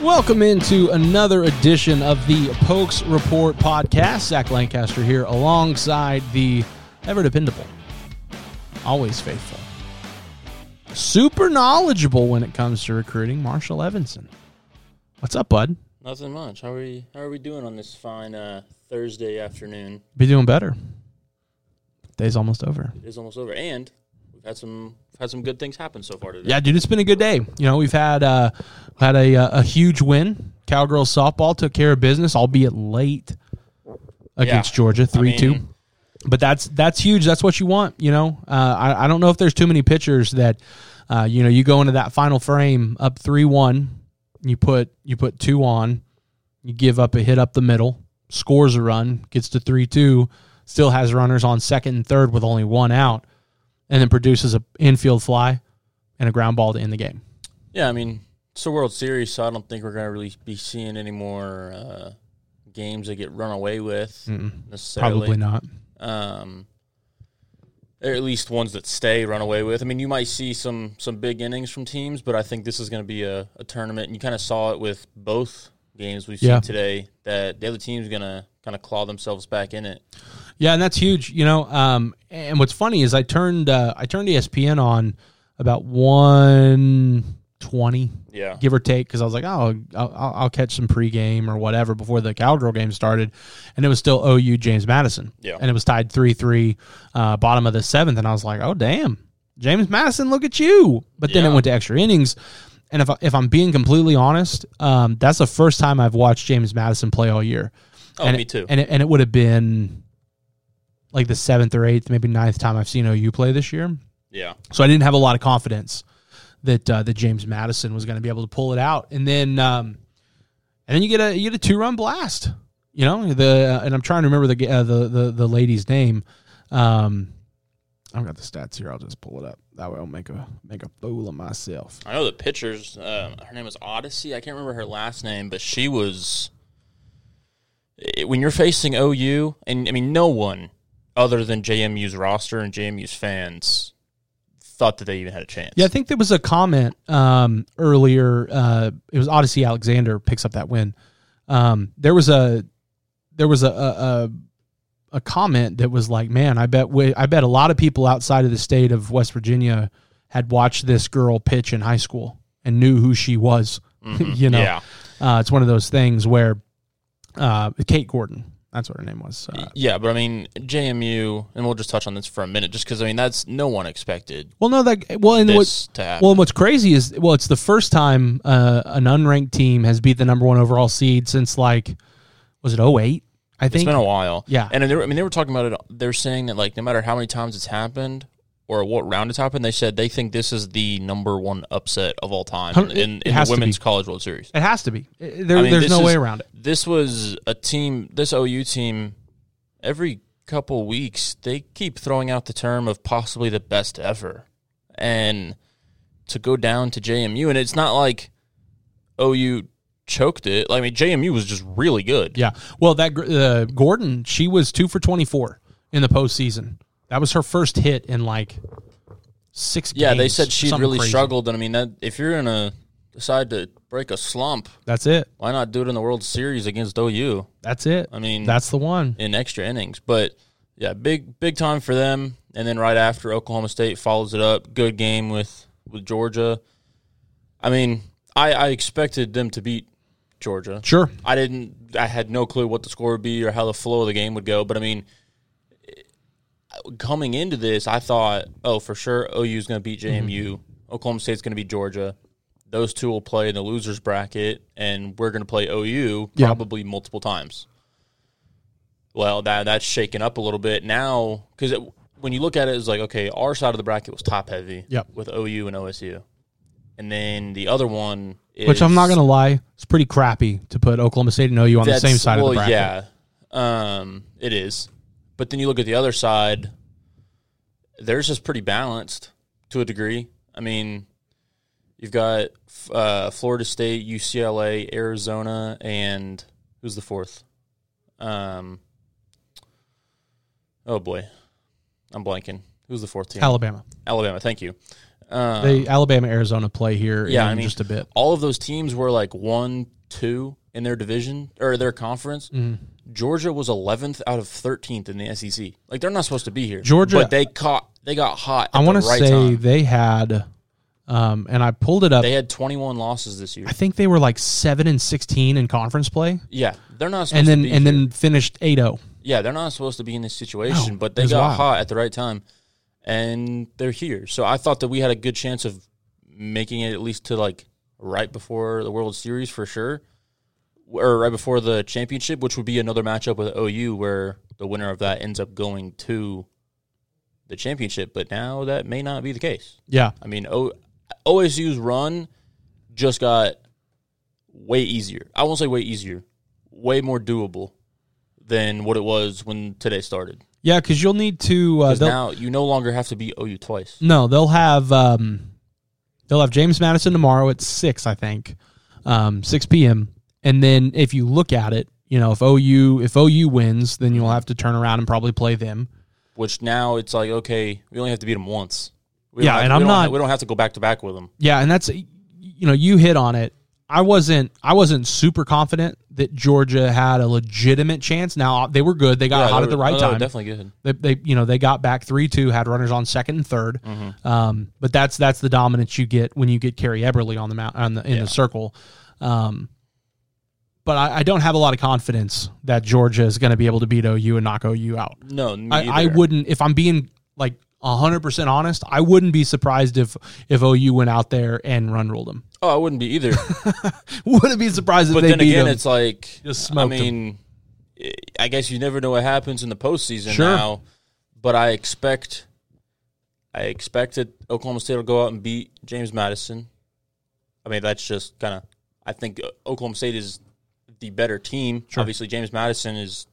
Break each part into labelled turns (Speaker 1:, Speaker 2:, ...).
Speaker 1: Welcome into another edition of the Pokes Report podcast. Zach Lancaster here alongside the ever dependable, always faithful, super knowledgeable when it comes to recruiting, Marshall Evanson. What's up, bud?
Speaker 2: Nothing much. How are we? How are we doing on this fine uh, Thursday afternoon?
Speaker 1: Be doing better. Day's almost over.
Speaker 2: It is almost over, and we've had some we've had some good things happen so far today.
Speaker 1: Yeah, dude, it's been a good day. You know, we've had uh, had a uh, a huge win. Cowgirls softball took care of business, albeit late against
Speaker 2: Yeah.
Speaker 1: Georgia,
Speaker 2: I
Speaker 1: three two.
Speaker 2: mean-
Speaker 1: But that's that's huge. That's what you want. You know, uh, I I don't know if there's too many pitchers that, uh, you know, you go into that final frame up three one, you put you put two on, you give up a hit up the middle, scores a run, gets to three two, still has runners on second and third with only one out, and then produces a infield fly and a ground ball to end the game.
Speaker 2: Yeah, I mean it's the World Series, so I don't think we're gonna really be seeing any more uh, games that get run away with necessarily.
Speaker 1: Probably not.
Speaker 2: Um, or at least ones that stay run away with. I mean, you might see some some big innings from teams, but I think this is going to be a, a tournament. And you kind of saw it with both games we've
Speaker 1: Yeah.
Speaker 2: seen today that the other team's going to kind of claw themselves back in it.
Speaker 1: Yeah, and that's huge. You know, um, and what's funny is I turned uh, I turned ESPN on about one twenty,
Speaker 2: Yeah.
Speaker 1: give or take, because I was like, oh, I'll, I'll I'll catch some pregame or whatever before the Cowgirl game started, and it was still OU James Madison.
Speaker 2: Yeah.
Speaker 1: and it was tied three three, uh, bottom of the seventh, and I was like, oh damn, James Madison, look at you! But then it
Speaker 2: Yeah.
Speaker 1: went to extra innings. And if, I, if I'm being completely honest, um, that's the first time I've watched James Madison play all year
Speaker 2: Oh,
Speaker 1: and
Speaker 2: me
Speaker 1: it-
Speaker 2: too.
Speaker 1: And it, and it would have been like the seventh or eighth, maybe ninth time I've seen OU play this year.
Speaker 2: yeah.
Speaker 1: So I didn't have a lot of confidence that uh, that James Madison was going to be able to pull it out. And then um, and then you get a you get a two run blast. You know the and I'm trying to remember the ga- uh, the, the the lady's name. Um, I've got the stats here. I'll just pull it up. That way I'll make a make a fool of myself.
Speaker 2: I know the pitchers. Um, her name was Odyssey. I can't remember her last name, but she was. it- When you're facing OU, and I mean, no one other than JMU's roster and JMU's fans thought that they even had a chance.
Speaker 1: Yeah, I think there was a comment um, earlier. Uh, it was Odyssey Alexander picks up that win. Um, there was a there was a, a a a comment that was like, "Man, I bet we, I bet a lot of people outside of the state of West Virginia had watched this girl pitch in high school and knew who she was." you know,
Speaker 2: Yeah.
Speaker 1: uh, it's one of those things where uh, Kate Gordon, that's what her name was. Uh,
Speaker 2: Yeah, but I mean JMU, and we'll just touch on this for a minute, just because I mean that's no one expected
Speaker 1: well, no, that well, and what,
Speaker 2: this to happen.
Speaker 1: Well, and what's crazy is, well, it's the first time uh, an unranked team has beat the number one overall seed since like, was it 08? I
Speaker 2: it's
Speaker 1: think.
Speaker 2: been a while.
Speaker 1: Yeah.
Speaker 2: and they were, I mean they were talking about it. They're saying that like no matter how many times it's happened or what round it's happened, they said they think this is the number one upset of all time
Speaker 1: Hun-
Speaker 2: in, in,
Speaker 1: it
Speaker 2: in
Speaker 1: has
Speaker 2: the
Speaker 1: to be.
Speaker 2: women's college world series.
Speaker 1: it has to be. It- there-
Speaker 2: I mean,
Speaker 1: there's
Speaker 2: this
Speaker 1: no way
Speaker 2: is-
Speaker 1: around it.
Speaker 2: This was a team. This OU team, every couple weeks they keep throwing out the term of possibly the best ever, and to go down to JMU, and it's not like OU choked it. Like, I mean, JMU was just really good.
Speaker 1: Yeah. Well, that gr- uh, Gordon, she was two for 24 in the postseason. That was her first hit in like six
Speaker 2: Yeah, they
Speaker 1: games,
Speaker 2: said she
Speaker 1: something
Speaker 2: really
Speaker 1: crazy.
Speaker 2: struggled, and I mean that if you're gonna decide to break a slump,
Speaker 1: That's it.
Speaker 2: why not do it in the World Series against OU?
Speaker 1: That's it.
Speaker 2: I mean,
Speaker 1: That's the one.
Speaker 2: in extra innings. But yeah, big big time for them. And then right after Oklahoma State follows it up, good game with with Georgia. I mean, I, I expected them to beat Georgia.
Speaker 1: Sure.
Speaker 2: I didn't. I had no clue what the score would be or how the flow of the game would go. But I mean, coming into this, I thought, oh, for sure, OU is going to beat
Speaker 1: Mm-hmm.
Speaker 2: JMU. Oklahoma State's going to beat Georgia. Those two will play in the losers bracket, and we're going to play OU
Speaker 1: Yeah.
Speaker 2: probably multiple times. Well, that that's shaken up a little bit now because when you look at it, it's like okay, our side of the bracket was top heavy
Speaker 1: Yep.
Speaker 2: with OU and OSU, and then the other one, is
Speaker 1: Which I'm not going to lie, it's pretty crappy to put Oklahoma State and OU on the same side of the bracket.
Speaker 2: Yeah, um, it is. But then you look at the other side; theirs is pretty balanced to a degree. I mean, you've got f- uh, Florida State, UCLA, Arizona, and who's the fourth? Um, oh boy, I'm blanking. Who's the fourth team?
Speaker 1: Alabama.
Speaker 2: Alabama. Thank you. Um,
Speaker 1: They Alabama Arizona play here.
Speaker 2: Yeah,
Speaker 1: in
Speaker 2: I mean-
Speaker 1: just a bit.
Speaker 2: all of those teams were like one, two in their division or their conference.
Speaker 1: Mm-hmm.
Speaker 2: Georgia was 11th out of 13th in the SEC. Like they're not supposed to be here.
Speaker 1: Georgia-
Speaker 2: but they caught. They got hot.
Speaker 1: I
Speaker 2: want to
Speaker 1: say they had, um, and I pulled it up.
Speaker 2: they had 21 losses this year.
Speaker 1: I think they were like seven and sixteen in conference play,
Speaker 2: Yeah, they're not. Supposed
Speaker 1: and then
Speaker 2: to be
Speaker 1: and
Speaker 2: here.
Speaker 1: then finished oh. 8-0.
Speaker 2: yeah, they're not supposed to be in this situation,
Speaker 1: No,
Speaker 2: but they
Speaker 1: it's
Speaker 2: got
Speaker 1: wild.
Speaker 2: hot at the right time, and they're here. So I thought that we had a good chance of making it at least to like right before the World Series for sure, or right before the championship, which would be another matchup with OU where the winner of that ends up going to the championship. But now that may not be the case.
Speaker 1: Yeah,
Speaker 2: I mean, o- OSU's run just got way easier. I won't say way easier, way more doable than what it was when today started.
Speaker 1: yeah, because you'll need to. Uh,
Speaker 2: Because
Speaker 1: they'll,
Speaker 2: now you no longer have to be OU twice.
Speaker 1: no, they'll have um, they'll have James Madison tomorrow at six, I think, um, six p.m. And then if you look at it, you know, if OU if OU wins, then you'll have to turn around and probably play them.
Speaker 2: Which now it's like okay, we only have to beat them once. We
Speaker 1: Yeah,
Speaker 2: don't have-
Speaker 1: and
Speaker 2: we
Speaker 1: I'm
Speaker 2: don't
Speaker 1: not-
Speaker 2: have- we don't have to go back to back with them.
Speaker 1: Yeah, and that's you know you hit on it. I wasn't I wasn't super confident that Georgia had a legitimate chance. Now uh, they were oh, good. They got hot at the right time.
Speaker 2: oh, Definitely good.
Speaker 1: They, they you know they got back three two, had runners on second and 3rd Um, but that's that's the dominance you get when you get Kerry Eberly on the mount on the in the circle. Um, but I, I don't have a lot of confidence that Georgia is going to be able to beat OU and knock OU out.
Speaker 2: No, me
Speaker 1: I, I
Speaker 2: either.
Speaker 1: wouldn't if I'm being like 100% honest, I wouldn't be surprised if if OU went out there and run ruled them.
Speaker 2: Oh, I wouldn't be either.
Speaker 1: Wouldn't be surprised if
Speaker 2: But
Speaker 1: they
Speaker 2: then
Speaker 1: beat
Speaker 2: again,
Speaker 1: them.
Speaker 2: it's like
Speaker 1: Just
Speaker 2: I
Speaker 1: smoked
Speaker 2: mean, I- I guess you never know what happens in the postseason
Speaker 1: Sure.
Speaker 2: now. But I expect, I expect that Oklahoma State will go out and beat James Madison. I mean, that's just kind of. I think uh, Oklahoma State is the better team. Obviously, James Madison is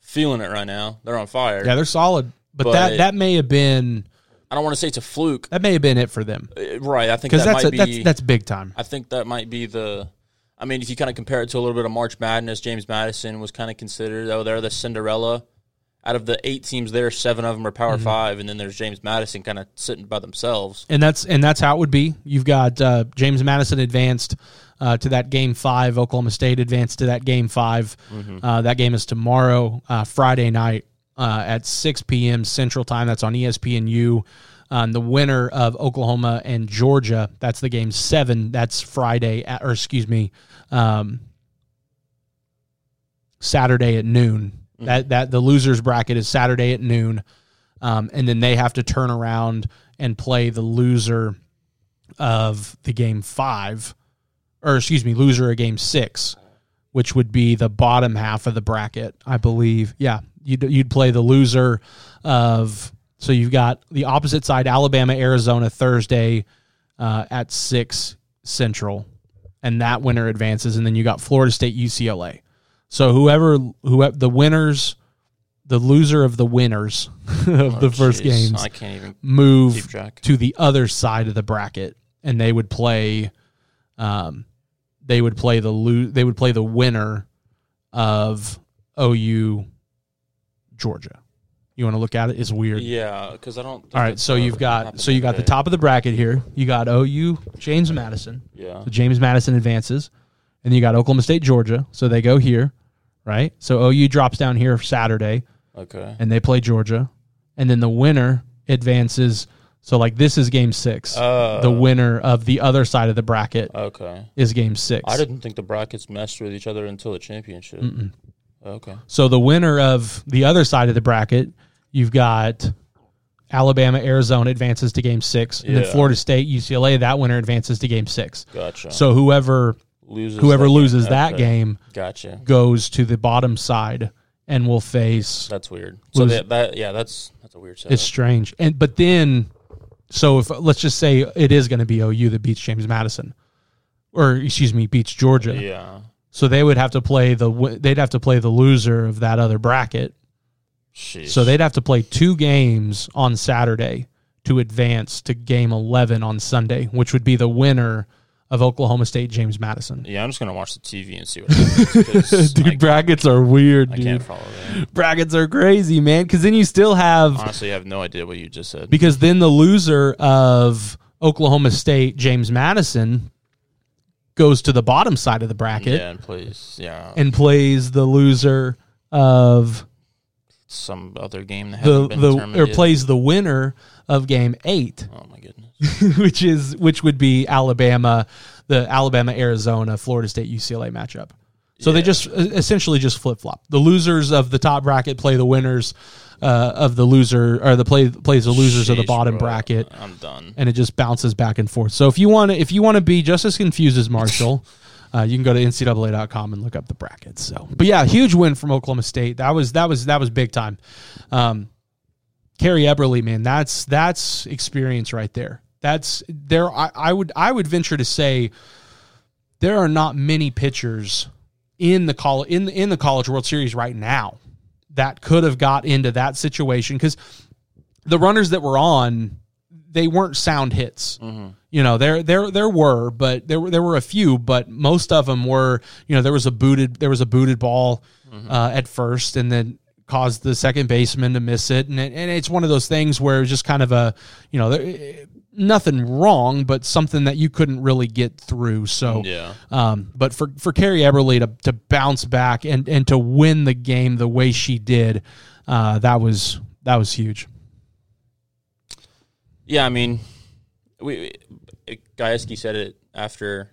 Speaker 2: feeling it right now. They're on fire.
Speaker 1: yeah, they're solid, but,
Speaker 2: But-
Speaker 1: that that may have been
Speaker 2: I don't want to say it's a fluke,
Speaker 1: that may have been it for them
Speaker 2: Uh, right? I think
Speaker 1: because
Speaker 2: that
Speaker 1: that's
Speaker 2: might
Speaker 1: a,
Speaker 2: be
Speaker 1: that's that's big time.
Speaker 2: I think that might be the. I mean, if you kind of compare it to a little bit of March Madness, James Madison was kind of considered. Oh, they're the Cinderella. Out of the eight teams there, seven of them are Power
Speaker 1: Mm-hmm.
Speaker 2: Five, and then there's James Madison kind of sitting by themselves.
Speaker 1: and that's and that's how it would be. You've got uh, James Madison advanced uh, to that game five. Oklahoma State advanced to that game 5 Uh, that game is tomorrow, uh, Friday night uh, at six p.m. Central Time. That's on E ESPNU. Um, the winner of Oklahoma and Georgia. That's the game seven. That's Friday, at, or excuse me, um, Saturday at noon. That that the losers bracket is Saturday at noon, um, and then they have to turn around and play the loser of the game five, or excuse me, loser of game six, which would be the bottom half of the bracket, I believe. Yeah, you'd you'd play the loser of so you've got the opposite side Alabama Arizona Thursday uh, at six central, and that winner advances, and then you got Florida State UCLA. So whoever whoever the winners, the loser of the winners of the first
Speaker 2: Oh, Jeez,
Speaker 1: games
Speaker 2: I can't even keep
Speaker 1: move
Speaker 2: track.
Speaker 1: to the other side of the bracket, and they would play, um, they would play the lo- they would play the winner of OU Georgia. You want to look at it? It's weird.
Speaker 2: Yeah, because I don't. think
Speaker 1: All right,
Speaker 2: it's
Speaker 1: so you've got
Speaker 2: gonna happen
Speaker 1: so you got the
Speaker 2: today.
Speaker 1: top of the bracket here. You got OU James Madison.
Speaker 2: Yeah,
Speaker 1: So James Madison advances, and you got Oklahoma State Georgia. So they go here, right? So OU drops down here Saturday
Speaker 2: okay.
Speaker 1: and they play Georgia, and then the winner advances. So like this is game six.
Speaker 2: Oh.
Speaker 1: the winner of the other side of the bracket
Speaker 2: Okay.
Speaker 1: is game six.
Speaker 2: I didn't think the brackets messed with each other until the championship. Okay.
Speaker 1: So the winner of the other side of the bracket, you've got Alabama, Arizona advances to game six, and
Speaker 2: Yeah.
Speaker 1: then Florida State, UCLA, that winner advances to game six.
Speaker 2: Gotcha.
Speaker 1: So whoever
Speaker 2: loses
Speaker 1: whoever
Speaker 2: that game.
Speaker 1: loses that
Speaker 2: Okay.
Speaker 1: game
Speaker 2: Gotcha.
Speaker 1: goes to the bottom side and will face
Speaker 2: That's weird. So
Speaker 1: Lose-
Speaker 2: that, that yeah, that's that's a weird setup.
Speaker 1: It's strange. And but then, so if let's just say it is going to be OU that beats James Madison, or excuse me, beats Georgia.
Speaker 2: yeah.
Speaker 1: So they would have to play the wi- they'd have to play the loser of that other bracket.
Speaker 2: Sheesh.
Speaker 1: So they'd have to play two games on Saturday to advance to game eleven on Sunday, which would be the winner of Oklahoma State James Madison.
Speaker 2: Yeah, I'm just gonna watch the TV and see what happens. 'cause
Speaker 1: Dude,
Speaker 2: I,
Speaker 1: brackets are weird,
Speaker 2: I
Speaker 1: dude.
Speaker 2: can't follow that.
Speaker 1: Brackets are crazy, man. Because then you still have
Speaker 2: Honestly, I have no idea what you just said.
Speaker 1: because then the loser of Oklahoma State James Madison goes to the bottom side of the bracket
Speaker 2: Yeah, and please, yeah,
Speaker 1: and plays the loser of
Speaker 2: some other game that
Speaker 1: the
Speaker 2: hasn't been
Speaker 1: the
Speaker 2: determined
Speaker 1: or
Speaker 2: yet.
Speaker 1: plays the winner of game 8
Speaker 2: Oh my goodness,
Speaker 1: which is which would be Alabama the Alabama Arizona Florida State UCLA matchup. So they
Speaker 2: Yeah.
Speaker 1: just e, essentially just flip flop. The losers of the top bracket play the winners uh, of the loser or the play plays the losers of the
Speaker 2: Sheesh,
Speaker 1: bottom
Speaker 2: bro.
Speaker 1: bracket
Speaker 2: I'm done.
Speaker 1: and it just bounces back and forth. So if you want to, if you want to be just as confused as Marshall, uh, you can go to ncaa.com and look up the brackets. So, but yeah, huge win from Oklahoma State. That was that was that was big time. Um, Carrie Eberly, man, that's that's experience right there. That's there. I, I would I would venture to say there are not many pitchers in the call in the, in the College World Series right now that could have got into that situation because the runners that were on they weren't sound hits. You know, there there there were, but there were there were a few, but most of them were. You know, there was a booted there was a booted ball uh, at first, and then caused the second baseman to miss it, and it, and it's one of those things where it was just kind of a you know there, eh, nothing wrong, but something that you couldn't really get through. So
Speaker 2: Yeah,
Speaker 1: um, but for for Carrie Eberle to, to bounce back and and to win the game the way she did, uh, that was that was huge.
Speaker 2: yeah. I mean, we, we Gajewski said it after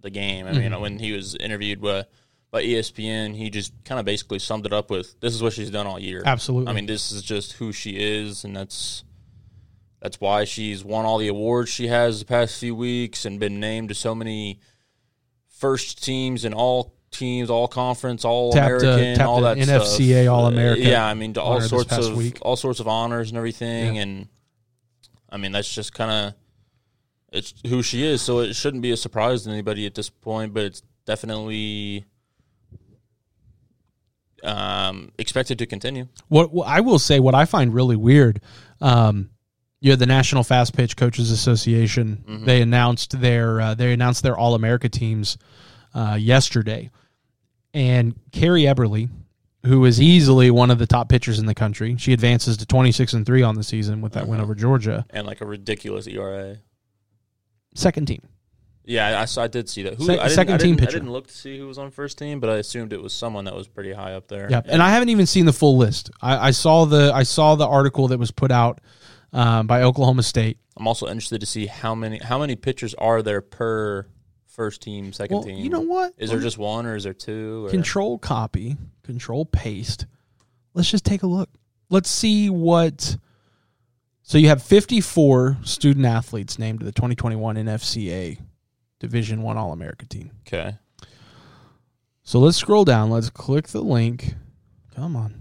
Speaker 2: the game. I
Speaker 1: Mm-hmm.
Speaker 2: mean, when he was interviewed by, by E ESPN, he just kind of basically summed it up with, "This is what she's done all year."
Speaker 1: Absolutely.
Speaker 2: I mean, this is just who she is, and that's that's why she's won all the awards she has the past few weeks and been named to so many first teams and all teams, all conference, all
Speaker 1: Tapped, uh,
Speaker 2: American,
Speaker 1: tapped
Speaker 2: all
Speaker 1: the
Speaker 2: that
Speaker 1: NFCA
Speaker 2: stuff.
Speaker 1: All-America
Speaker 2: Uh, Yeah, I mean, to
Speaker 1: honor
Speaker 2: all
Speaker 1: this
Speaker 2: sorts
Speaker 1: past
Speaker 2: of
Speaker 1: week.
Speaker 2: all sorts of honors and everything, and I mean, that's just kind of it's who she is. So it shouldn't be a surprise to anybody at this point, but it's definitely. Um, expected to continue.
Speaker 1: What, what I will say, what I find really weird, um, you had the National Fast Pitch Coaches Association. They announced their uh, they announced their All America teams uh, yesterday, and Carrie Eberly, who is easily one of the top pitchers in the country, she advances to twenty six and three on the season with that win over Georgia.
Speaker 2: and like a ridiculous ERA.
Speaker 1: Second team.
Speaker 2: Yeah, I, saw, I did see that. Who,
Speaker 1: Se-
Speaker 2: I didn't,
Speaker 1: second
Speaker 2: I
Speaker 1: team
Speaker 2: didn't-
Speaker 1: pitcher.
Speaker 2: I didn't look to see who was on first team, but I assumed it was someone that was pretty high up there.
Speaker 1: Yeah, and I haven't even seen the full list. I, I saw the I saw the article that was put out um, by Oklahoma State.
Speaker 2: I'm also interested to see how many how many pitchers are there per first team, second
Speaker 1: Well,
Speaker 2: team.
Speaker 1: you know what?
Speaker 2: Is there just one or is there two? Or,
Speaker 1: control copy, control paste. Let's just take a look. Let's see what. So you have 54 student athletes named to the 2021 NFCA Division One All America team.
Speaker 2: okay,
Speaker 1: So let's scroll down. Let's click the link. Come on.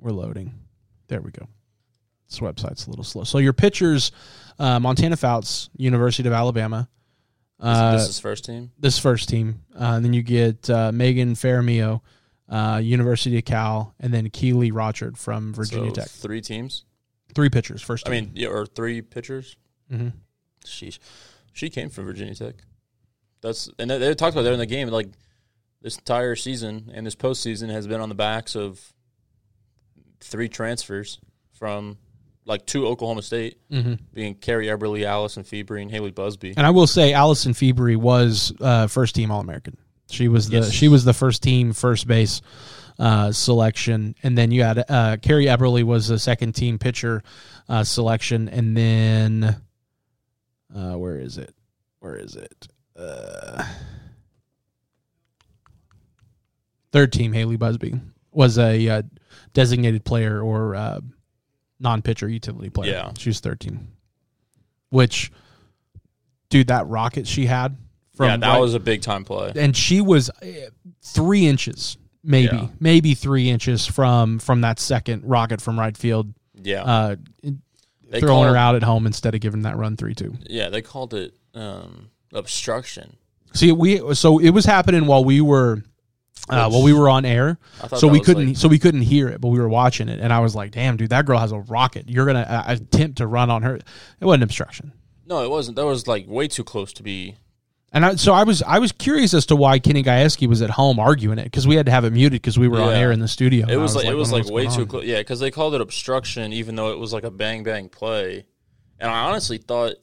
Speaker 1: We're loading. There we go. This website's a little slow. So your pitchers, uh, Montana Fouts, University of Alabama. Uh,
Speaker 2: this, this is first team.
Speaker 1: this first team. Uh, and then you get uh, Megan Faramio, uh, University of Cal, and then Keely Rochard from Virginia
Speaker 2: So
Speaker 1: Tech.
Speaker 2: Three teams.
Speaker 1: Three pitchers, first
Speaker 2: I
Speaker 1: team.
Speaker 2: mean, yeah, or three pitchers.
Speaker 1: Mhm.
Speaker 2: Sheesh. She came from Virginia Tech. That's and they, they talked about that in the game. Like this entire season and this postseason has been on the backs of three transfers from like two Oklahoma State,
Speaker 1: Mm-hmm.
Speaker 2: being Carrie Eberly, Allison Feebrey, and Haley Busby.
Speaker 1: and I will say Allison Feebrey was uh, first team All American. She was the
Speaker 2: Yes.
Speaker 1: she was the first team first base uh, selection, and then you had uh, Carrie Eberly was the second team pitcher uh, selection, and then uh, where is it? Where is it? Uh, third team Haley Busby was a uh, designated player or uh, non pitcher utility player.
Speaker 2: Yeah.
Speaker 1: she was third team, which dude, that rocket she had from
Speaker 2: yeah, that
Speaker 1: right-
Speaker 2: was a big time play.
Speaker 1: and she was eh, three inches, maybe,
Speaker 2: Yeah.
Speaker 1: maybe three inches from from that second rocket from right field,
Speaker 2: Yeah,
Speaker 1: uh,
Speaker 2: they
Speaker 1: throwing
Speaker 2: called-
Speaker 1: her out at home instead of giving that run three two.
Speaker 2: Yeah, they called it um, obstruction.
Speaker 1: See, we so it was happening while we were. Uh, while we were on air,
Speaker 2: I thought
Speaker 1: so
Speaker 2: that
Speaker 1: we
Speaker 2: was
Speaker 1: couldn't,
Speaker 2: like-
Speaker 1: so we couldn't hear it, but we were watching it, and I was like, "Damn, dude, that girl has a rocket! You're gonna uh, attempt to run on her." It wasn't obstruction,
Speaker 2: No, it wasn't. That was like way too close to be.
Speaker 1: and I, so I was, I was curious as to why Kenny Gajewski was at home arguing it because we had to have it muted because we were on
Speaker 2: Yeah.
Speaker 1: air in the studio.
Speaker 2: It
Speaker 1: and I
Speaker 2: was like it
Speaker 1: "I
Speaker 2: was
Speaker 1: don't know
Speaker 2: like
Speaker 1: what's
Speaker 2: way
Speaker 1: going
Speaker 2: too
Speaker 1: on."
Speaker 2: close. Yeah, because they called it obstruction, even though it was like a bang bang play. And I honestly thought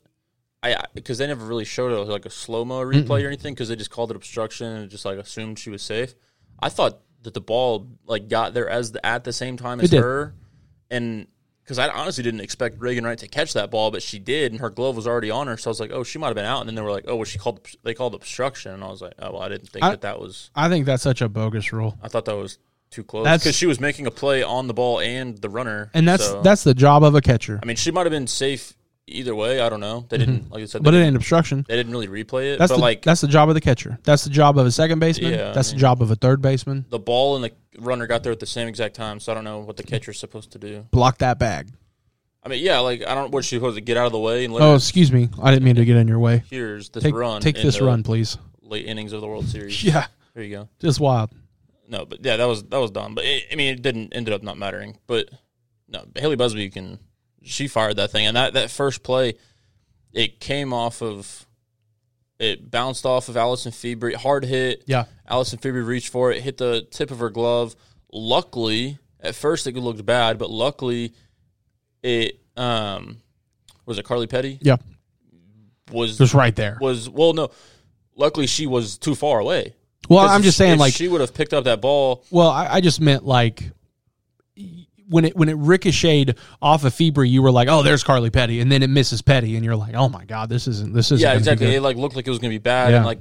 Speaker 2: I because they never really showed it like a slow mo replay or anything because they just called it obstruction and just like assumed she was safe. I thought that the ball like got there as the, at the same time as
Speaker 1: did.
Speaker 2: her, and because I honestly didn't expect Reagan Wright to catch that ball, but she did, and her glove was already on her, so I was like, oh, she might have been out. And then they were like, oh, well, she called they called obstruction, and I was like, oh, well, I didn't think
Speaker 1: I-
Speaker 2: that that was.
Speaker 1: I think that's such a bogus rule.
Speaker 2: I thought that was too close
Speaker 1: That's-
Speaker 2: because she was making a play on the ball and the runner,
Speaker 1: And that's
Speaker 2: so-
Speaker 1: that's the job of a catcher.
Speaker 2: I mean, she might have been safe either way. I don't know. They didn't like I
Speaker 1: Mm-hmm.
Speaker 2: said. They,
Speaker 1: but it
Speaker 2: didn't,
Speaker 1: ain't obstruction.
Speaker 2: they didn't really replay it.
Speaker 1: That's
Speaker 2: but
Speaker 1: the
Speaker 2: like
Speaker 1: that's the job of the catcher. That's the job of a second baseman.
Speaker 2: Yeah, I
Speaker 1: that's
Speaker 2: mean-
Speaker 1: the job of a third baseman.
Speaker 2: the ball and the runner got there at the same exact time, so I don't know what the catcher's supposed to do.
Speaker 1: Block that bag.
Speaker 2: I mean, yeah, like I don't. What she supposed to get out of the way and let
Speaker 1: Oh,
Speaker 2: her
Speaker 1: excuse me. I didn't mean to get in your way.
Speaker 2: here's this
Speaker 1: Take
Speaker 2: run.
Speaker 1: take
Speaker 2: in
Speaker 1: this
Speaker 2: the
Speaker 1: run, please.
Speaker 2: Late innings of the World Series.
Speaker 1: Yeah,
Speaker 2: There you go.
Speaker 1: just wild.
Speaker 2: No, but yeah, that was that was dumb. But it, I mean, it didn't ended up not mattering. But no, Haley Busby can she fired that thing, and that that first play, it came off of, it bounced off of Allison Feebrey, hard hit.
Speaker 1: Yeah.
Speaker 2: Allison Feebrey reached for it, hit the tip of her glove. Luckily, at first it looked bad, but luckily, it um was it Carly Petty
Speaker 1: Yeah,
Speaker 2: was
Speaker 1: just right there.
Speaker 2: was well no, luckily she was too far away.
Speaker 1: Well,
Speaker 2: 'Cause
Speaker 1: I'm
Speaker 2: if
Speaker 1: just
Speaker 2: she-
Speaker 1: saying,
Speaker 2: if
Speaker 1: like,
Speaker 2: she would have picked up that ball.
Speaker 1: well, I, I just meant like when it when it ricocheted off of Febre, you were like, oh, there's Carly Petty, and then it misses Petty, and you're like, oh my god, this isn't this isn't.
Speaker 2: yeah,
Speaker 1: gonna be
Speaker 2: exactly.
Speaker 1: good.
Speaker 2: It like looked like it was gonna be bad,
Speaker 1: Yeah.
Speaker 2: and like,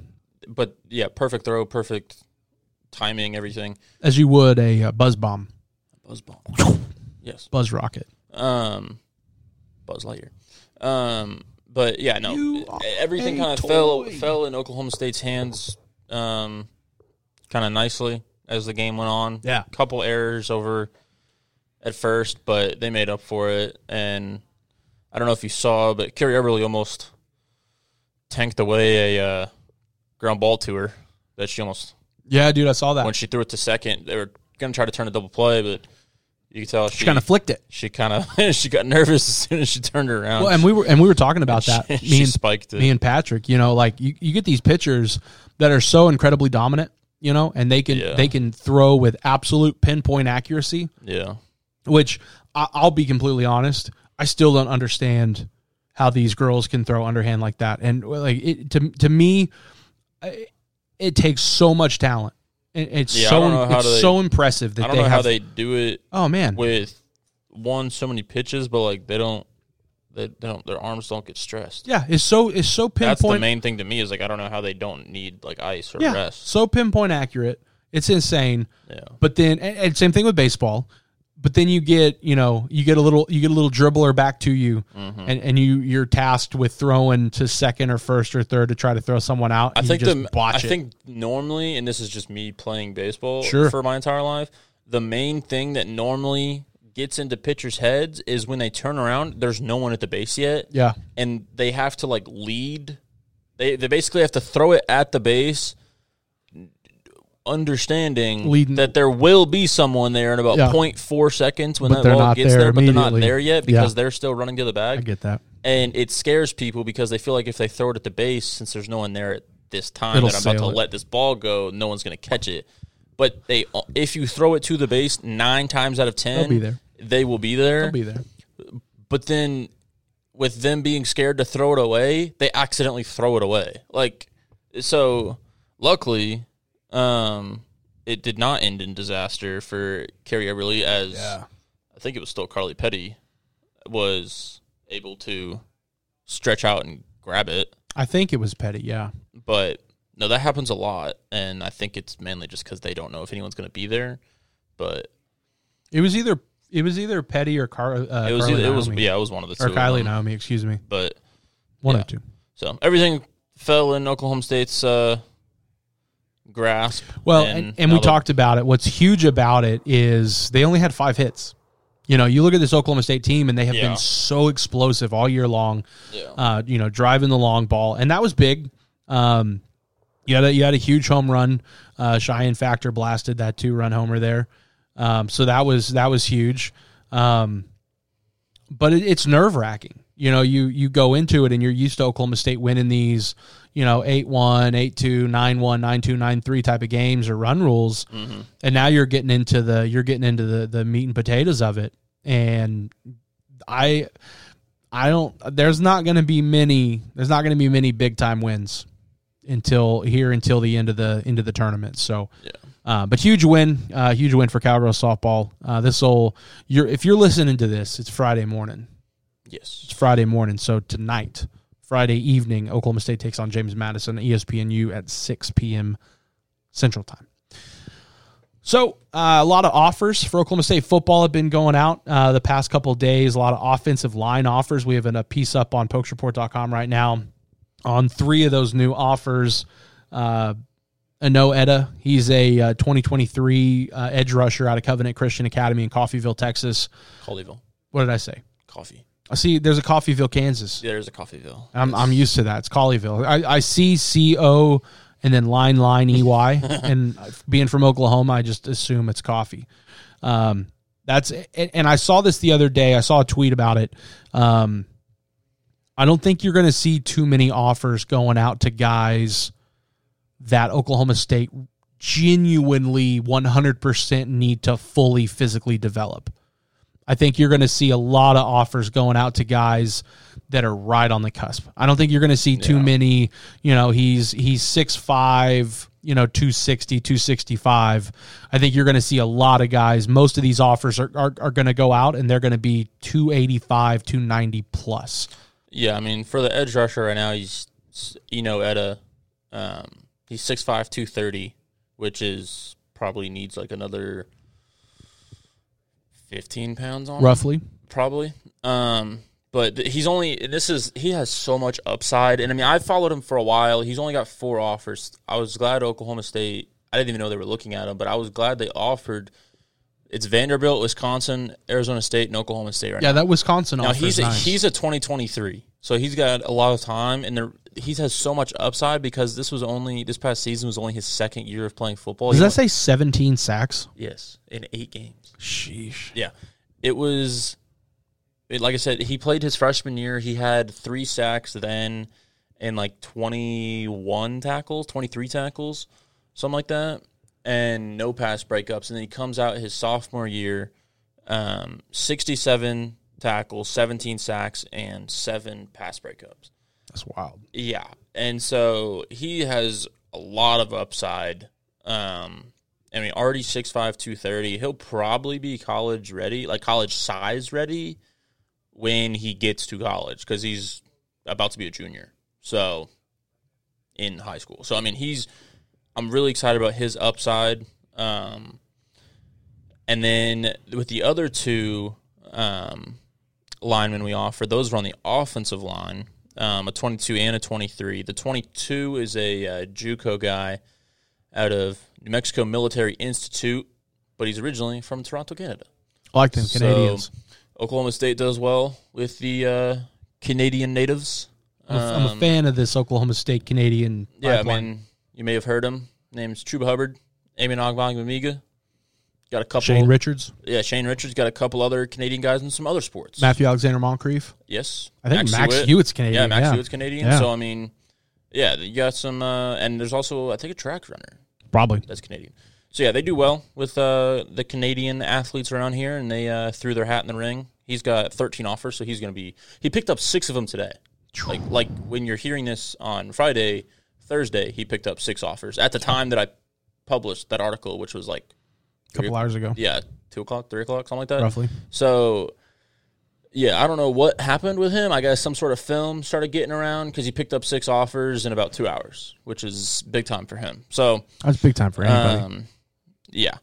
Speaker 2: but yeah, perfect throw, perfect timing, everything.
Speaker 1: As you would a uh, buzz bomb,
Speaker 2: Buzz ball. yes.
Speaker 1: buzz rocket.
Speaker 2: Um, Buzz Lightyear. Um, but yeah,
Speaker 1: You
Speaker 2: no,
Speaker 1: are
Speaker 2: everything
Speaker 1: a
Speaker 2: kind of fell
Speaker 1: toy.
Speaker 2: fell in Oklahoma State's hands, um, kind of nicely as the game went on.
Speaker 1: Yeah.
Speaker 2: couple errors over at first, but they made up for it. And I don't know if you saw, but Carrie Everly almost tanked away a uh, ground ball to her that she almost
Speaker 1: Yeah, dude, I saw that.
Speaker 2: when she threw it to second. They were gonna try to turn a double play, but you could tell she,
Speaker 1: She kind of flicked it.
Speaker 2: she kind of she got nervous as soon as she turned around.
Speaker 1: Well, and we were and we were talking about that.
Speaker 2: she,
Speaker 1: Me and
Speaker 2: spiked it.
Speaker 1: me and Patrick, you know, like you, you get these pitchers that are so incredibly dominant, you know, and they can
Speaker 2: Yeah.
Speaker 1: they can throw with absolute pinpoint accuracy,
Speaker 2: yeah,
Speaker 1: which I, I'll be completely honest, I still don't understand how these girls can throw underhand like that. And well, like it, to to me, I- it takes so much talent. It, it's
Speaker 2: Yeah, I don't know
Speaker 1: so
Speaker 2: how
Speaker 1: it's
Speaker 2: they-
Speaker 1: so impressive
Speaker 2: I
Speaker 1: that
Speaker 2: don't
Speaker 1: they
Speaker 2: know
Speaker 1: have.
Speaker 2: how they do it
Speaker 1: oh man,
Speaker 2: with one so many pitches, but like they don't, they, they don't, their arms don't get stressed.
Speaker 1: yeah, it's so it's so
Speaker 2: That's the
Speaker 1: pinpoint.
Speaker 2: main thing to me is like I don't know how they don't need like ice or
Speaker 1: yeah,
Speaker 2: rest.
Speaker 1: so pinpoint accurate. It's insane.
Speaker 2: Yeah,
Speaker 1: But then, and, and same thing with baseball. But then you get, you know, you get a little, you get a little dribbler back to you,
Speaker 2: Mm-hmm.
Speaker 1: and, and you you're tasked with throwing to second or first or third to try to throw someone out.
Speaker 2: I
Speaker 1: and
Speaker 2: think
Speaker 1: you just
Speaker 2: the
Speaker 1: botch
Speaker 2: I
Speaker 1: it.
Speaker 2: think normally, and this is just me playing baseball
Speaker 1: Sure.
Speaker 2: for my entire life. The main thing that normally gets into pitchers' heads is when they turn around, there's no one at the base yet.
Speaker 1: yeah,
Speaker 2: and they have to like lead. They they basically have to throw it at the base, understanding
Speaker 1: Leading-
Speaker 2: that there will be someone there in about
Speaker 1: Yeah.
Speaker 2: 0.4 seconds when
Speaker 1: But
Speaker 2: that
Speaker 1: they're
Speaker 2: ball
Speaker 1: not
Speaker 2: gets
Speaker 1: there
Speaker 2: there, but they're not
Speaker 1: immediately.
Speaker 2: there yet
Speaker 1: Yeah.
Speaker 2: because they're still running to
Speaker 1: I
Speaker 2: the bag,
Speaker 1: get that.
Speaker 2: and it scares people because they feel like if they throw it at the base, since there's no one there at this time,
Speaker 1: It'll
Speaker 2: that I'm about to
Speaker 1: sail it.
Speaker 2: let this ball go, no one's going to catch it. But they, if you throw it to the base nine times out of 10
Speaker 1: be there.
Speaker 2: They will be there
Speaker 1: I'll be there.
Speaker 2: but then with them being scared to throw it away, they accidentally throw it away. Like so luckily, um it did not end in disaster for Carrie Everly as I think it was still Carly Petty was able to stretch out and grab it.
Speaker 1: I think it was Petty. Yeah,
Speaker 2: But no, that happens a lot and I think it's mainly just cuz they don't know if anyone's going to be there. But
Speaker 1: it was either it was either Petty or Car. Uh,
Speaker 2: it was
Speaker 1: Carly
Speaker 2: either, it was
Speaker 1: Naomi.
Speaker 2: yeah, it was one of the
Speaker 1: or
Speaker 2: two. of
Speaker 1: Kylie
Speaker 2: them.
Speaker 1: Naomi. Excuse me,
Speaker 2: But
Speaker 1: one
Speaker 2: Yeah.
Speaker 1: of the two.
Speaker 2: So everything fell in Oklahoma State's uh, grasp.
Speaker 1: Well, and, and,
Speaker 2: now
Speaker 1: we
Speaker 2: the-
Speaker 1: talked about it. What's huge about it is they only had five hits. You know, you look at this Oklahoma State team, and they have
Speaker 2: Yeah.
Speaker 1: been so explosive all year long.
Speaker 2: Yeah.
Speaker 1: Uh, you know, driving the long ball, and that was big. Um, you had a, you had a huge home run. Uh, Cheyenne Factor blasted that two run homer there, um, so that was that was huge. Um, but it, it's nerve wracking. You know, you you go into it and you're used to Oklahoma State winning these, you know, 8 1, 8 2, 9 1, 9 2, 9 3 type of games or run rules. And now you're getting into the you're getting into the the meat and potatoes of it. And I I don't. There's not going to be many. There's not going to be many big time wins until here until the end of the end of the tournament. So,
Speaker 2: Yeah.
Speaker 1: uh, but huge win, uh, huge win for Cowgirl softball. Uh, this will you're if you're listening to this, it's Friday morning.
Speaker 2: Yes.
Speaker 1: It's Friday morning. So tonight, Friday evening, Oklahoma State takes on James Madison, E ESPNU at 6 p.m. Central Time. So uh, a lot of offers for Oklahoma State football have been going out uh, the past couple of days. A lot of offensive line offers. We have a piece up on pokesreport.com right now on three of those new offers. Uh, Ano Etta, he's a uh, 2023 uh, edge rusher out of Covenant Christian Academy in Coffeeville, Texas.
Speaker 2: Colleyville.
Speaker 1: What did I say?
Speaker 2: Coffee.
Speaker 1: I see there's a Coffeeville, Kansas.
Speaker 2: Yeah, there's a Coffeeville.
Speaker 1: I'm, I'm used to that. It's Colleyville. I, I see C O and then line line E Y. and being from Oklahoma, I just assume it's coffee. Um, that's and and I saw this the other day. I saw a tweet about it. Um, I don't think you're going to see too many offers going out to guys that Oklahoma State genuinely 100% need to fully physically develop. I think you're going to see a lot of offers going out to guys that are right on the cusp. I don't think you're going to see too
Speaker 2: Yeah.
Speaker 1: many, you know, he's he's 6'5, you know, 260, 265. I think you're going to see a lot of guys. Most of these offers are are, are going to go out and they're going to be 285, 290 plus.
Speaker 2: Yeah, I mean, for the edge rusher right now, he's you know at a um, he's 6'5", 230, which is probably needs like another fifteen pounds on him,
Speaker 1: Roughly.
Speaker 2: probably. Um, but th- he's only this is he has so much upside, and I mean I followed him for a while. He's only got four offers. I was glad Oklahoma State. I didn't even know they were looking at him, but I was glad they offered. It's Vanderbilt, Wisconsin, Arizona State, and Oklahoma State right now.
Speaker 1: Yeah, that Wisconsin
Speaker 2: Now
Speaker 1: offer
Speaker 2: he's
Speaker 1: is
Speaker 2: a,
Speaker 1: nice.
Speaker 2: he's a 2023, so he's got a lot of time, and there, he's has so much upside because this was only this past season was only his second year of playing football.
Speaker 1: Does
Speaker 2: He
Speaker 1: that
Speaker 2: went-
Speaker 1: say 17 sacks?
Speaker 2: yes in eight games?
Speaker 1: Sheesh.
Speaker 2: Yeah, it was. It, like I said, he played his freshman year. He had three sacks then, and like 21 tackles, 23 tackles, something like that, and no pass breakups. And then he comes out his sophomore year, um, 67 tackles, 17 sacks, and seven pass breakups.
Speaker 1: That's wild.
Speaker 2: Yeah, and so he has a lot of upside. Um, I mean, already 6'5", 230. He'll probably be college ready, like college size ready, when he gets to college because he's about to be a junior. So, in high school. So I mean, he's. I'm really excited about his upside. Um, and then with the other two, um, linemen we offer. Those were on the offensive line, um, a 22 and a 23. The 22 is a uh, JUCO guy out of New Mexico Military Institute, but he's originally from Toronto, Canada.
Speaker 1: I like them Canadians.
Speaker 2: So Oklahoma State does well with the uh, Canadian natives.
Speaker 1: I'm, a- I'm a fan of this Oklahoma State Canadian.
Speaker 2: um, Yeah, I
Speaker 1: pipeline.
Speaker 2: mean, you may have heard him. Name's Chuba Hubbard, Amon Ogbong Got a couple.
Speaker 1: Shane Richards,
Speaker 2: yeah, Shane Richards got a couple other Canadian guys in some other sports.
Speaker 1: Matthew Alexander Moncrief.
Speaker 2: Yes,
Speaker 1: I think Max
Speaker 2: Hewitt.
Speaker 1: Hewitt's Canadian,
Speaker 2: Yeah, Max
Speaker 1: yeah.
Speaker 2: Hewitt's Canadian.
Speaker 1: Yeah.
Speaker 2: So I mean, yeah, you got some, uh, and there's also I think a track runner
Speaker 1: Probably.
Speaker 2: that's Canadian. So yeah, they do well with uh, the Canadian athletes around here, and they uh, threw their hat in the ring. He's got 13 offers, so he's going to be. He picked up six of them today. Like like when you're hearing this on Friday, Thursday, he picked up six offers at the time that I published that article, which was like
Speaker 1: A couple hours ago,
Speaker 2: yeah, two o'clock, three o'clock, something like that.
Speaker 1: roughly.
Speaker 2: So, yeah, I don't know what happened with him. I guess some sort of film started getting around because he picked up six offers in about two hours, which is big time for him. So,
Speaker 1: That's big time for anybody.
Speaker 2: um, yeah,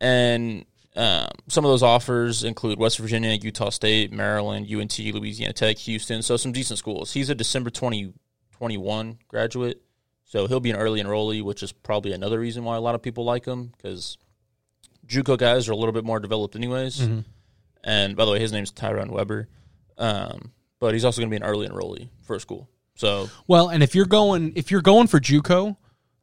Speaker 2: and um, some of those offers include West Virginia, Utah State, Maryland, UNT, Louisiana Tech, Houston. So some decent schools. He's a December twenty twenty one graduate, so he'll be an early enrollee, which is probably another reason why a lot of people like him because JUCO guys are a little bit more developed, anyways. And by the way, his name's Tyron Weber, um, but he's also going to be an early enrollee for a school. So
Speaker 1: well, and if you're going, if you're going for JUCO,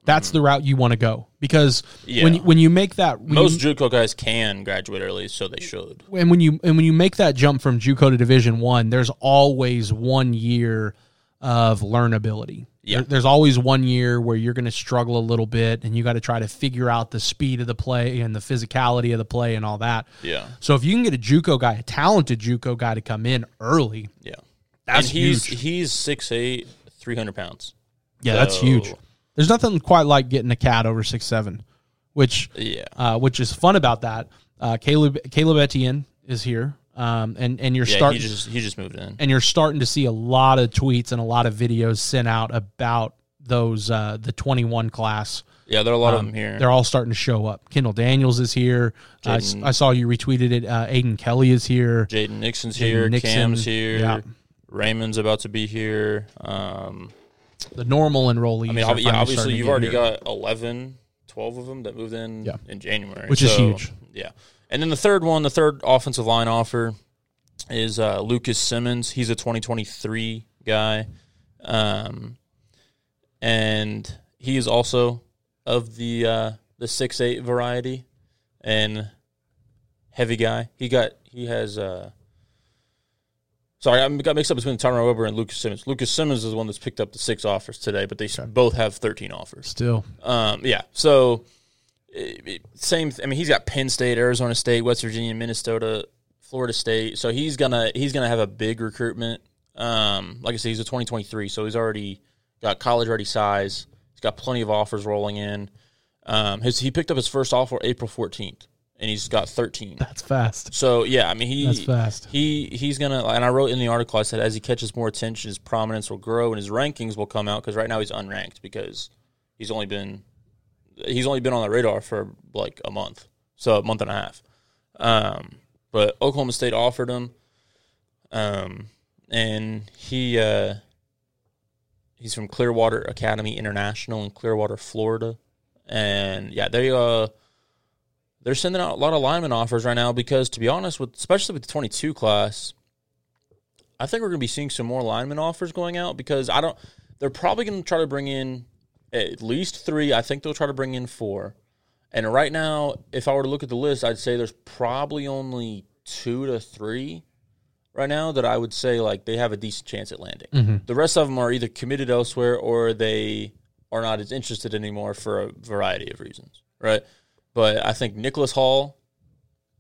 Speaker 1: that's the route you want to go because when
Speaker 2: Yeah.
Speaker 1: when you make that when you-
Speaker 2: most JUCO guys can graduate early, so they should.
Speaker 1: and when you and when you make that jump from JUCO to Division One, there's always one year of learnability.
Speaker 2: Yeah.
Speaker 1: There- there's always one year where you're going to struggle a little bit, and you got to try to figure out the speed of the play and the physicality of the play and all that.
Speaker 2: Yeah,
Speaker 1: So if you can get a JUCO guy, a talented JUCO guy, to come in early,
Speaker 2: yeah. and
Speaker 3: That's
Speaker 2: he's
Speaker 3: huge.
Speaker 2: he's six eight, three hundred pounds.
Speaker 1: Yeah, that's
Speaker 2: So-
Speaker 1: huge. There's nothing quite like getting a cat over six seven, which
Speaker 2: Yeah,
Speaker 1: uh, which is fun about that. Uh, Caleb Caleb Etienne is here, um, and and you're
Speaker 2: yeah.
Speaker 1: starting
Speaker 2: He just he just moved in.
Speaker 1: and you're starting to see a lot of tweets and a lot of videos sent out about those uh, the 21 class.
Speaker 2: Yeah, there are a lot of them here.
Speaker 1: They're all starting to show up. Kendall Daniels is here. I s-
Speaker 2: Jaden-
Speaker 1: I, saw you retweeted it. Uh, Aiden Kelly is here.
Speaker 2: Jaden Nixon's
Speaker 1: Jaden
Speaker 2: here.
Speaker 1: Nixon,
Speaker 2: Cam's here.
Speaker 1: yeah.
Speaker 2: Raymond's about to be here. Um,
Speaker 1: The normal enrollees.
Speaker 2: I mean,
Speaker 1: are
Speaker 2: obvi- yeah,
Speaker 1: finally
Speaker 2: obviously
Speaker 1: starting to
Speaker 2: you've
Speaker 1: get
Speaker 2: already
Speaker 1: here.
Speaker 2: got 11, 12 of them that moved in
Speaker 1: Yeah.
Speaker 2: in January,
Speaker 1: Which is huge.
Speaker 2: Yeah, and then the third one, the third offensive line offer is uh, Lucas Simmons. He's a 2023 guy, um, and he is also of the uh, the six eight variety and heavy guy. He got he has. Uh, Sorry, I got mixed up between Tyrone Weber and Lucas Simmons. Lucas Simmons is the one that's picked up the six offers today, but they s both have 13 offers.
Speaker 1: still.
Speaker 2: Um, yeah. So it- it- same. th- I mean, he's got Penn State, Arizona State, West Virginia, Minnesota, Florida State. So he's gonna he's gonna have a big recruitment. Um, like I said, he's a 2023, so he's already got college ready size. He's got plenty of offers rolling in. Um, his he picked up his first offer April 14th, and he's got 13.
Speaker 1: That's fast.
Speaker 2: So yeah, I mean he
Speaker 1: That's fast.
Speaker 2: He he's gonna and I wrote in the article I said as he catches more attention, his prominence will grow and his rankings will come out because right now he's unranked because he's only been he's only been on the radar for like a month, so a month and a half. Um, but Oklahoma State offered him, um, and he uh, he's from Clearwater Academy International in Clearwater, Florida, and yeah, they uh they're sending out a lot of lineman offers right now because, to be honest, with especially with the 22 class, I think we're going to be seeing some more lineman offers going out because I don't. They're probably going to try to bring in at least three. I think they'll try to bring in four. And right now, if I were to look at the list, I'd say there's probably only two to three right now that I would say like they have a decent chance at landing. The rest of them are either committed elsewhere or they are not as interested anymore for a variety of reasons, right? But I think Nicholas Hall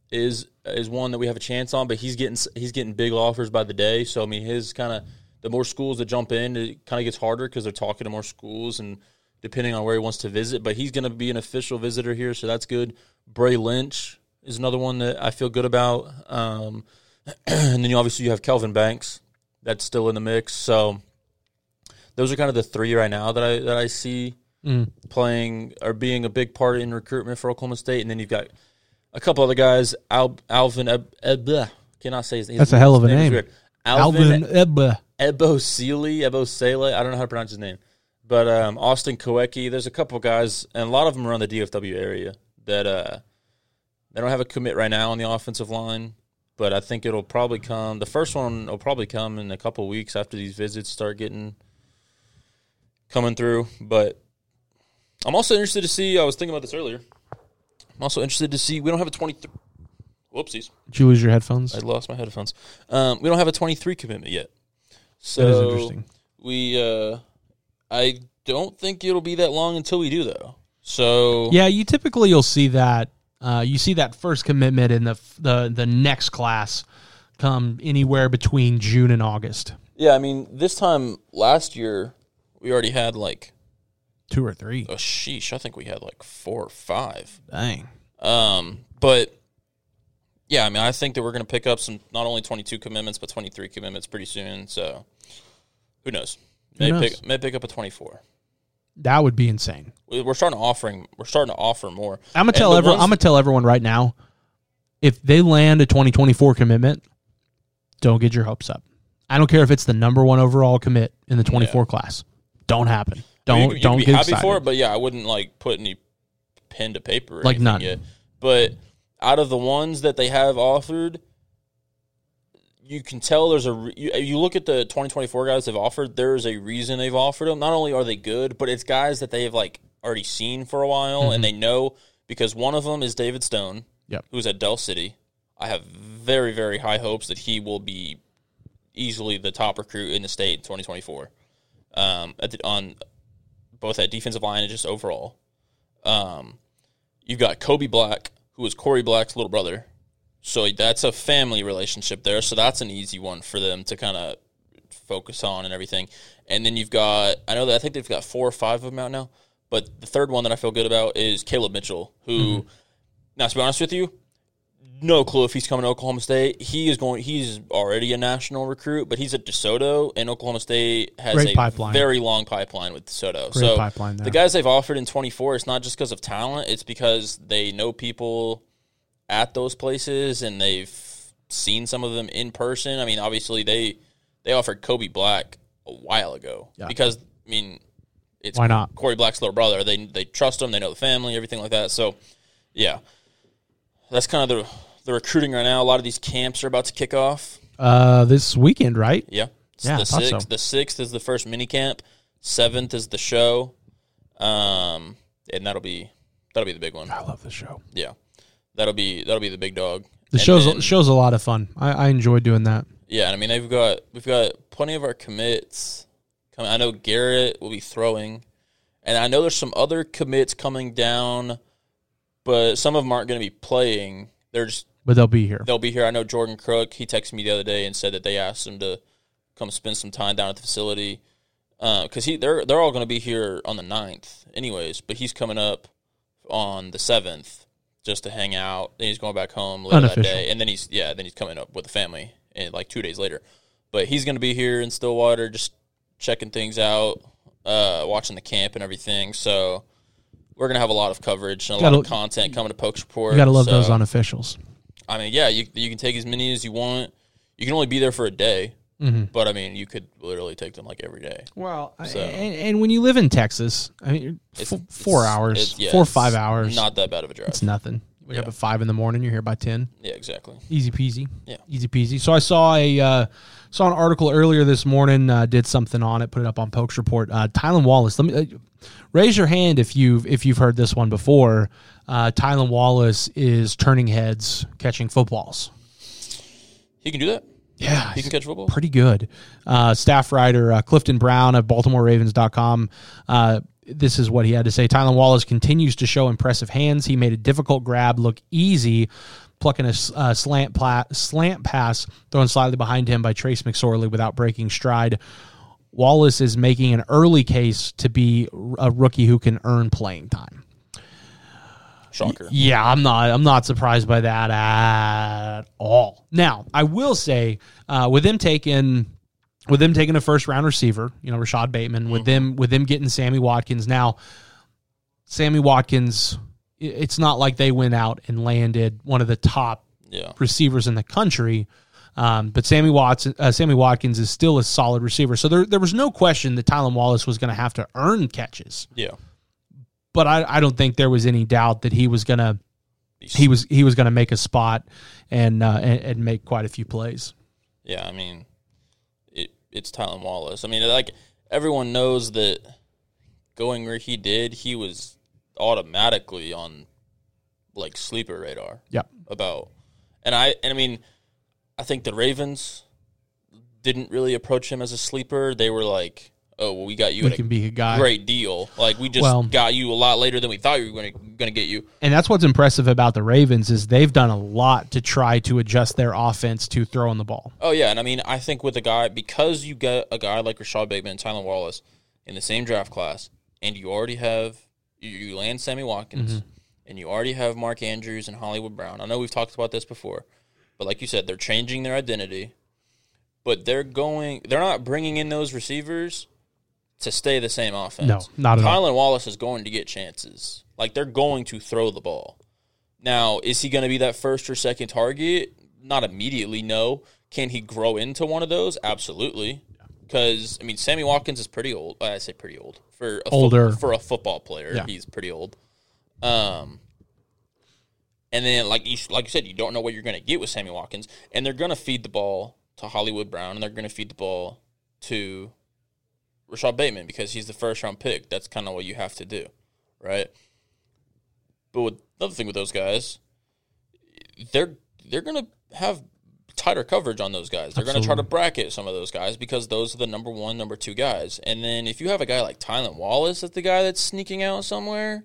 Speaker 2: is is one that we have a chance on, but he's getting he's getting big offers by the day. So I mean, his kind of the more schools that jump in, it kind of gets harder because they're talking to more schools and depending on where he wants to visit. But he's going to be an official visitor here, so that's good. Bray Lynch is another one that I feel good about. Um, and then you obviously you have Kelvin Banks that's still in the mix. So those are kind of the three right now that I that I see
Speaker 1: Mm.
Speaker 2: playing or being a big part in recruitment for Oklahoma State. And then you've got a couple other guys, Al, Alvin. Eb, Eb, bleh, cannot say his name.
Speaker 1: That's a hell of a
Speaker 2: His is
Speaker 1: name.
Speaker 2: weird.
Speaker 1: Alvin
Speaker 2: Alvin,
Speaker 1: Ebba.
Speaker 2: Ebosele, Ebosele. I don't know how to pronounce his name, but um, Austin Koecki. There's a couple guys, and a lot of them are on the DFW area that uh, they don't have a commit right now on the offensive line, but I think it'll probably come. The first one will probably come in a couple weeks after these visits start getting coming through. But I'm also interested to see. I was thinking about this earlier. I'm also interested to see. We don't have a 23. Whoopsies.
Speaker 1: Did you lose your headphones?
Speaker 2: I lost my headphones. Um, we don't have a 23 commitment yet. So
Speaker 1: that is interesting.
Speaker 2: we, uh, I don't think it'll be that long until we do though. So
Speaker 1: Yeah, you typically you'll see that. Uh, you see that first commitment in the f- the the next class come anywhere between June and August,
Speaker 2: yeah, I mean, this time last year we already had like
Speaker 1: two or three.
Speaker 2: oh sheesh, I think we had like four or five.
Speaker 1: Dang.
Speaker 2: Um, but yeah, I mean, I think that we're going to pick up some not only 22 commitments but 23 commitments pretty soon. So who knows? May
Speaker 1: knows?
Speaker 2: pick may pick up a 24.
Speaker 1: That would be insane.
Speaker 2: We- We're starting to offering. We're starting to offer more.
Speaker 1: I'm gonna
Speaker 2: And
Speaker 1: tell
Speaker 2: the
Speaker 1: everyone.
Speaker 2: ones-
Speaker 1: I'm gonna tell everyone right now. If they land a 2024 commitment, don't get your hopes up. I don't care if it's the number one overall commit in the 24 class. Don't happen. Don't
Speaker 2: You could- you could
Speaker 1: don't
Speaker 2: be
Speaker 1: get
Speaker 2: happy
Speaker 1: excited.
Speaker 2: for it, but yeah, I wouldn't like put any pen to paper, or
Speaker 1: Like
Speaker 2: anything
Speaker 1: none.
Speaker 2: Yet. But out of the ones that they have offered, you can tell there's a. Re- you, you look at the 2024 guys they've offered. There is a reason they've offered them. Not only are they good, but it's guys that they have like already seen for a while, and they know because one of them is David Stone,
Speaker 1: Mm-hmm. Yep.
Speaker 2: who's at Dell City. I have very very high hopes that he will be easily the top recruit in the state in 2024 um, at the, on both at defensive line and just overall. Um, you've got Kobe Black, who is Corey Black's little brother. So that's a family relationship there. So that's an easy one for them to kind of focus on and everything. And then you've got I know that I think they've got four or five of them out now, but the third one that I feel good about is Caleb Mitchell, who
Speaker 1: Mm-hmm.
Speaker 2: now to be honest with you, no clue if he's coming to Oklahoma State. He is going. He's already a national recruit, but he's at DeSoto, and Oklahoma State has
Speaker 1: Great
Speaker 2: a
Speaker 1: pipeline.
Speaker 2: very long pipeline with DeSoto.
Speaker 1: Great
Speaker 2: so
Speaker 1: pipeline there.
Speaker 2: the guys they've offered in 24, it's not just because of talent. It's because they know people at those places, and they've seen some of them in person. I mean, obviously they they offered Kobe Black a while ago
Speaker 1: Yeah. Uh.
Speaker 2: because I mean, it's
Speaker 1: Why not?
Speaker 2: Corey Black's little brother. They they trust him. They know the family, everything like that. So, yeah, that's kind of the the recruiting right now. A lot of these camps are about to kick off.
Speaker 1: Uh, this weekend, right?
Speaker 2: Yeah, It's
Speaker 1: Yeah, I
Speaker 2: The
Speaker 1: thought so.
Speaker 2: sixth, the sixth is the first mini camp. Seventh is the show, um, and that'll be that'll be the big one.
Speaker 1: I love the show.
Speaker 2: Yeah, that'll be that'll be the big dog.
Speaker 1: The
Speaker 2: And
Speaker 1: show's
Speaker 2: then-
Speaker 1: show's a lot of fun. I, I enjoy doing that.
Speaker 2: Yeah, and I mean they've got we've got plenty of our commits coming. I know Garrett will be throwing, and I know there's some other commits coming down, but some of them aren't going to be playing. They're just
Speaker 1: But they'll be here.
Speaker 2: they'll be here. I know Jordan Crook. He texted me the other day and said that they asked him to come spend some time down at the facility because he they're they're all going to be here on the 9th anyways. But he's coming up on the seventh just to hang out. Then he's going back home later that
Speaker 1: Unofficial.
Speaker 2: day, and then he's yeah, then he's coming up with the family and like two days later. But he's going to be here in Stillwater, just checking things out, uh, watching the camp and everything. So. We're gonna have a lot of coverage and a
Speaker 1: Gotta-
Speaker 2: lot of content coming to Pokes Report.
Speaker 1: You gotta love
Speaker 2: so-
Speaker 1: those unofficials.
Speaker 2: I mean, yeah, you you can take as many as you want. You can only be there for a day,
Speaker 1: Mm-hmm.
Speaker 2: but I mean, you could literally take them like every day.
Speaker 1: Well,
Speaker 2: So-
Speaker 1: and, and when you live in Texas, I mean, f- four
Speaker 2: It's-
Speaker 1: hours,
Speaker 2: it's- yeah,
Speaker 1: four or
Speaker 2: it's
Speaker 1: five hours,
Speaker 2: Not that bad of a drive.
Speaker 1: it's nothing. Wake up at five in the morning. You're here by ten.
Speaker 2: Yeah, exactly.
Speaker 1: Easy peasy.
Speaker 2: Yeah.
Speaker 1: Easy peasy. So I saw a uh, saw an article earlier this morning. Uh, did something on it. Put it up on Pokes Report. Uh, Tylen Wallace. Let me uh, raise your hand if you've if you've heard this one before. Uh, Tylen Wallace is turning heads, catching footballs.
Speaker 2: He can do that.
Speaker 1: Yeah,
Speaker 2: He can catch football.
Speaker 1: pretty good. Uh, staff writer uh, Clifton Brown of BaltimoreRavens.com. Uh, this is what he had to say. Tylen Wallace continues to show impressive hands. He made a difficult grab look easy, plucking a s- uh, slant pla- slant pass thrown slightly behind him by Trace McSorley without breaking stride. Wallace is making an early case to be r- a rookie who can earn playing time.
Speaker 2: Shocker.
Speaker 1: Yeah, I'm not. I'm not surprised by that at all. Now, I will say, uh, with them taking, with them taking a first round receiver, you know, Rashad Bateman, with them, with them getting Sammy Watkins. Now, Sammy Watkins, i- it's not like they went out and landed one of the top
Speaker 2: Yeah.
Speaker 1: receivers in the country. Um, but Sammy Watson, uh, Sammy Watkins is still a solid receiver. So there, there was no question that Tylen Wallace was going to have to earn catches.
Speaker 2: Yeah.
Speaker 1: But I, I don't think there was any doubt that he was going to
Speaker 2: He's-
Speaker 1: he was he was going to make a spot and, uh, and and make quite a few plays.
Speaker 2: Yeah, I mean, it it's Tylen Wallace. I mean, like everyone knows that going where he did, he was automatically on like sleeper radar.
Speaker 1: Yeah.
Speaker 2: About, and I and I mean, I think the Ravens didn't really approach him as a sleeper. They were like, "Oh, well, we got you
Speaker 1: We
Speaker 2: at a
Speaker 1: can be a guy,
Speaker 2: great deal. Like, we just
Speaker 1: Well-
Speaker 2: got you a lot later than we thought you were going to get you."
Speaker 1: and that's what's impressive about the Ravens is they've done a lot to try to adjust their offense to throwing the ball.
Speaker 2: Oh yeah, and I mean, I think with a guy because you get a guy like Rashad Bateman and Tylen Wallace in the same draft class, and you already have you, you land Sammy Watkins, and you already have Mark Andrews and Hollywood Brown. I know we've talked about this before, but like you said, they're changing their identity, but they're going, they're not bringing in those receivers to stay the same offense.
Speaker 1: No, not at all.
Speaker 2: Tylen Wallace is going to get chances. Like they're going to throw the ball. Now, is he going to be that first or second target? Not immediately, no. Can he grow into one of those? Absolutely. Because I mean, Sammy Watkins is pretty old. uh, I say pretty old for a fo-
Speaker 1: Older.
Speaker 2: for a football player.
Speaker 1: Yeah.
Speaker 2: He's pretty old. Um, and then like you like you said, you don't know what you're going to get with Sammy Watkins, and they're going to feed the ball to Hollywood Brown, and they're going to feed the ball to Rashad Bateman because he's the first round pick. That's kind of what you have to do, right? But with, another thing with those guys, they're they're gonna have tighter coverage on those guys. They're gonna try to
Speaker 1: Absolutely.
Speaker 2: bracket some of those guys because those are the number one, number two guys. And then if you have a guy like Tylen Wallace that's the guy that's sneaking out somewhere,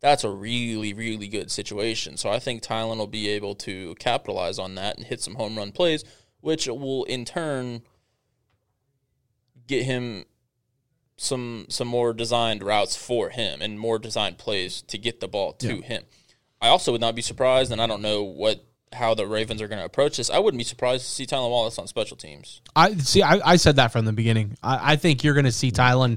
Speaker 2: that's a really, really good situation. So I think Tylen will be able to capitalize on that and hit some home run plays, which will in turn get him some some more designed routes for him and more designed plays to get the ball to him. I also would not be surprised, and I don't know what how the Ravens are going to approach this. I wouldn't be surprised to see Tylen Wallace on special teams.
Speaker 1: I see. I, I said that from the beginning. I, I think you're going to see Tylen.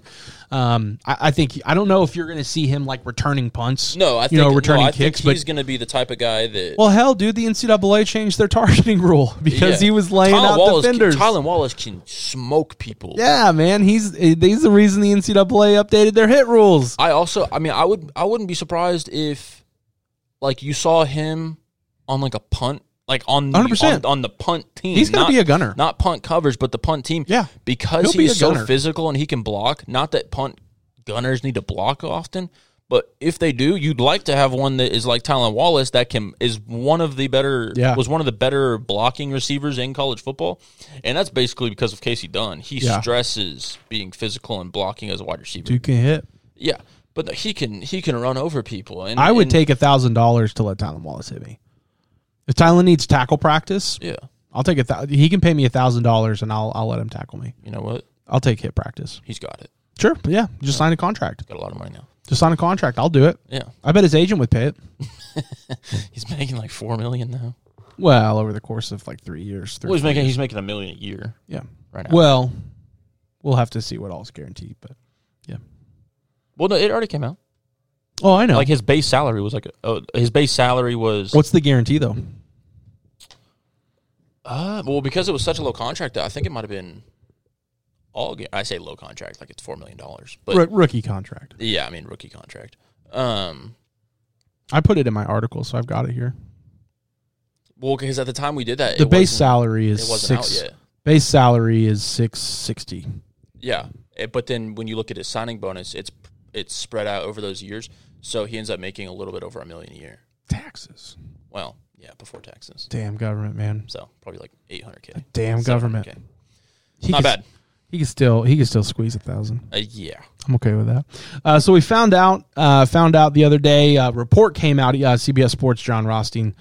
Speaker 1: Um, I, I think I don't know if you're going to see him like returning punts.
Speaker 2: No, I think,
Speaker 1: you know
Speaker 2: no,
Speaker 1: returning
Speaker 2: I think
Speaker 1: kicks, but
Speaker 2: he's going to be the type of guy that
Speaker 1: well, hell, dude, the NCAA changed their targeting rule because
Speaker 2: Yeah.
Speaker 1: he was laying
Speaker 2: Tylen
Speaker 1: out
Speaker 2: Wallace
Speaker 1: defenders.
Speaker 2: Can, Tylen Wallace can smoke people.
Speaker 1: yeah, man, he's he's the reason the NCAA updated their hit rules.
Speaker 2: I also, I mean, I would, I wouldn't be surprised if, like, you saw him on like a punt, like on the,
Speaker 1: 100%.
Speaker 2: on, on the punt team.
Speaker 1: He's gonna
Speaker 2: Not-
Speaker 1: be a gunner.
Speaker 2: not punt covers, but the punt team.
Speaker 1: Yeah. He'll
Speaker 2: because
Speaker 1: be
Speaker 2: he's
Speaker 1: a
Speaker 2: so
Speaker 1: gunner.
Speaker 2: physical and he can block. Not that punt gunners need to block often. But if they do, you'd like to have one that is like Tylen Wallace that can is one of the better
Speaker 1: Yeah.
Speaker 2: was one of the better blocking receivers in college football, and that's basically because of Casey Dunn. He
Speaker 1: Yeah.
Speaker 2: stresses being physical and blocking as a wide receiver.
Speaker 1: Dude can hit.
Speaker 2: Yeah, but he can he can run over people. And
Speaker 1: I would
Speaker 2: and-
Speaker 1: take a thousand dollars to let Tylen Wallace hit me. If Tylen needs tackle practice,
Speaker 2: Yeah,
Speaker 1: I'll take a thou- he can pay me a thousand dollars and I'll I'll let him tackle me.
Speaker 2: you know what?
Speaker 1: I'll take hit practice.
Speaker 2: He's got it.
Speaker 1: Sure, yeah, just sign a contract.
Speaker 2: Got a lot of money now.
Speaker 1: Just sign a contract. I'll do it.
Speaker 2: Yeah,
Speaker 1: I bet his agent would pay it.
Speaker 2: he's making like four million now.
Speaker 1: Well, over the course of like three years. Three,
Speaker 2: Well, he's making he's making a million a year
Speaker 1: yeah.
Speaker 2: right now. Well,
Speaker 1: Well, we'll have to see what all's guaranteed, but
Speaker 2: no, it already came out.
Speaker 1: oh, I know.
Speaker 2: Like his base salary was like uh, his base salary was
Speaker 1: What's the guarantee though?
Speaker 2: uh, well because it was such a low contract. I think it might have been all. ga- I say low contract like it's four million dollars, but
Speaker 1: Ro- rookie contract.
Speaker 2: yeah, I mean rookie contract. Um,
Speaker 1: I put it in my article, so I've got it here.
Speaker 2: well, because at the time we did that,
Speaker 1: The
Speaker 2: it
Speaker 1: base
Speaker 2: wasn't-
Speaker 1: salary is
Speaker 2: it wasn't
Speaker 1: six.
Speaker 2: out yet.
Speaker 1: Base salary is six sixty.
Speaker 2: Yeah, eh, but then when you look at his signing bonus, it's it's spread out over those years, so he ends up making a little bit over a million a year.
Speaker 1: Taxes.
Speaker 2: Well, yeah, before taxes,
Speaker 1: Damn government, man.
Speaker 2: so probably like eight hundred k.
Speaker 1: Damn government.
Speaker 2: Okay,
Speaker 1: He
Speaker 2: not
Speaker 1: could-
Speaker 2: bad.
Speaker 1: He can still he can still squeeze a thousand.
Speaker 2: Uh, yeah,
Speaker 1: I'm okay with that. Uh, so we found out uh, found out the other day. Uh, report came out. Uh, CBS Sports. John Rothstein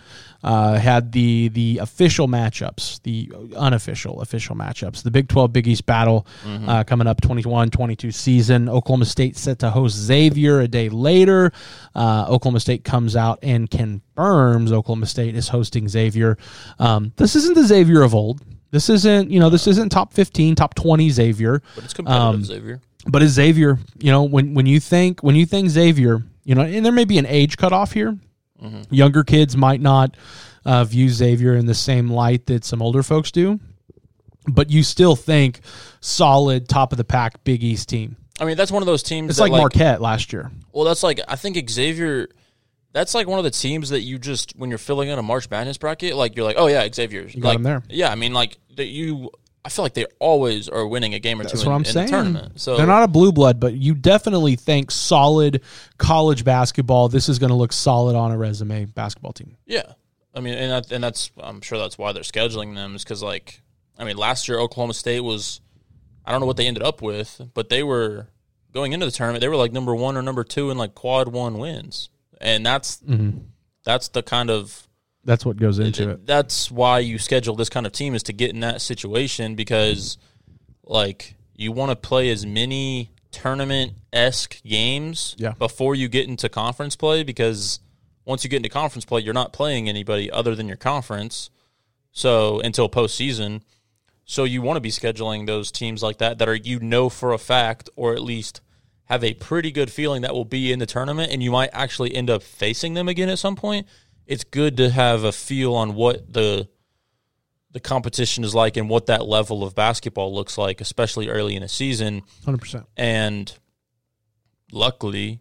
Speaker 1: uh, had the the official matchups, the unofficial official matchups. The Big 12 Big East battle uh, coming up 21-22 season. Oklahoma State set to host Xavier a day later. Uh, Oklahoma State comes out and confirms Oklahoma State is hosting Xavier. Um, this isn't the Xavier of old. This isn't you know this isn't top 15, top 20 Xavier
Speaker 2: but it's
Speaker 1: Um,
Speaker 2: competitive, Xavier.
Speaker 1: but it's Xavier. You know, when when you think when you think Xavier, you know, and there may be an age cutoff here.
Speaker 2: Mm-hmm.
Speaker 1: Younger kids might not uh, view Xavier in the same light that some older folks do, but you still think solid, top of the pack, Big East team.
Speaker 2: I mean, that's one of those teams.
Speaker 1: It's
Speaker 2: that,
Speaker 1: like, Marquette last year.
Speaker 2: Well, that's like I think Xavier. That's like one of the teams that you just when you're filling in a March Madness bracket, like you're like, oh yeah, Xavier. You
Speaker 1: got
Speaker 2: like,
Speaker 1: him there.
Speaker 2: Yeah, I mean, like that you. I feel like they always are winning a game or
Speaker 1: That's
Speaker 2: two
Speaker 1: what
Speaker 2: in,
Speaker 1: I'm
Speaker 2: in
Speaker 1: saying.
Speaker 2: the tournament. So
Speaker 1: They're not a blue blood, but you definitely think solid college basketball. This is going to look solid on a resume basketball team.
Speaker 2: Yeah, I mean, and that, and that's I'm sure that's why they're scheduling them is because like I mean, last year Oklahoma State was I don't know what they ended up with, but they were going into the tournament they were like number one or number two in like quad one wins, and that's that's the kind of
Speaker 1: Mm-hmm. That's what goes into it.
Speaker 2: that's why you schedule this kind of team is to get in that situation because like you want to play as many tournament esque games
Speaker 1: Yeah.
Speaker 2: before you get into conference play because once you get into conference play, you're not playing anybody other than your conference. So until postseason, so you want to be scheduling those teams like that that are you know for a fact or at least have a pretty good feeling that will be in the tournament and you might actually end up facing them again at some point. It's good to have a feel on what the the competition is like and what that level of basketball looks like, especially early in a season.
Speaker 1: 100%.
Speaker 2: And luckily,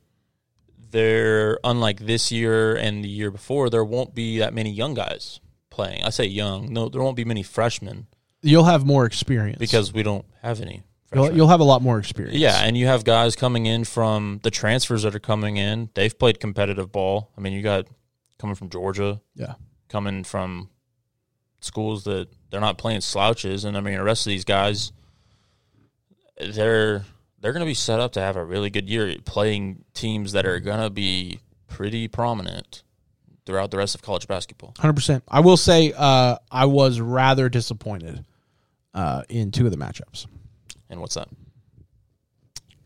Speaker 2: there, unlike this year and the year before, there won't be that many young guys playing. I say young, no, there won't be many freshmen
Speaker 1: You'll have more experience
Speaker 2: because we don't have any.
Speaker 1: you'll,
Speaker 2: Freshmen.
Speaker 1: you'll have a lot more experience.
Speaker 2: yeah, and you have guys coming in from the transfers that are coming in. They've played competitive ball. I mean, you got coming from Georgia,
Speaker 1: Yeah.
Speaker 2: coming from schools that they're not playing slouches, and I mean the rest of these guys, they're they're going to be set up to have a really good year playing teams that are going to be pretty prominent throughout the rest of college basketball.
Speaker 1: Hundred percent. I will say, uh, I was rather disappointed uh, in two of the matchups.
Speaker 2: And what's that?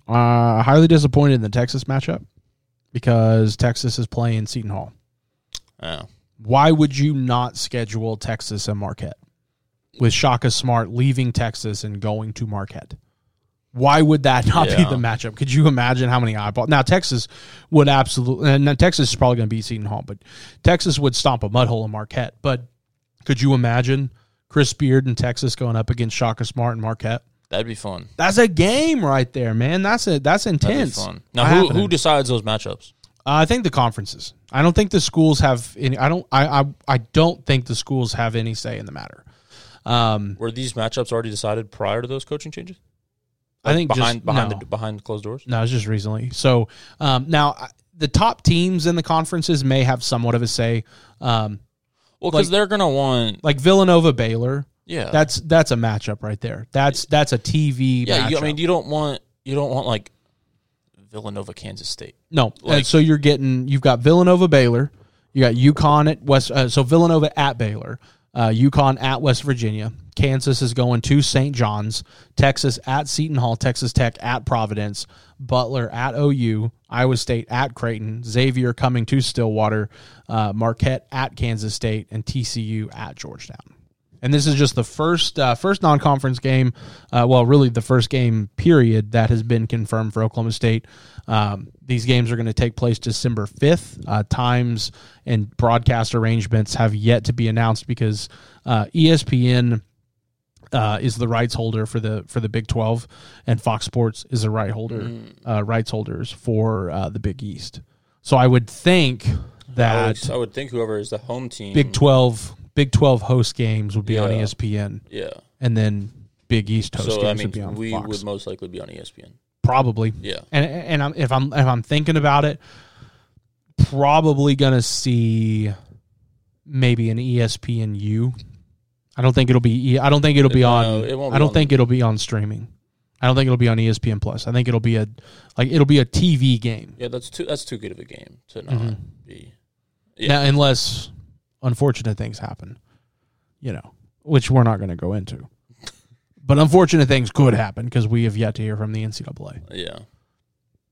Speaker 1: Uh, highly disappointed in the Texas matchup because Texas is playing Seton Hall.
Speaker 2: Oh,
Speaker 1: Why would you not schedule Texas and Marquette with Shaka Smart leaving Texas and going to Marquette? Why would that not be
Speaker 2: Yeah.
Speaker 1: the matchup? Could you imagine how many eyeballs? Now Texas would absolutely, and now Texas is probably going to beat Seton Hall, but Texas would stomp a mud hole in Marquette. But could you imagine Chris Beard and Texas going up against Shaka Smart and Marquette?
Speaker 2: that'd be fun.
Speaker 1: That's a game right there, man. That's a that's
Speaker 2: That'd
Speaker 1: intense.
Speaker 2: be fun. Now,
Speaker 1: Not
Speaker 2: who,
Speaker 1: happening.
Speaker 2: who decides those matchups?
Speaker 1: Uh, I think the conferences. I don't think the schools have any. I don't. I, I I don't think the schools have any say in the matter. Um,
Speaker 2: Were these matchups already decided prior to those coaching changes?
Speaker 1: I think
Speaker 2: behind
Speaker 1: just,
Speaker 2: behind
Speaker 1: no.
Speaker 2: the, behind closed doors.
Speaker 1: No, it's just recently. So um, now I- the top teams in the conferences may have somewhat of a say. Um,
Speaker 2: Well, because
Speaker 1: Like-
Speaker 2: they're gonna want
Speaker 1: like Villanova, Baylor.
Speaker 2: yeah
Speaker 1: That's that's a matchup right there. That's that's a TV.
Speaker 2: yeah. You, I
Speaker 1: matchup.
Speaker 2: mean, you don't want you don't want like Villanova, Kansas State.
Speaker 1: No,
Speaker 2: Like-
Speaker 1: and so you're getting you've got Villanova, Baylor, you got UConn at West. Uh, so Villanova at Baylor, uh, UConn at West Virginia. Kansas is going to St. John's. Texas at Seton Hall. Texas Tech at Providence. Butler at OU. Iowa State at Creighton. Xavier coming to Stillwater. Uh, Marquette at Kansas State and TCU at Georgetown. And this is just the first uh, first non conference game, uh, well, really the first game period that has been confirmed for Oklahoma State. Um, these games are going to take place December fifth. Uh, times and broadcast arrangements have yet to be announced because uh, ESPN uh, is the rights holder for the for the Big Twelve, and Fox Sports is the right holder
Speaker 2: Mm.
Speaker 1: uh, rights holders for uh, the Big East. So I would think
Speaker 2: I
Speaker 1: that
Speaker 2: would, I would think whoever is the home team.
Speaker 1: Big Twelve Big Twelve host games would be on E
Speaker 2: Yeah.
Speaker 1: ESPN,
Speaker 2: yeah.
Speaker 1: and then Big East host
Speaker 2: So
Speaker 1: games
Speaker 2: I mean,
Speaker 1: would be on
Speaker 2: we
Speaker 1: Fox.
Speaker 2: would most likely be on E ESPN.
Speaker 1: probably.
Speaker 2: Yeah.
Speaker 1: And and I'm, if I'm if I'm thinking about it, probably gonna see maybe an E ESPNU. I don't think it'll be. E- I don't think it'll be
Speaker 2: No,
Speaker 1: on.
Speaker 2: uh, it won't be
Speaker 1: I don't
Speaker 2: on-
Speaker 1: think it'll be on streaming. I don't think it'll be on E ESPN Plus. I think it'll be a like it'll be a TV game.
Speaker 2: Yeah, that's too that's too good of a game to not
Speaker 1: Mm-hmm.
Speaker 2: be. Yeah.
Speaker 1: Now, unless unfortunate things happen, you know, which we're not going to go into. But unfortunate things could happen because we have yet to hear from the NCAA.
Speaker 2: Yeah,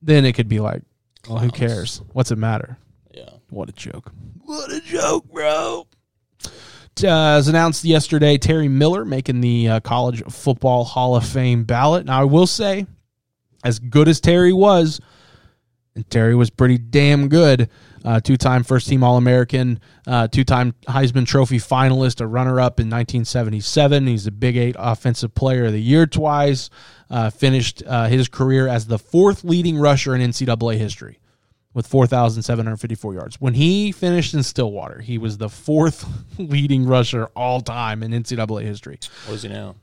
Speaker 1: Then it could be like, well, who
Speaker 2: Clowns.
Speaker 1: cares? What's it matter?
Speaker 2: yeah.
Speaker 1: What a joke. What a joke, bro. Uh, as announced yesterday, Terry Miller making the uh, College Football Hall of Fame ballot. Now, I will say, as good as Terry was, and Terry was pretty damn good, uh, two time first team All American, uh, two time Heisman Trophy finalist, a runner up in 1977. He's a Big Eight Offensive Player of the Year twice, uh, finished uh, his career as the fourth leading rusher in NCAA history with 4,754 yards. When he finished in Stillwater, he was the fourth leading rusher all time in NCAA history.
Speaker 2: What is he now?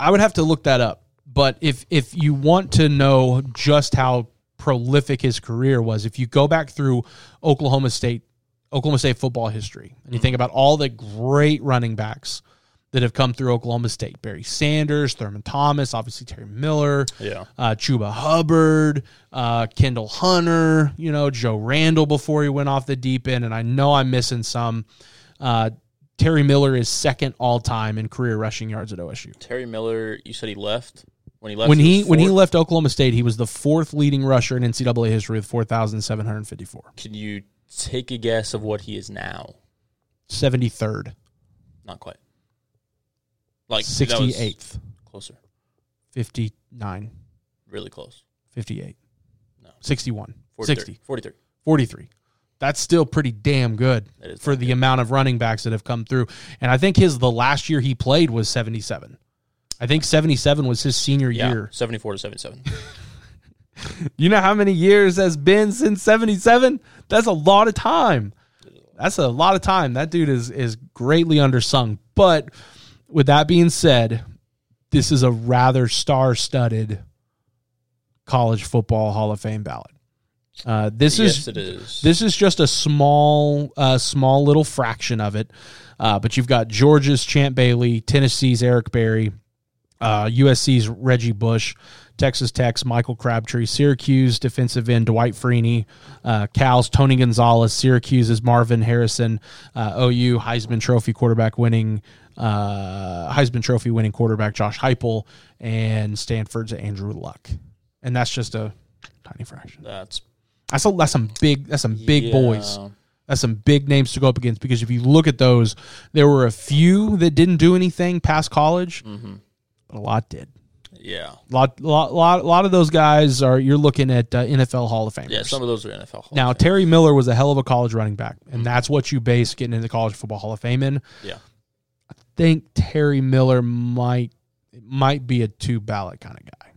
Speaker 1: I would have to look that up, but if if you want to know just how prolific his career was, if you go back through Oklahoma State Oklahoma State football history and you think about all the great running backs that have come through Oklahoma State, Barry Sanders, Thurman Thomas, obviously Terry Miller,
Speaker 2: Yeah,
Speaker 1: uh, Chuba Hubbard, uh, Kendall Hunter, you know, Joe Randall before he went off the deep end. And I know I'm missing some. Uh, Terry Miller is second all time in career rushing yards at OSU.
Speaker 2: Terry Miller. You said he left when he left.
Speaker 1: When he
Speaker 2: was
Speaker 1: when he
Speaker 2: fourth.
Speaker 1: left Oklahoma State, he was the fourth leading rusher in NCAA history with 4,754.
Speaker 2: can you take a guess of what he is now?
Speaker 1: 73rd,
Speaker 2: Not quite. Like that was
Speaker 1: 68th,
Speaker 2: closer,
Speaker 1: 59,
Speaker 2: really close.
Speaker 1: 58,
Speaker 2: No.
Speaker 1: 61,
Speaker 2: 43,
Speaker 1: 60,
Speaker 2: 43.
Speaker 1: 43. That's still pretty damn good
Speaker 2: That is
Speaker 1: for the amount of running backs that have come through. And I think his the last year he played was 77. I think 77 was his senior
Speaker 2: yeah,
Speaker 1: year.
Speaker 2: seventy-four to seventy-seven.
Speaker 1: You know how many years has been since 77? That's a lot of time. That's a lot of time. That dude is is greatly undersung. But with that being said, this is a rather star-studded college football Hall of Fame ballot. Uh, this is
Speaker 2: yes, it is.
Speaker 1: This is just a small, uh, small little fraction of it. Uh, but you've got Georgia's Champ Bailey, Tennessee's Eric Berry, uh, USC's Reggie Bush, Texas Tech's Michael Crabtree, Syracuse defensive end Dwight Freeney, uh, Cal's Tony Gonzalez, Syracuse's Marvin Harrison, uh, OU Heisman Trophy quarterback winning uh, Heisman Trophy winning quarterback Josh Heupel, and Stanford's Andrew Luck, and that's just a tiny fraction.
Speaker 2: That's
Speaker 1: That's a, that's some big that's some big
Speaker 2: yeah.
Speaker 1: boys. That's some big names to go up against because if you look at those, there were a few that didn't do anything past college,
Speaker 2: Mm-hmm.
Speaker 1: but a lot did.
Speaker 2: Yeah,
Speaker 1: lot, lot, lot, lot of those guys are you're looking at uh, NFL Hall of Famers.
Speaker 2: yeah. Some of those are NFL. Hall
Speaker 1: now
Speaker 2: of Mm-hmm. Fame.
Speaker 1: Terry Miller was a hell of a college running back, and that's what you base getting into the College Football Hall of Fame in.
Speaker 2: yeah,
Speaker 1: Think Terry Miller might might be a two ballot kind of guy.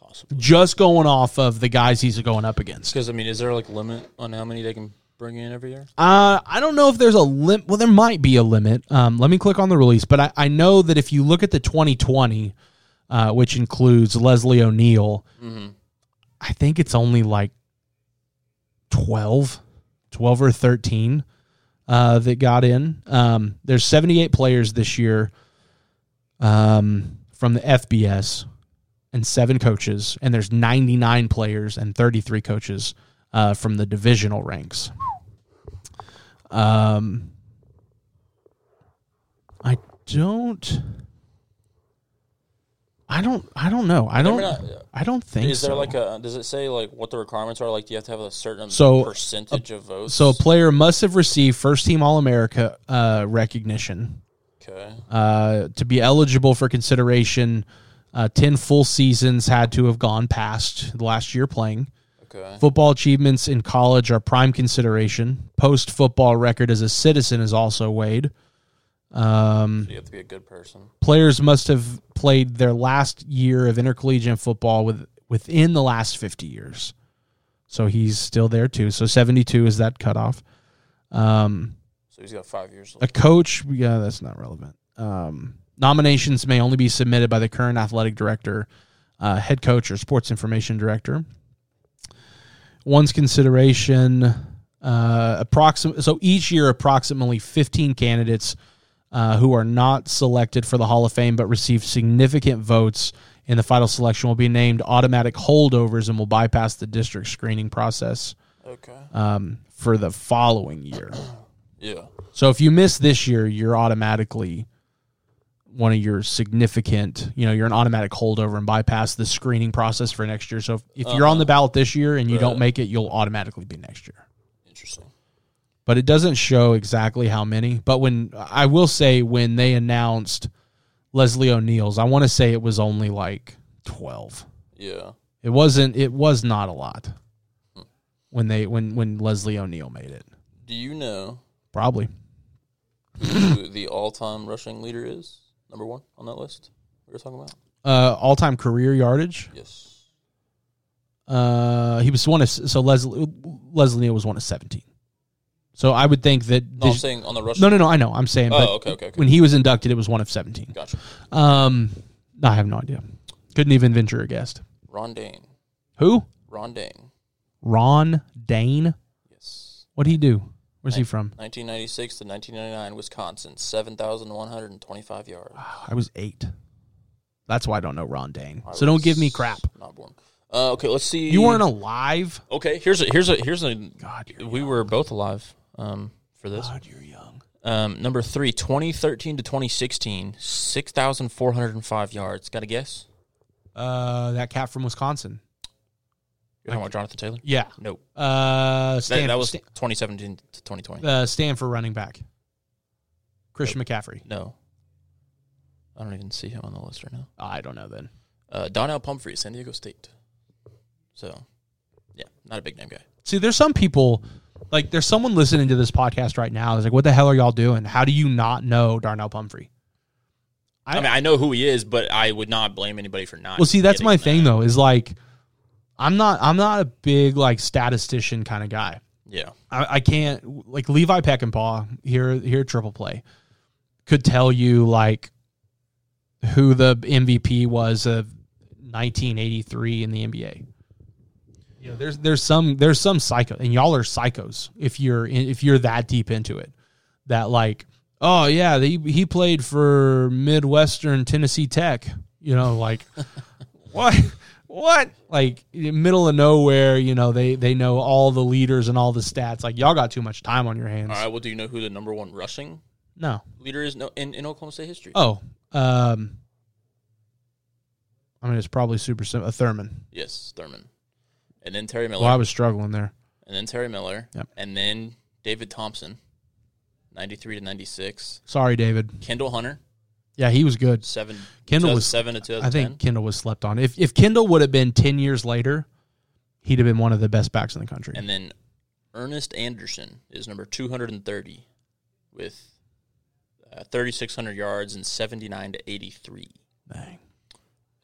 Speaker 2: possibly.
Speaker 1: Just going off of the guys he's going up against.
Speaker 2: Because I mean, is there like limit on how many they can bring in every year?
Speaker 1: Uh, I don't know if there's a limit. Well, there might be a limit. Um, let me click on the release, but I, I know that if you look at the 2020, uh, which includes Leslie O'Neill, I think it's only like 12, 12 or 13 uh, that got in. Um, there's 78 players this year um, from the FBS and seven coaches, and there's 99 players and 33 coaches uh, from the divisional ranks. Um, I don't. I don't. I don't know. I don't.
Speaker 2: Remember that-
Speaker 1: I don't think.
Speaker 2: Is there
Speaker 1: so.
Speaker 2: like a? Does it say like what the requirements are? Like, do you have to have a certain
Speaker 1: So, uh,
Speaker 2: percentage of votes?
Speaker 1: So a player must have received first team All America uh, recognition
Speaker 2: okay,
Speaker 1: uh, to be eligible for consideration. Uh, Ten full seasons had to have gone past the last year playing.
Speaker 2: okay,
Speaker 1: Football achievements in college are prime consideration. Post football record as a citizen is also weighed. Um,
Speaker 2: you have to be a good person.
Speaker 1: players must have played their last year of intercollegiate football with within the last 50 years. So he's still there too. So 72 is that cutoff. Um,
Speaker 2: So he's got five years.
Speaker 1: a
Speaker 2: Left.
Speaker 1: coach, yeah, that's not relevant. Um, nominations may only be submitted by the current athletic director, uh, head coach, or sports information director. One's consideration, uh, approximate. So each year, approximately 15 candidates uh, who are not selected for the Hall of Fame but receive significant votes in the final selection will be named automatic holdovers and will bypass the district screening process
Speaker 2: Okay,
Speaker 1: um, for the following year.
Speaker 2: yeah,
Speaker 1: So if you miss this year, you're automatically one of your significant, you know, you're an automatic holdover and bypass the screening process for next year. So if, if you're on the ballot this year and you don't make it, you'll automatically be next year.
Speaker 2: interesting.
Speaker 1: But it doesn't show exactly how many. But when I will say when they announced Leslie O'Neill's, I want to say it was only like 12.
Speaker 2: Yeah,
Speaker 1: It wasn't it was not a lot. When they when when Leslie O'Neill made it.
Speaker 2: do you know
Speaker 1: Probably.
Speaker 2: who the all-time rushing leader is? Number one on that list. We were talking about.
Speaker 1: Uh all-time career yardage.
Speaker 2: Yes.
Speaker 1: Uh, he was one of so Leslie Leslie Neal was one of seventeen. So I would think that
Speaker 2: No, I'm
Speaker 1: this-
Speaker 2: saying on the rushing.
Speaker 1: no, no, no. I know. I'm saying, but
Speaker 2: Oh, okay, okay, okay.
Speaker 1: when he was inducted, it was one of seventeen.
Speaker 2: Gotcha.
Speaker 1: Um, I have no idea. Couldn't even venture a guess.
Speaker 2: Ron Dane.
Speaker 1: Who?
Speaker 2: Ron Dane.
Speaker 1: Ron Dane.
Speaker 2: Yes.
Speaker 1: What would he do? Where's he from?
Speaker 2: 1996 to 1999, Wisconsin, 7,125 yards.
Speaker 1: Ah, I was eight. That's why I don't know Ron Dane. So don't give me crap.
Speaker 2: Not born. Uh, okay, let's see.
Speaker 1: You weren't alive.
Speaker 2: Okay, here's a here's a here's a.
Speaker 1: God, you're
Speaker 2: we were both alive. Um, for this.
Speaker 1: God, you're young.
Speaker 2: Um, number three, 2013 to 2016, 6,405 yards. Got a guess?
Speaker 1: Uh, that cat from Wisconsin.
Speaker 2: You're talking about Jonathan Taylor?
Speaker 1: Yeah.
Speaker 2: Nope.
Speaker 1: Uh,
Speaker 2: That,
Speaker 1: Stan,
Speaker 2: that was
Speaker 1: Stan-
Speaker 2: 2017 to 2020.
Speaker 1: uh, Stanford running back, Christian McCaffrey.
Speaker 2: No. I don't even see him on the list right now.
Speaker 1: I don't know then.
Speaker 2: Uh, Donnell Pumphrey, San Diego State. So, yeah, not a big name guy.
Speaker 1: See, there's some people, like there's someone listening to this podcast right now. Is like, what the hell are y'all doing? How do you not know Darnell Pumphrey? I-
Speaker 2: I, mean, I know who he is, but I would not blame anybody for not.
Speaker 1: Well, see, that's
Speaker 2: getting
Speaker 1: my
Speaker 2: that.
Speaker 1: thing though. Is like, I'm not, I'm not a big like statistician kind of guy.
Speaker 2: Yeah,
Speaker 1: I, I can't like Levi Peckinpah here here at Triple Play could tell you like who the MVP was of 1983 in the NBA. You know, there's there's some there's some psycho and y'all are psychos if you're in, if you're that deep into it that like oh yeah he he played for Midwestern Tennessee Tech You know, like what? What? Like in middle of nowhere, you know, they they know all the leaders and all the stats. Like y'all got too much time on your hands.
Speaker 2: All right. Well, do you know who the number one rushing
Speaker 1: No.
Speaker 2: leader is no, in, in Oklahoma State history?
Speaker 1: Oh. Um I mean it's probably super sim- a Thurman.
Speaker 2: Yes, Thurman. And then Terry Miller.
Speaker 1: Well, I was struggling there.
Speaker 2: and then Terry Miller.
Speaker 1: Yep.
Speaker 2: And then David Thompson, 93 to 96.
Speaker 1: Sorry, David.
Speaker 2: Kendall Hunter,
Speaker 1: Yeah, he was good.
Speaker 2: seven,
Speaker 1: Kendall was-
Speaker 2: 2007
Speaker 1: I
Speaker 2: to 2010.
Speaker 1: think Kendall was slept on. If if Kendall would have been 10 years later, he'd have been one of the best backs in the country.
Speaker 2: And then Ernest Anderson is number 230 with uh, 3,600 yards and 79 to 83.
Speaker 1: Dang.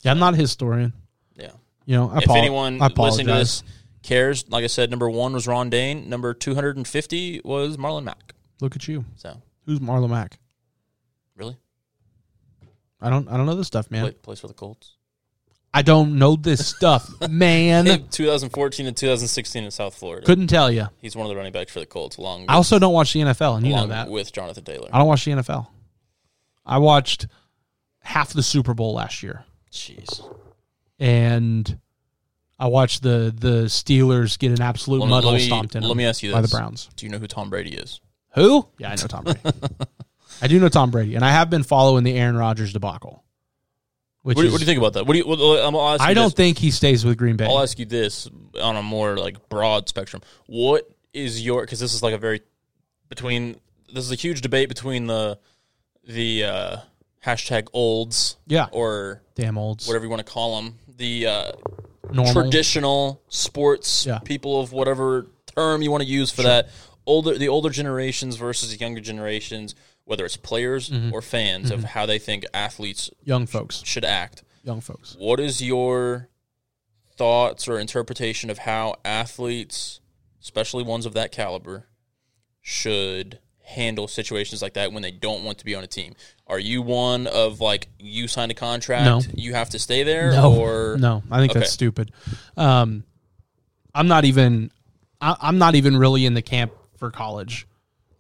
Speaker 1: Yeah, I'm not a historian.
Speaker 2: Yeah.
Speaker 1: You know, I
Speaker 2: if
Speaker 1: apo-
Speaker 2: anyone
Speaker 1: I
Speaker 2: listening to
Speaker 1: apologize.
Speaker 2: this cares, like I said, number one was Ron Dane. Number 250 was Marlon Mack.
Speaker 1: Look at you.
Speaker 2: So,
Speaker 1: Who's Marlon Mack?
Speaker 2: really?
Speaker 1: I don't I don't know this stuff, man.
Speaker 2: Play, plays for the Colts.
Speaker 1: I don't know this stuff, man.
Speaker 2: 2014 and 2016 in South Florida.
Speaker 1: Couldn't tell you.
Speaker 2: He's one of the running backs for the Colts, along with,
Speaker 1: I also don't watch the NFL, and you know
Speaker 2: along
Speaker 1: that.
Speaker 2: with Jonathan Taylor.
Speaker 1: I don't watch the NFL. I watched half the Super Bowl last year,
Speaker 2: Jeez.
Speaker 1: and I watched the the Steelers get an absolute
Speaker 2: Let me-
Speaker 1: muddle
Speaker 2: let me-
Speaker 1: stomped in
Speaker 2: let
Speaker 1: them
Speaker 2: me ask you
Speaker 1: by
Speaker 2: this.
Speaker 1: the Browns.
Speaker 2: Do you know who Tom Brady is?
Speaker 1: Who? Yeah, I know Tom Brady. I do know Tom Brady, and I have been following the Aaron Rodgers debacle. Which
Speaker 2: What do, you,
Speaker 1: is-
Speaker 2: what do you think about that? What do you? Well, I'm, I'll ask you
Speaker 1: I don't
Speaker 2: This.
Speaker 1: think he stays with Green Bay.
Speaker 2: I'll ask you this on a more like broad spectrum. What is your? Because this is like a very between. This is a huge debate between the the uh, hashtag olds,
Speaker 1: Yeah.
Speaker 2: or
Speaker 1: Damn olds.
Speaker 2: whatever you want to call them, the uh,
Speaker 1: Normal.
Speaker 2: traditional sports
Speaker 1: Yeah.
Speaker 2: people of whatever term you want to use for that older the older generations versus the younger generations whether it's players
Speaker 1: Mm-hmm.
Speaker 2: or fans of how they think athletes
Speaker 1: Young folks.
Speaker 2: should act
Speaker 1: Young folks.
Speaker 2: what is your thoughts or interpretation of how athletes especially ones of that caliber should handle situations like that when they don't want to be on a team are you one of like you signed a contract
Speaker 1: No.
Speaker 2: you have to stay there
Speaker 1: No,
Speaker 2: or
Speaker 1: no, I think
Speaker 2: Okay.
Speaker 1: that's stupid. Um, I'm not even, I, I'm not even really in the camp for college.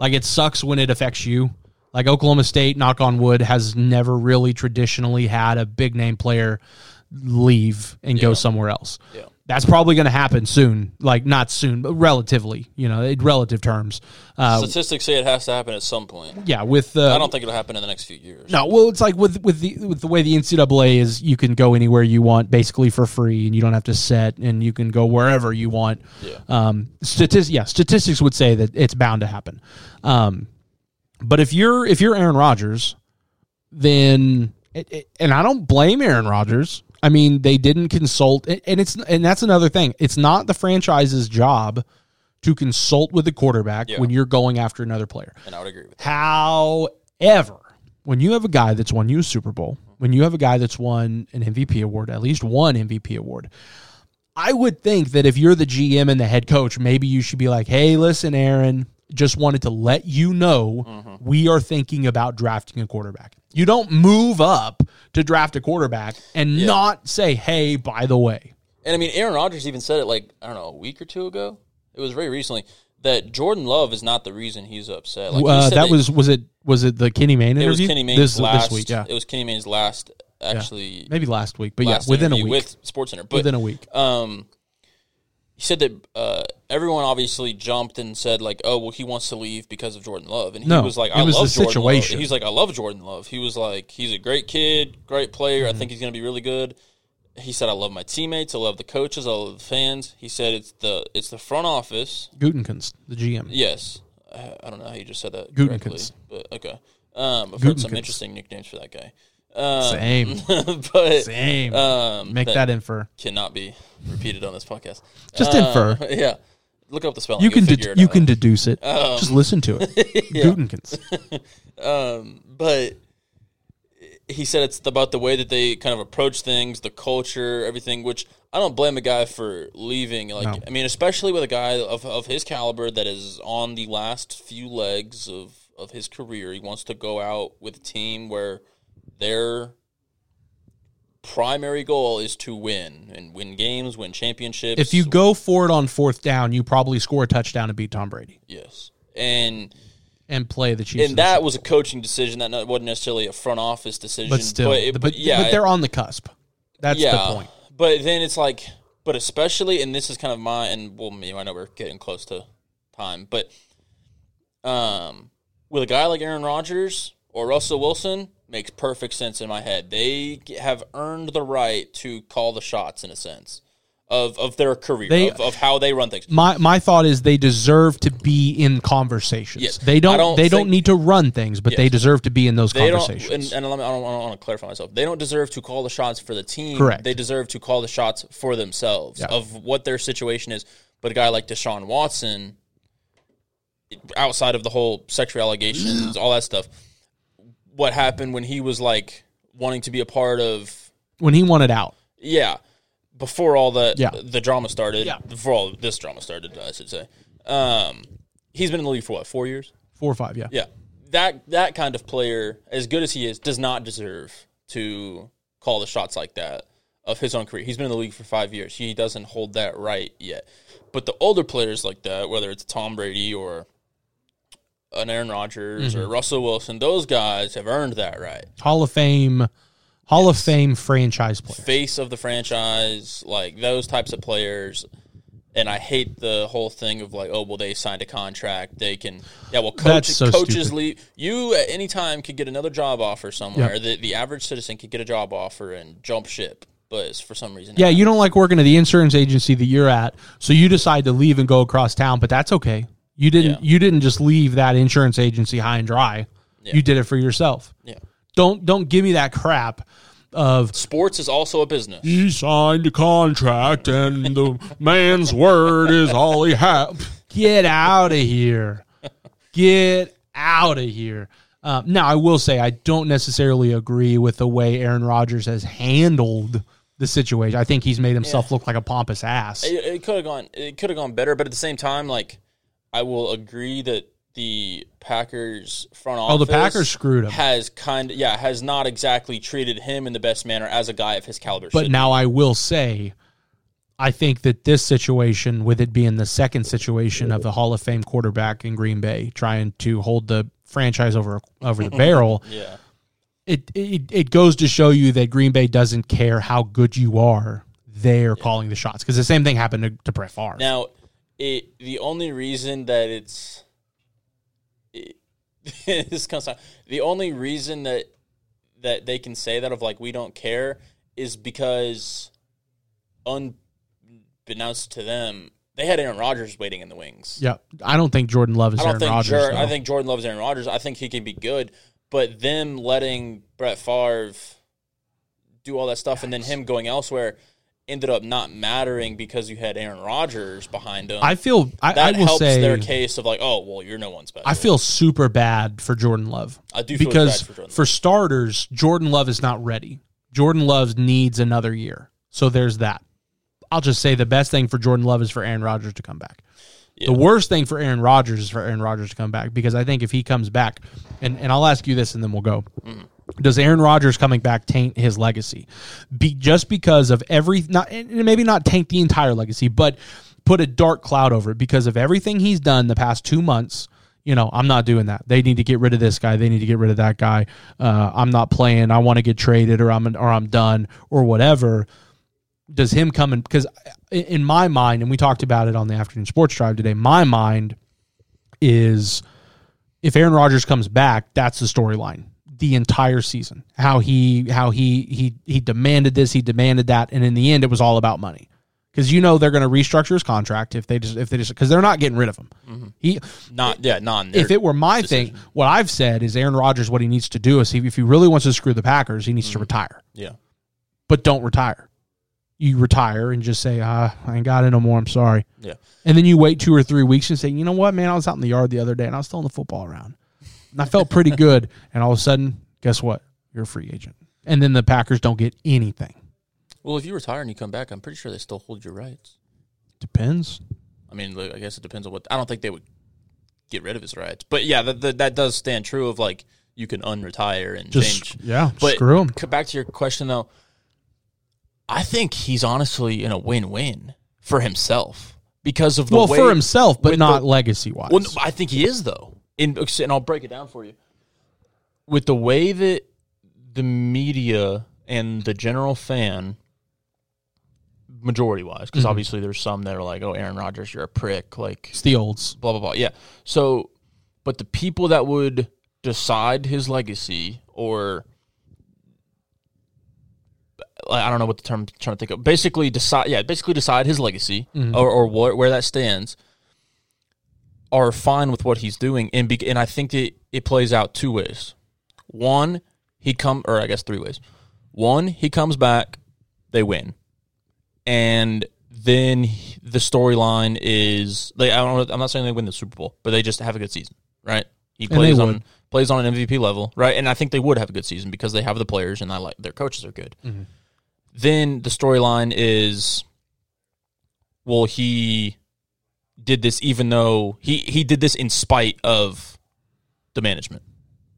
Speaker 1: Like it sucks when it affects you. Like Oklahoma State, knock on wood, has never really traditionally had a big name player leave and go somewhere else.
Speaker 2: Yeah.
Speaker 1: That's probably going to happen soon. Like not soon, but relatively, you know, in relative terms. Uh,
Speaker 2: statistics say it has to happen at some point
Speaker 1: yeah, with uh, the
Speaker 2: I don't think it'll happen in the next few years.
Speaker 1: No, well, it's like with with the with the way the NCAA is, you can go anywhere you want basically for free, and you don't have to set, and you can go wherever you want.
Speaker 2: Yeah.
Speaker 1: Um, statistics, yeah, statistics would say that it's bound to happen. Um, but if you're if you're Aaron Rodgers, then it, it- and I don't blame Aaron Rodgers. I mean, they didn't consult, and and it's and that's another thing. It's not the franchise's job to consult with the quarterback
Speaker 2: Yeah.
Speaker 1: when you're going after another player.
Speaker 2: And I would agree with that.
Speaker 1: However, when you have a guy that's won you a Super Bowl, when you have a guy that's won an MVP award, at least one MVP award, I would think that if you're the GM and the head coach, maybe you should be like, hey, listen, Aaron, just wanted to let you know
Speaker 2: Mm-hmm.
Speaker 1: we are thinking about drafting a quarterback. You don't move up to draft a quarterback and not say, hey, by the way.
Speaker 2: And I mean, Aaron Rodgers even said it like, I don't know, a week or two ago. It was very recently that Jordan Love is not the reason he's upset. Like, he
Speaker 1: Uh,
Speaker 2: said
Speaker 1: that was was it was it the Kenny Mayne
Speaker 2: it was
Speaker 1: interview?
Speaker 2: Kenny Mayne's
Speaker 1: this,
Speaker 2: last.
Speaker 1: this week, yeah,
Speaker 2: It was Kenny Mayne's last actually
Speaker 1: maybe last week, but yeah,
Speaker 2: last
Speaker 1: within a
Speaker 2: interview
Speaker 1: week,
Speaker 2: with SportsCenter. But
Speaker 1: within a week.
Speaker 2: um, he said that uh, everyone obviously jumped and said like, "Oh, well, he wants to leave because of Jordan Love," and he
Speaker 1: No,
Speaker 2: was like,
Speaker 1: it
Speaker 2: "I
Speaker 1: was
Speaker 2: love
Speaker 1: the
Speaker 2: Jordan
Speaker 1: situation.
Speaker 2: Love." He's like, "I love Jordan Love." He was like, "He's a great kid, great player.
Speaker 1: Mm-hmm.
Speaker 2: I think he's going to be really good." He said, "I love my teammates. I love the coaches. I love the fans." He said, "It's the it's the front office."
Speaker 1: Gutenkins, the GM.
Speaker 2: Yes, Uh, I, I don't know how you just said that
Speaker 1: Gutenkins.
Speaker 2: correctly, but okay. Um, I've heard some
Speaker 1: Gutenkins.
Speaker 2: interesting nicknames for that guy. Um,
Speaker 1: Same,
Speaker 2: but
Speaker 1: same.
Speaker 2: um,
Speaker 1: Make that infer.
Speaker 2: cannot be repeated on this podcast.
Speaker 1: Just
Speaker 2: Uh,
Speaker 1: infer.
Speaker 2: Yeah. Look up the spelling.
Speaker 1: You can
Speaker 2: you'll
Speaker 1: de-
Speaker 2: figure it
Speaker 1: you
Speaker 2: out.
Speaker 1: can deduce it. Just listen to it. Gutenkins.
Speaker 2: Um, but he said it's about the way that they kind of approach things, the culture, everything. Which I don't blame a guy for leaving. Like I mean, especially with a guy of of his caliber that is on the last few legs of of his career. He wants to go out with a team where their primary goal is to win and win games, win championships.
Speaker 1: If you go for it on fourth down, you probably score a touchdown and beat Tom Brady.
Speaker 2: Yes. And
Speaker 1: and play the Chiefs.
Speaker 2: And that was a coaching decision. That not- wasn't necessarily a front office decision.
Speaker 1: but still,
Speaker 2: it-
Speaker 1: but,
Speaker 2: yeah,
Speaker 1: but they're on the cusp. That's the point.
Speaker 2: But then it's like, but especially, and this is kind of my, and well, me, I know we're getting close to time, but um, with a guy like Aaron Rodgers or Russell Wilson, makes perfect sense in my head. They have earned the right to call the shots in a sense of of their career,
Speaker 1: They-
Speaker 2: of, of how they run things.
Speaker 1: My my thought is they deserve to be in conversations.
Speaker 2: Yes.
Speaker 1: They don't,
Speaker 2: I don't
Speaker 1: they don't
Speaker 2: think-
Speaker 1: need to run things, but they deserve to be in those
Speaker 2: They don't,
Speaker 1: conversations.
Speaker 2: and, and let me, I don't, I don't want to clarify myself. They don't deserve to call the shots for the team.
Speaker 1: Correct.
Speaker 2: They deserve to call the shots for themselves
Speaker 1: Yeah.
Speaker 2: of what their situation is. But a guy like Deshaun Watson, outside of the whole sexual allegations, all that stuff, what happened when he was like wanting to be a part of,
Speaker 1: when he wanted out.
Speaker 2: yeah, before all the
Speaker 1: Yeah.
Speaker 2: the drama started,
Speaker 1: Yeah.
Speaker 2: before all this drama started, I should say. Um, he's been in the league for what four years?
Speaker 1: Four or five, yeah.
Speaker 2: Yeah. That that kind of player, as good as he is, does not deserve to call the shots like that of his own career. He's been in the league for five years. He doesn't hold that right yet. But the older players like that, whether it's Tom Brady or an Aaron Rodgers or Russell Wilson, those guys have earned that right.
Speaker 1: Hall of Fame Hall of Fame franchise player.
Speaker 2: Face of the franchise, like those types of players. And I hate the whole thing of like, oh well, they signed a contract. They can, yeah. Well, coach,
Speaker 1: That's so
Speaker 2: coaches
Speaker 1: stupid.
Speaker 2: leave. You at any time could get another job offer somewhere. The, the average citizen could get a job offer and jump ship, but it's for some reason,
Speaker 1: Yeah, you don't like working at the insurance agency that you're at, so you decide to leave and go across town, but that's okay. You didn't
Speaker 2: Yeah.
Speaker 1: you didn't just leave that insurance agency high and dry. You did it for yourself.
Speaker 2: yeah.
Speaker 1: Don't don't give me that crap of
Speaker 2: Sports is also a business.
Speaker 1: he signed a contract and the man's word is all he had. Get out of here. Get out of here. Um, now, I will say I don't necessarily agree with the way Aaron Rodgers has handled the situation. I think he's made himself look like a pompous ass.
Speaker 2: It, it could have gone. It could have gone better, but at the same time, like I will agree that the Packers front office.
Speaker 1: Oh, the Packers screwed him.
Speaker 2: Has kind of yeah has not exactly treated him in the best manner as a guy of his caliber.
Speaker 1: But
Speaker 2: should.
Speaker 1: now I will say, I think that this situation, with it being the second situation of the Hall of Fame quarterback in Green Bay trying to hold the franchise over over the barrel,
Speaker 2: yeah,
Speaker 1: it, it it goes to show you that Green Bay doesn't care how good you are. They're calling the shots because the same thing happened to, to Brett Favre.
Speaker 2: now it the only reason that it's it, this comes out the only reason that that they can say that of like we don't care is because unbeknownst to them they had Aaron Rodgers waiting in the wings.
Speaker 1: yeah, I don't think Jordan Love is
Speaker 2: I don't
Speaker 1: Aaron
Speaker 2: think
Speaker 1: Rodgers.
Speaker 2: Jor-
Speaker 1: though.
Speaker 2: I think Jordan loves Aaron Rodgers. I think he can be good, but them letting Brett Favre do all that stuff and then him going elsewhere ended up not mattering because you had Aaron Rodgers behind him.
Speaker 1: I feel I, I
Speaker 2: that
Speaker 1: will
Speaker 2: helps
Speaker 1: say
Speaker 2: their case of like, oh well, you're no one's special.
Speaker 1: I feel super bad for Jordan Love.
Speaker 2: I do feel
Speaker 1: because
Speaker 2: bad for
Speaker 1: for,
Speaker 2: Jordan.
Speaker 1: starters, Jordan Love is not ready. Jordan Love needs another year. So there's that. I'll just say the best thing for Jordan Love is for Aaron Rodgers to come back. The worst thing for Aaron Rodgers is for Aaron Rodgers to come back because I think if he comes back, and, and I'll ask you this and then we'll go. Does Aaron Rodgers coming back taint his legacy? Be, just because of every not and maybe not taint the entire legacy, but put a dark cloud over it because of everything he's done the past two months. You know, I'm not doing that. They need to get rid of this guy. They need to get rid of that guy. Uh, I'm not playing. I want to get traded, or I'm or I'm done, or whatever does him coming because in in my mind and we talked about it on the afternoon sports drive today my mind is if Aaron Rodgers comes back that's the storyline the entire season how he how he he he demanded this he demanded that and in the end it was all about money because you know they're going to restructure his contract if they just if they just because they're not getting rid of him he
Speaker 2: not yeah, not in
Speaker 1: if it were my thing what I've said is Aaron Rodgers what he needs to do is he, if he really wants to screw the Packers he needs to retire
Speaker 2: yeah.
Speaker 1: but don't retire. You retire and just say, ah, I ain't got it no more. I'm sorry.
Speaker 2: Yeah.
Speaker 1: And then you wait two or three weeks and say, you know what, man, I was out in the yard the other day and I was throwing the football around. And I felt pretty good. And all of a sudden, guess what? You're a free agent. And then the Packers don't get anything.
Speaker 2: Well, if you retire and you come back, I'm pretty sure they still hold your rights.
Speaker 1: Depends.
Speaker 2: I mean, look, I guess it depends on what. I don't think they would get rid of his rights, but yeah, that that, that does stand true of like you can unretire and
Speaker 1: Just,
Speaker 2: change.
Speaker 1: yeah,
Speaker 2: But
Speaker 1: screw him.
Speaker 2: c- Back to your question though, I think he's honestly in a win-win for himself because of the
Speaker 1: Well,
Speaker 2: way.
Speaker 1: for himself, but
Speaker 2: with
Speaker 1: not
Speaker 2: the-
Speaker 1: legacy wise.
Speaker 2: Well, no, I think he is though in, and I'll break it down for you. With the way that the media and the general fan, majority wise,
Speaker 1: Mm-hmm.
Speaker 2: because obviously there's some that are like, "Oh, Aaron Rodgers, you're a prick," like
Speaker 1: It's the olds.
Speaker 2: blah blah blah. Yeah. So, but the people that would decide his legacy or I don't know what the term I'm trying to think of. Basically decide yeah, basically decide his legacy or, or what, where that stands are fine with what he's doing and be, and I think that it plays out two ways. One, he come or I guess three ways. One, he comes back, they win and then he- the storyline is they. I don't. know- I'm not saying they win the Super Bowl, but they just have a good season, right? He
Speaker 1: they
Speaker 2: plays
Speaker 1: would.
Speaker 2: on plays on an MVP level, right? And I think they would have a good season because they have the players, and I like their coaches are good.
Speaker 1: Mm-hmm.
Speaker 2: Then the storyline is, well, he did this even though he he did this in spite of the management.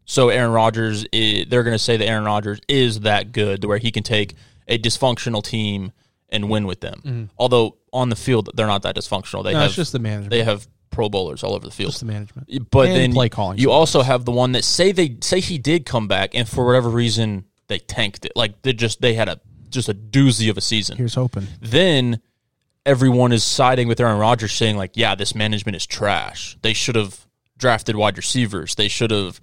Speaker 2: So Aaron Rodgers, i they're going to say that Aaron Rodgers is that good, to where he can take a dysfunctional team and win with them. Although on the field, they're not that dysfunctional.
Speaker 1: Mm-hmm.
Speaker 2: They
Speaker 1: No,
Speaker 2: have
Speaker 1: it's just the management.
Speaker 2: they have Pro Bowlers all over the field.
Speaker 1: It's the management.
Speaker 2: But
Speaker 1: And
Speaker 2: then
Speaker 1: play calling
Speaker 2: You also have the one that say they say he did come back, and for whatever reason they tanked it. Like they just they had a just a doozy of a season
Speaker 1: Here's hoping.
Speaker 2: then everyone is siding with Aaron Rodgers, saying like, "Yeah, this management is trash. They should have drafted wide receivers. They should have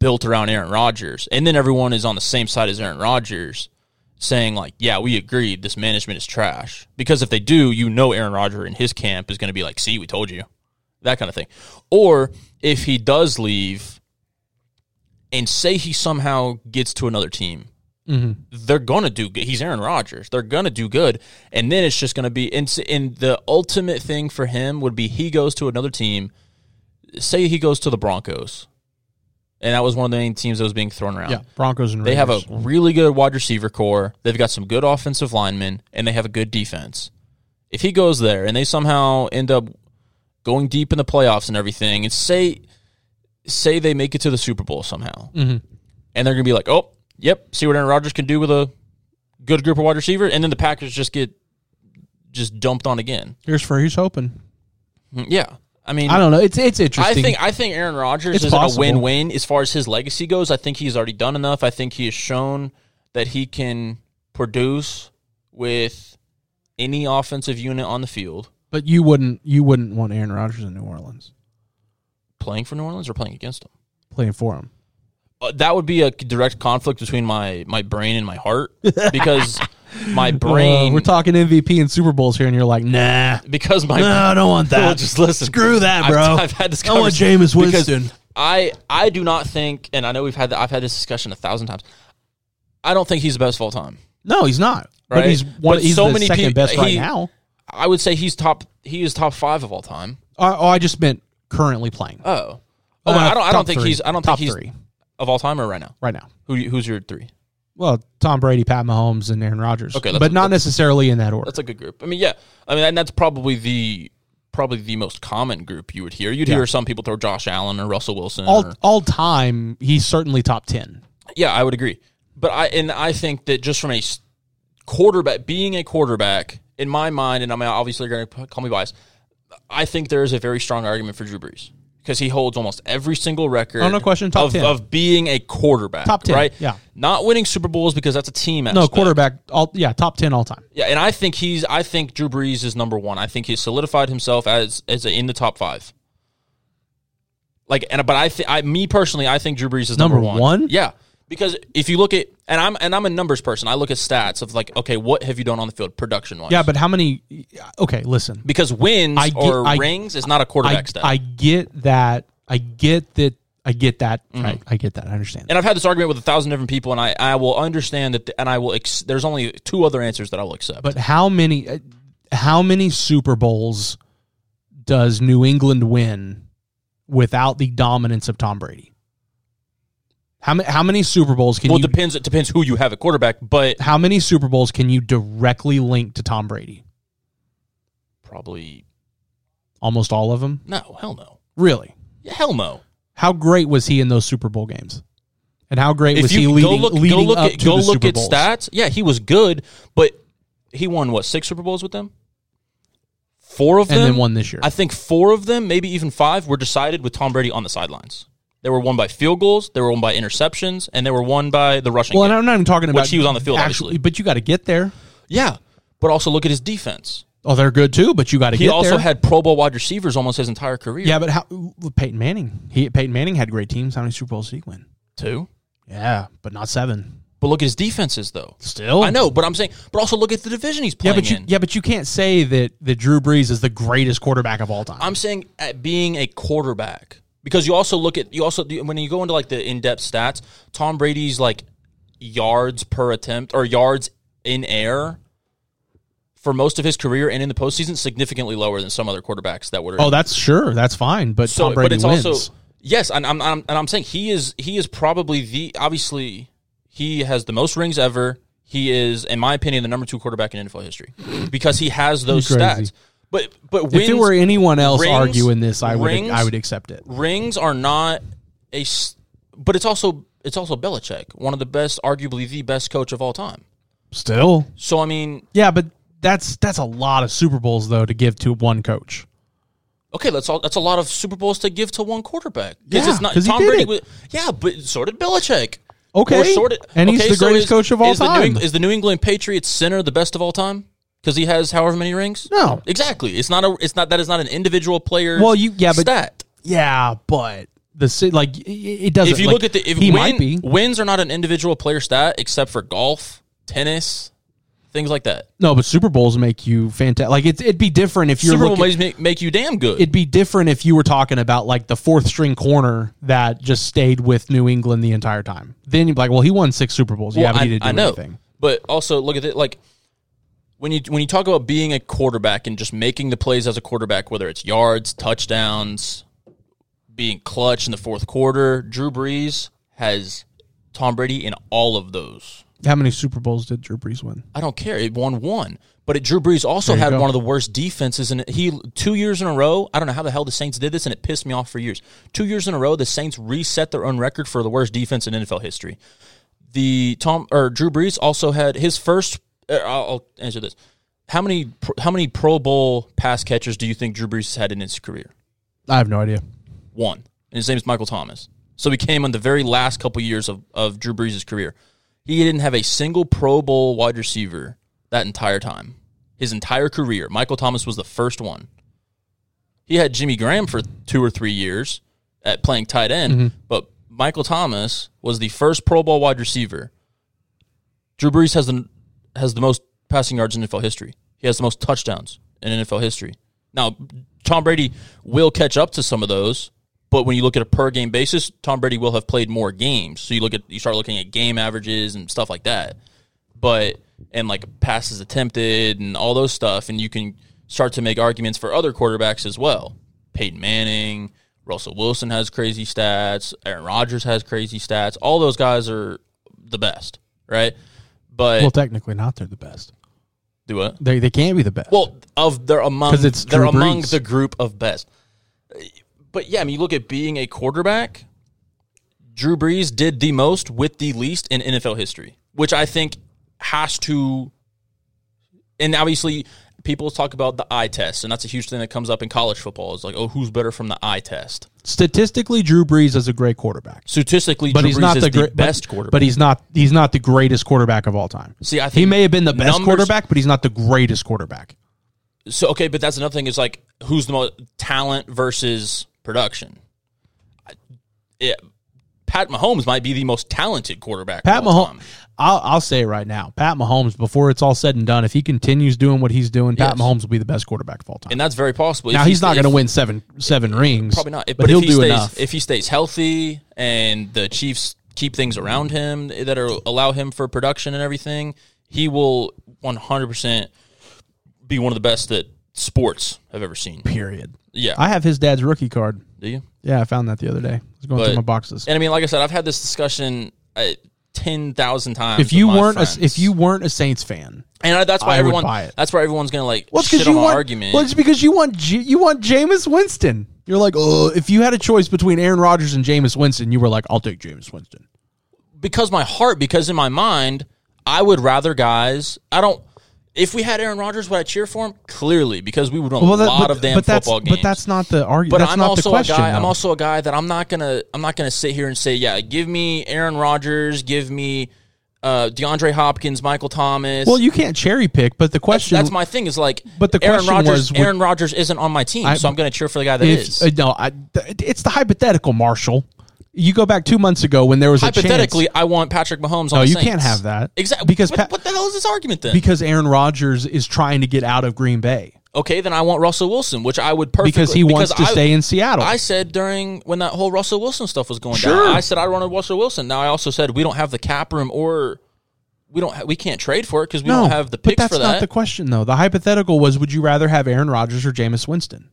Speaker 2: built around Aaron Rodgers." And then everyone is on the same side as Aaron Rodgers, saying like, "Yeah, we agreed. This management is trash." Because if they do, you know Aaron Rodgers and his camp is going to be like, "See, we told you," that kind of thing. Or if he does leave, and say he somehow gets to another team they're gonna do good. He's Aaron Rodgers. They're gonna do good, and then it's just gonna be and, s- and the ultimate thing for him would be he goes to another team. Say he goes to the Broncos, and that was one of the main teams that was being thrown around.
Speaker 1: Yeah, Broncos and
Speaker 2: They have a
Speaker 1: Raiders.
Speaker 2: really good wide receiver core. They've got some good offensive linemen, and they have a good defense. If he goes there and they somehow end up going deep in the playoffs and everything, and say say they make it to the Super Bowl somehow, and they're gonna be like, oh, yep, see what Aaron Rodgers can do with a good group of wide receiver, and then the Packers just get just dumped on again.
Speaker 1: Here's for who's hoping.
Speaker 2: Yeah, I mean,
Speaker 1: I don't know. It's it's
Speaker 2: I
Speaker 1: interesting.
Speaker 2: think I think Aaron Rodgers
Speaker 1: It's
Speaker 2: is in a
Speaker 1: possible.
Speaker 2: win-win as far as his legacy goes. I think he's already done enough. I think he has shown that he can produce with any offensive unit on the field,
Speaker 1: but you wouldn't you wouldn't want Aaron Rodgers in New Orleans
Speaker 2: playing for New Orleans or playing against them.
Speaker 1: playing for him.
Speaker 2: Uh, that would be a direct conflict between my my brain and my heart because my brain
Speaker 1: Uh, we're talking MVP and Super Bowls here, and you're like, nah,
Speaker 2: because my
Speaker 1: no, I don't want that.
Speaker 2: Well, just listen.
Speaker 1: Screw that,
Speaker 2: I've-
Speaker 1: bro.
Speaker 2: I've, had this.
Speaker 1: I want
Speaker 2: conversation
Speaker 1: Jameis
Speaker 2: because
Speaker 1: Winston.
Speaker 2: I I do not think, and I know we've had the, I've had this discussion a thousand times. I don't think he's the best of all time.
Speaker 1: No, he's not. But
Speaker 2: Right?
Speaker 1: he's one.
Speaker 2: But
Speaker 1: he's
Speaker 2: so
Speaker 1: the
Speaker 2: many
Speaker 1: second
Speaker 2: peop-
Speaker 1: best right
Speaker 2: he-
Speaker 1: now.
Speaker 2: I would say he's top. He is top five of all time.
Speaker 1: Oh, oh, I just meant currently playing.
Speaker 2: Oh, oh,
Speaker 1: Uh,
Speaker 2: I don't. I
Speaker 1: top
Speaker 2: don't think
Speaker 1: three.
Speaker 2: he's. I don't
Speaker 1: Top
Speaker 2: think he's
Speaker 1: three.
Speaker 2: of all time or right now.
Speaker 1: right now.
Speaker 2: Who you- who's your three?
Speaker 1: Well, Tom Brady, Pat Mahomes, and Aaron Rodgers.
Speaker 2: Okay, that's-
Speaker 1: but not necessarily in that order.
Speaker 2: That's a good group. I mean, yeah. I mean, and that's probably the probably the most common group you would hear. You'd hear some people throw Josh Allen or Russell Wilson.
Speaker 1: All
Speaker 2: or,
Speaker 1: all time, he's certainly top ten.
Speaker 2: yeah, I would agree. But I and I think that just from a s- quarterback being a quarterback in my mind, and I'm obviously going to call me biased. I think there is a very strong argument for Drew Brees because he holds almost every single record.
Speaker 1: Oh, no question, top
Speaker 2: of,
Speaker 1: 10.
Speaker 2: of being a quarterback.
Speaker 1: Top 10,
Speaker 2: right?
Speaker 1: yeah.
Speaker 2: Not winning Super Bowls because that's a team.
Speaker 1: No,
Speaker 2: aspect.
Speaker 1: quarterback. All yeah, top ten all time.
Speaker 2: Yeah, and I think he's. I think Drew Brees is number one. I think he's solidified himself as as a, in the top five. Like, and but I, th- I, me personally, I think Drew Brees is number,
Speaker 1: Number one?
Speaker 2: Yeah, because if you look at and I'm and I'm a numbers person. I look at stats of like, okay, what have you done on the field production wise?
Speaker 1: Yeah, but how many? Okay, listen.
Speaker 2: because wins
Speaker 1: I get-
Speaker 2: or
Speaker 1: I-
Speaker 2: rings is not a quarterback
Speaker 1: I,
Speaker 2: stat.
Speaker 1: I get that. I get that. I get that.
Speaker 2: Mm-hmm.
Speaker 1: Right. I get that. I understand.
Speaker 2: and I've had this argument with a thousand different people, and I, I will understand that, and I will. Ex- there's only two other answers that I will accept.
Speaker 1: But how many? uh, How many Super Bowls does New England win without the dominance of Tom Brady? How many? How many Super Bowls can
Speaker 2: well, it
Speaker 1: you?
Speaker 2: depends. It depends who you have at quarterback, but
Speaker 1: how many Super Bowls can you directly link to Tom Brady?
Speaker 2: probably
Speaker 1: Almost all of them.
Speaker 2: no. Hell no.
Speaker 1: Really?
Speaker 2: Yeah, hell no.
Speaker 1: How great was he in those Super Bowl games? And how great was
Speaker 2: if
Speaker 1: he
Speaker 2: you
Speaker 1: leading,
Speaker 2: go look,
Speaker 1: leading
Speaker 2: go look
Speaker 1: up
Speaker 2: at,
Speaker 1: to the
Speaker 2: go look
Speaker 1: Super
Speaker 2: at
Speaker 1: Bowls?
Speaker 2: stats, yeah, he was good, but he won what six Super Bowls with them? Four of them,
Speaker 1: and then one this year.
Speaker 2: I think four of them, maybe even five, were decided with Tom Brady on the sidelines. They were won by field goals, they were won by interceptions, and they were won by the rushing.
Speaker 1: well, and
Speaker 2: game.
Speaker 1: I'm not even talking about
Speaker 2: he was on the field, obviously.
Speaker 1: but you got to get there.
Speaker 2: yeah, but also look at his defense.
Speaker 1: Oh, they're good too, but you got to
Speaker 2: He
Speaker 1: get
Speaker 2: also
Speaker 1: there.
Speaker 2: had Pro Bowl wide receivers almost his entire career.
Speaker 1: yeah, but how Peyton Manning? He Peyton Manning had great teams. How many Super Bowls did he win?
Speaker 2: two.
Speaker 1: Yeah, but not seven.
Speaker 2: But look at his defenses, though.
Speaker 1: Still,
Speaker 2: I know, but I'm saying, but also look at the division he's
Speaker 1: Yeah,
Speaker 2: playing
Speaker 1: but you
Speaker 2: in.
Speaker 1: yeah, but you can't say that that Drew Brees is the greatest quarterback of all time.
Speaker 2: I'm saying at being a quarterback because you also look at you also when you go into like the in-depth stats, Tom Brady's like yards per attempt or yards in air for most of his career and in the postseason significantly lower than some other quarterbacks that were.
Speaker 1: oh, that's sure, that's fine, but
Speaker 2: so
Speaker 1: Tom Brady
Speaker 2: but it's
Speaker 1: wins.
Speaker 2: also yes, and I'm, I'm and I'm saying he is he is probably the obviously he has the most rings ever. He is, in my opinion, the number two quarterback in NFL history because he has those
Speaker 1: Crazy.
Speaker 2: stats. But but
Speaker 1: if it
Speaker 2: wins-
Speaker 1: were anyone else
Speaker 2: rings-
Speaker 1: arguing this, I would
Speaker 2: rings-
Speaker 1: I would accept it.
Speaker 2: rings are not a, s- but it's also it's also Belichick, one of the best, arguably the best coach of all time.
Speaker 1: Still,
Speaker 2: So I mean,
Speaker 1: yeah, but that's that's a lot of Super Bowls though to give to one coach.
Speaker 2: okay, that's all. That's a lot of Super Bowls to give to one quarterback.
Speaker 1: Yeah, 'cause he did it.
Speaker 2: was- yeah, but so did Belichick.
Speaker 1: Okay,
Speaker 2: Or so did-
Speaker 1: and he's
Speaker 2: okay,
Speaker 1: the
Speaker 2: so
Speaker 1: greatest
Speaker 2: is-
Speaker 1: coach of all
Speaker 2: is The New
Speaker 1: time.
Speaker 2: Eng- is the New England Patriots center the best of all time? Because he has however many rings.
Speaker 1: No.
Speaker 2: exactly. It's not a. It's not that is not an individual player.
Speaker 1: Well, you- yeah, but-
Speaker 2: stat.
Speaker 1: yeah, but the si- like it- it doesn't.
Speaker 2: If you
Speaker 1: like,
Speaker 2: look at the if
Speaker 1: he
Speaker 2: win-
Speaker 1: might be
Speaker 2: wins are not an individual player stat except for golf, tennis, things like that.
Speaker 1: no, but Super Bowls make you fantastic. Like it's it'd be different if you're
Speaker 2: Super Bowl
Speaker 1: looking,
Speaker 2: plays make, make you damn good.
Speaker 1: it'd be different if you were talking about like the fourth string corner that just stayed with New England the entire time. Then you'd be like, well, he won six Super Bowls.
Speaker 2: Well,
Speaker 1: yeah, but he didn't do
Speaker 2: know.
Speaker 1: anything.
Speaker 2: But also look at it like when you when you talk about being a quarterback and just making the plays as a quarterback, whether it's yards, touchdowns, being clutch in the fourth quarter, Drew Brees has Tom Brady in all of those.
Speaker 1: How many Super Bowls did Drew Brees win?
Speaker 2: I don't care. It won one. But it, Drew Brees also
Speaker 1: There you
Speaker 2: had
Speaker 1: go.
Speaker 2: one of the worst defenses, and he two years in a row. I don't know how the hell the Saints did this, and it pissed me off for years. Two years in a row, the Saints reset their own record for the worst defense in NFL history. The Tom or Drew Brees also had his first. uh, I'll, I'll answer this: How many pro- how many Pro Bowl pass catchers do you think Drew Brees has had in his career?
Speaker 1: I have no idea.
Speaker 2: one, and his name is Michael Thomas. So he came on the very last couple years of, of Drew Brees' career. He didn't have a single Pro Bowl wide receiver that entire time. His entire career, Michael Thomas was the first one. He had Jimmy Graham for two or three years at playing tight end, but Michael Thomas was the first Pro Bowl wide receiver. Drew Brees has the has the most passing yards in NFL history. He has the most touchdowns in NFL history. Now, Tom Brady will catch up to some of those, but when you look at a per game basis, Tom Brady will have played more games. So you look at you start looking at game averages and stuff like that. But and like passes attempted and all those stuff, and you can start to make arguments for other quarterbacks as well. Peyton Manning, Russell Wilson has crazy stats, Aaron Rodgers has crazy stats. All those guys are the best, right? But
Speaker 1: Well, technically not. They're the best.
Speaker 2: do what?
Speaker 1: They they can't be the best.
Speaker 2: Well, of they're among
Speaker 1: 'Cause it's
Speaker 2: they're
Speaker 1: Drew
Speaker 2: among
Speaker 1: Brees.
Speaker 2: the group of best. But yeah, I mean, you look at being a quarterback. Drew Brees did the most with the least in NFL history, which I think has to. And obviously, people talk about the eye test, and that's a huge thing that comes up in college football. Is like, oh, who's better from the eye test?
Speaker 1: statistically, Drew Brees is a great quarterback,
Speaker 2: Statistically,
Speaker 1: but
Speaker 2: Drew
Speaker 1: he's
Speaker 2: Brees
Speaker 1: not
Speaker 2: is
Speaker 1: the,
Speaker 2: the,
Speaker 1: great
Speaker 2: best
Speaker 1: but,
Speaker 2: quarterback.
Speaker 1: But he's not he's not the greatest quarterback of all time.
Speaker 2: see, I think
Speaker 1: He may have been the best
Speaker 2: numbers-
Speaker 1: quarterback, but he's not the greatest quarterback.
Speaker 2: So okay, but that's another thing is like who's the most talent versus production. I- yeah, Pat Mahomes might be the most talented quarterback.
Speaker 1: Pat
Speaker 2: of all
Speaker 1: Mahomes.
Speaker 2: time.
Speaker 1: I'll, I'll say it right now. Pat Mahomes. Before it's all said and done, if he continues doing what he's doing, Pat
Speaker 2: Yes.
Speaker 1: Mahomes will be the best quarterback of all time.
Speaker 2: and that's very possible. If
Speaker 1: Now
Speaker 2: he
Speaker 1: he's not
Speaker 2: stays-
Speaker 1: going to win seven seven rings.
Speaker 2: Probably not. If-
Speaker 1: but, he'll
Speaker 2: if he
Speaker 1: do
Speaker 2: stays,
Speaker 1: enough.
Speaker 2: if he stays healthy and the Chiefs keep things around him that are allow him for production and everything. He will one hundred percent be one of the best that sports have ever seen.
Speaker 1: period.
Speaker 2: Yeah,
Speaker 1: I have his dad's rookie card.
Speaker 2: do you?
Speaker 1: Yeah, I found that the other day. I was going through
Speaker 2: But-
Speaker 1: my boxes.
Speaker 2: And I mean, like I said, I've had this discussion uh, ten thousand times.
Speaker 1: If you
Speaker 2: with my
Speaker 1: weren't a,
Speaker 2: friends.
Speaker 1: if you weren't a Saints fan,
Speaker 2: And I, that's why
Speaker 1: I would
Speaker 2: everyone.
Speaker 1: buy it.
Speaker 2: That's why everyone's gonna like
Speaker 1: well, it's
Speaker 2: shit
Speaker 1: because
Speaker 2: on
Speaker 1: you
Speaker 2: my
Speaker 1: want
Speaker 2: argument.
Speaker 1: well, it's because you want J- you want Jameis Winston. You're like, oh, if you had a choice between Aaron Rodgers and Jameis Winston, you were like, I'll take Jameis Winston.
Speaker 2: because my heart, because in my mind, I would rather guys. I don't. If we had Aaron Rodgers, would I cheer for him? Clearly, because we would win
Speaker 1: Well,
Speaker 2: a
Speaker 1: that-
Speaker 2: lot of damn
Speaker 1: but that's,
Speaker 2: football games.
Speaker 1: But that's not the argument.
Speaker 2: But
Speaker 1: That's
Speaker 2: I'm
Speaker 1: not
Speaker 2: also
Speaker 1: the question.
Speaker 2: a guy. I'm
Speaker 1: though.
Speaker 2: also a guy that I'm not gonna. I'm not gonna sit here and say, yeah, give me Aaron Rodgers, give me uh, DeAndre Hopkins, Michael Thomas.
Speaker 1: well, you can't cherry pick, but the
Speaker 2: that's,
Speaker 1: question
Speaker 2: that's my thing. Is like,
Speaker 1: But the
Speaker 2: Aaron
Speaker 1: question
Speaker 2: Rodgers,
Speaker 1: was, would-
Speaker 2: Aaron Rodgers isn't on my team,
Speaker 1: I-
Speaker 2: so I'm gonna cheer for the guy that
Speaker 1: if-
Speaker 2: is.
Speaker 1: uh, no, I, th- it's the hypothetical, Marshall. You go back two months ago when there was a
Speaker 2: Hypothetically, I want Patrick Mahomes.
Speaker 1: No,
Speaker 2: on the
Speaker 1: you
Speaker 2: Saints.
Speaker 1: can't have that.
Speaker 2: Exactly.
Speaker 1: Because
Speaker 2: what,
Speaker 1: Pa-
Speaker 2: what the hell is this argument then?
Speaker 1: chance because Aaron Rodgers is trying to get out of Green Bay
Speaker 2: okay, then I want Russell Wilson, which I would perfectly
Speaker 1: because he wants to
Speaker 2: I-
Speaker 1: stay in Seattle.
Speaker 2: I said during when that whole Russell Wilson stuff was going
Speaker 1: Sure.
Speaker 2: down, I said I wanted Russell Wilson. Now I also said we don't have the cap room or we don't ha- we can't trade for it because we
Speaker 1: no,
Speaker 2: don't have the
Speaker 1: but
Speaker 2: picks
Speaker 1: that's
Speaker 2: for
Speaker 1: not
Speaker 2: that.
Speaker 1: the question though. The hypothetical was: Would you rather have Aaron Rodgers or Jameis Winston?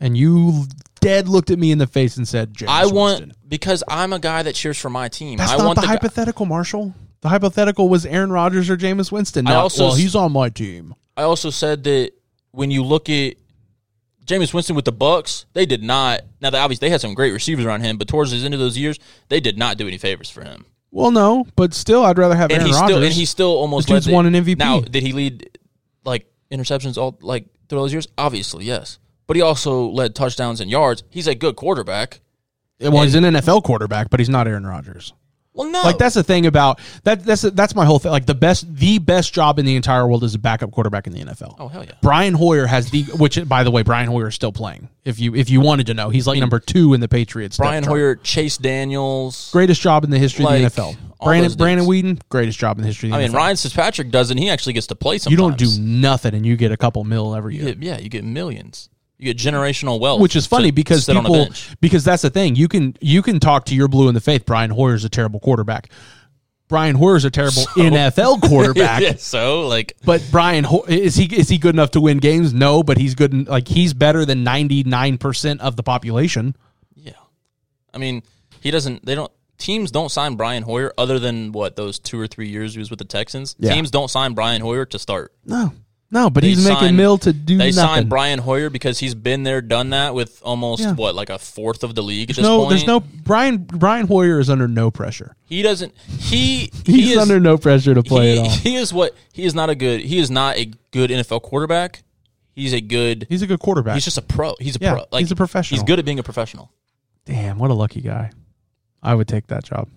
Speaker 1: And you dead looked at me in the face and said, Jameis
Speaker 2: I want
Speaker 1: Winston.
Speaker 2: because I'm a guy that cheers for my team.
Speaker 1: That's
Speaker 2: I
Speaker 1: not
Speaker 2: want
Speaker 1: the,
Speaker 2: the, guy-
Speaker 1: hypothetical, Marshall. The hypothetical was Aaron Rodgers or Jameis Winston.
Speaker 2: I
Speaker 1: not,
Speaker 2: also
Speaker 1: well,
Speaker 2: s-
Speaker 1: he's on my team.
Speaker 2: I also said that when you look at Jameis Winston with the Bucks, they did not. Now, they obviously, they had some great receivers around him, but towards the end of those years, they did not do any favors for him.
Speaker 1: Well, no, but still, I'd rather have
Speaker 2: and
Speaker 1: Aaron
Speaker 2: he
Speaker 1: Rodgers.
Speaker 2: still and he still almost
Speaker 1: The dude's
Speaker 2: led the-
Speaker 1: won an MVP.
Speaker 2: Now, did he lead like interceptions all like through all those years? Obviously, yes. But he also led touchdowns and yards. He's a good quarterback.
Speaker 1: well, he's an NFL quarterback, but he's not Aaron Rodgers.
Speaker 2: Well, no,
Speaker 1: Like that's the thing about that. That's that's my whole thing. Like the best, the best job in the entire world is a backup quarterback in the NFL.
Speaker 2: Oh hell yeah!
Speaker 1: Brian Hoyer has the which by the way Brian Hoyer is still playing. If you if you wanted to know, he's like number 2 in the Patriots. depth
Speaker 2: Brian
Speaker 1: chart.
Speaker 2: Hoyer, Chase Daniels.
Speaker 1: greatest job in the history
Speaker 2: Like,
Speaker 1: of the NFL.
Speaker 2: all
Speaker 1: Brandon
Speaker 2: those
Speaker 1: Brandon
Speaker 2: dudes.
Speaker 1: Whedon, greatest job in the history of the
Speaker 2: I mean,
Speaker 1: NFL.
Speaker 2: Ryan Fitzpatrick does, and he actually gets to play. Sometimes
Speaker 1: you don't do nothing and you get a couple mil every
Speaker 2: You
Speaker 1: year.
Speaker 2: get- yeah, you get millions. You get generational wealth,
Speaker 1: Which is funny
Speaker 2: to
Speaker 1: because
Speaker 2: sit on a
Speaker 1: people
Speaker 2: bench.
Speaker 1: because that's the thing. You can you can talk to your blue in the faith. Brian Hoyer's a terrible quarterback. Brian Hoyer's a terrible NFL quarterback.
Speaker 2: Yeah, so like
Speaker 1: But Brian, Ho- is he is he good enough to win games? No, but he's good. In, like he's better than ninety nine percent of the population.
Speaker 2: Yeah. I mean, he doesn't they don't teams don't sign Brian Hoyer other than what those 2 or 3 years he was with the Texans.
Speaker 1: Yeah.
Speaker 2: Teams don't sign Brian Hoyer to start.
Speaker 1: No, no. But
Speaker 2: They
Speaker 1: he's making
Speaker 2: signed-
Speaker 1: mill to do
Speaker 2: They
Speaker 1: nothing.
Speaker 2: signed Brian Hoyer because he's been there done that with almost
Speaker 1: Yeah.
Speaker 2: what like a fourth of the league at
Speaker 1: there's
Speaker 2: this
Speaker 1: no,
Speaker 2: point.
Speaker 1: there's no Brian. Brian Hoyer is under no pressure.
Speaker 2: He doesn't he
Speaker 1: He's
Speaker 2: he is
Speaker 1: under no pressure to play
Speaker 2: he,
Speaker 1: at all.
Speaker 2: he is what he is not a good he is not a good NFL quarterback. He's a good
Speaker 1: He's a good quarterback.
Speaker 2: he's just a pro. He's a
Speaker 1: Yeah,
Speaker 2: pro. Like
Speaker 1: he's a professional.
Speaker 2: He's good at being a professional.
Speaker 1: Damn, what a lucky guy. I would take that job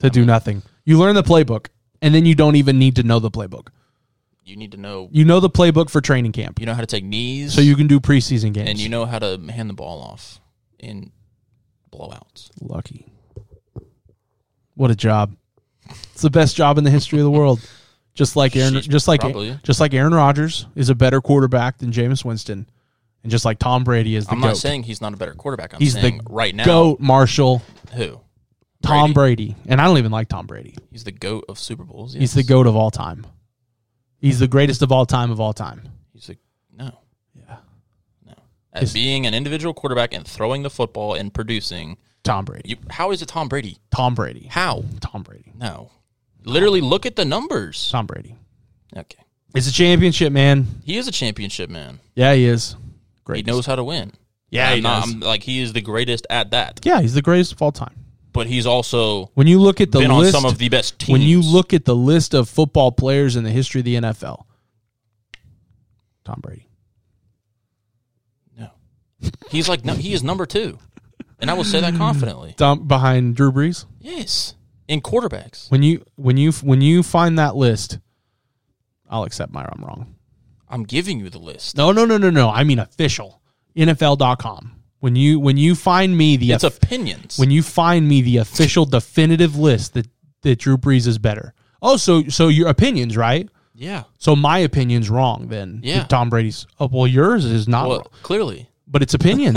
Speaker 1: to do nothing. You learn the playbook, and then you don't even need to know the playbook.
Speaker 2: You need to know
Speaker 1: You know the playbook for training camp,
Speaker 2: you know how to take knees.
Speaker 1: so you can do preseason games.
Speaker 2: and you know how to hand the ball off in blowouts.
Speaker 1: Lucky. What a job. It's the best job in the history of the world. Just like Aaron
Speaker 2: Sheesh,
Speaker 1: just like
Speaker 2: probably.
Speaker 1: just like Aaron Rodgers is a better quarterback than Jameis Winston. And just like Tom Brady is the
Speaker 2: I'm
Speaker 1: GOAT.
Speaker 2: not saying he's not a better quarterback. I'm
Speaker 1: He's the
Speaker 2: saying right now
Speaker 1: GOAT Marshall,
Speaker 2: who
Speaker 1: Tom Brady. And I don't even like Tom Brady.
Speaker 2: he's the goat of Super Bowls.
Speaker 1: He's the
Speaker 2: yes.
Speaker 1: GOAT of all time. He's the greatest of all time of all time.
Speaker 2: He's the no.
Speaker 1: Yeah.
Speaker 2: No. At being an individual quarterback and throwing the football and producing,
Speaker 1: Tom Brady.
Speaker 2: you, how is it Tom Brady?
Speaker 1: Tom Brady.
Speaker 2: How?
Speaker 1: Tom Brady.
Speaker 2: No. Literally look at the numbers.
Speaker 1: Tom Brady.
Speaker 2: Okay.
Speaker 1: It's a championship, man.
Speaker 2: He is a championship man.
Speaker 1: Yeah, he is.
Speaker 2: He
Speaker 1: Great.
Speaker 2: knows how to win.
Speaker 1: Yeah,
Speaker 2: I'm
Speaker 1: he
Speaker 2: not-
Speaker 1: does.
Speaker 2: I'm- like he is the greatest at that.
Speaker 1: Yeah, he's the greatest of all time.
Speaker 2: But he's also
Speaker 1: When you look at the
Speaker 2: been
Speaker 1: list
Speaker 2: on some of the best teams.
Speaker 1: When you look at the list of football players in the history of the NFL, Tom Brady.
Speaker 2: No. He's like, no, he is number two. And I will say that confidently.
Speaker 1: Tom, behind Drew Brees.
Speaker 2: Yes. In quarterbacks.
Speaker 1: When you when you when you find that list, I'll accept my I'm wrong.
Speaker 2: I'm giving you the list.
Speaker 1: No, no, no, no, no. I mean official. NFL.com. When you when you find me the
Speaker 2: It's opinions.
Speaker 1: when you find me the official definitive list that that Drew Brees is better. Oh, so so your opinions, right?
Speaker 2: yeah.
Speaker 1: So my opinion's wrong then.
Speaker 2: Yeah.
Speaker 1: Tom Brady's. Oh, well, yours is not
Speaker 2: Well,
Speaker 1: wrong,
Speaker 2: clearly.
Speaker 1: but it's opinions.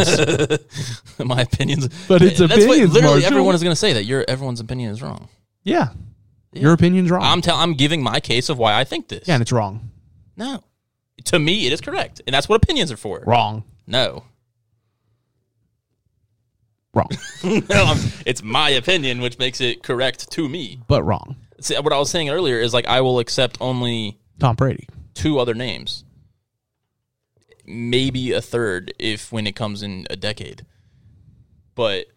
Speaker 2: My opinions.
Speaker 1: But it's
Speaker 2: That's
Speaker 1: opinions,
Speaker 2: What, literally
Speaker 1: Marshall.
Speaker 2: everyone is going to say that your everyone's opinion is wrong.
Speaker 1: Yeah. Your opinion's wrong.
Speaker 2: I'm tell I'm giving my case of why I think this.
Speaker 1: yeah, and it's wrong.
Speaker 2: No. To me it is correct. And that's what opinions are for.
Speaker 1: Wrong.
Speaker 2: No.
Speaker 1: Wrong.
Speaker 2: no, I'm- it's my opinion which makes it correct to me.
Speaker 1: but wrong.
Speaker 2: See, what I was saying earlier is like I will accept only
Speaker 1: Tom Brady.
Speaker 2: two other names, maybe a third if when it comes in a decade. But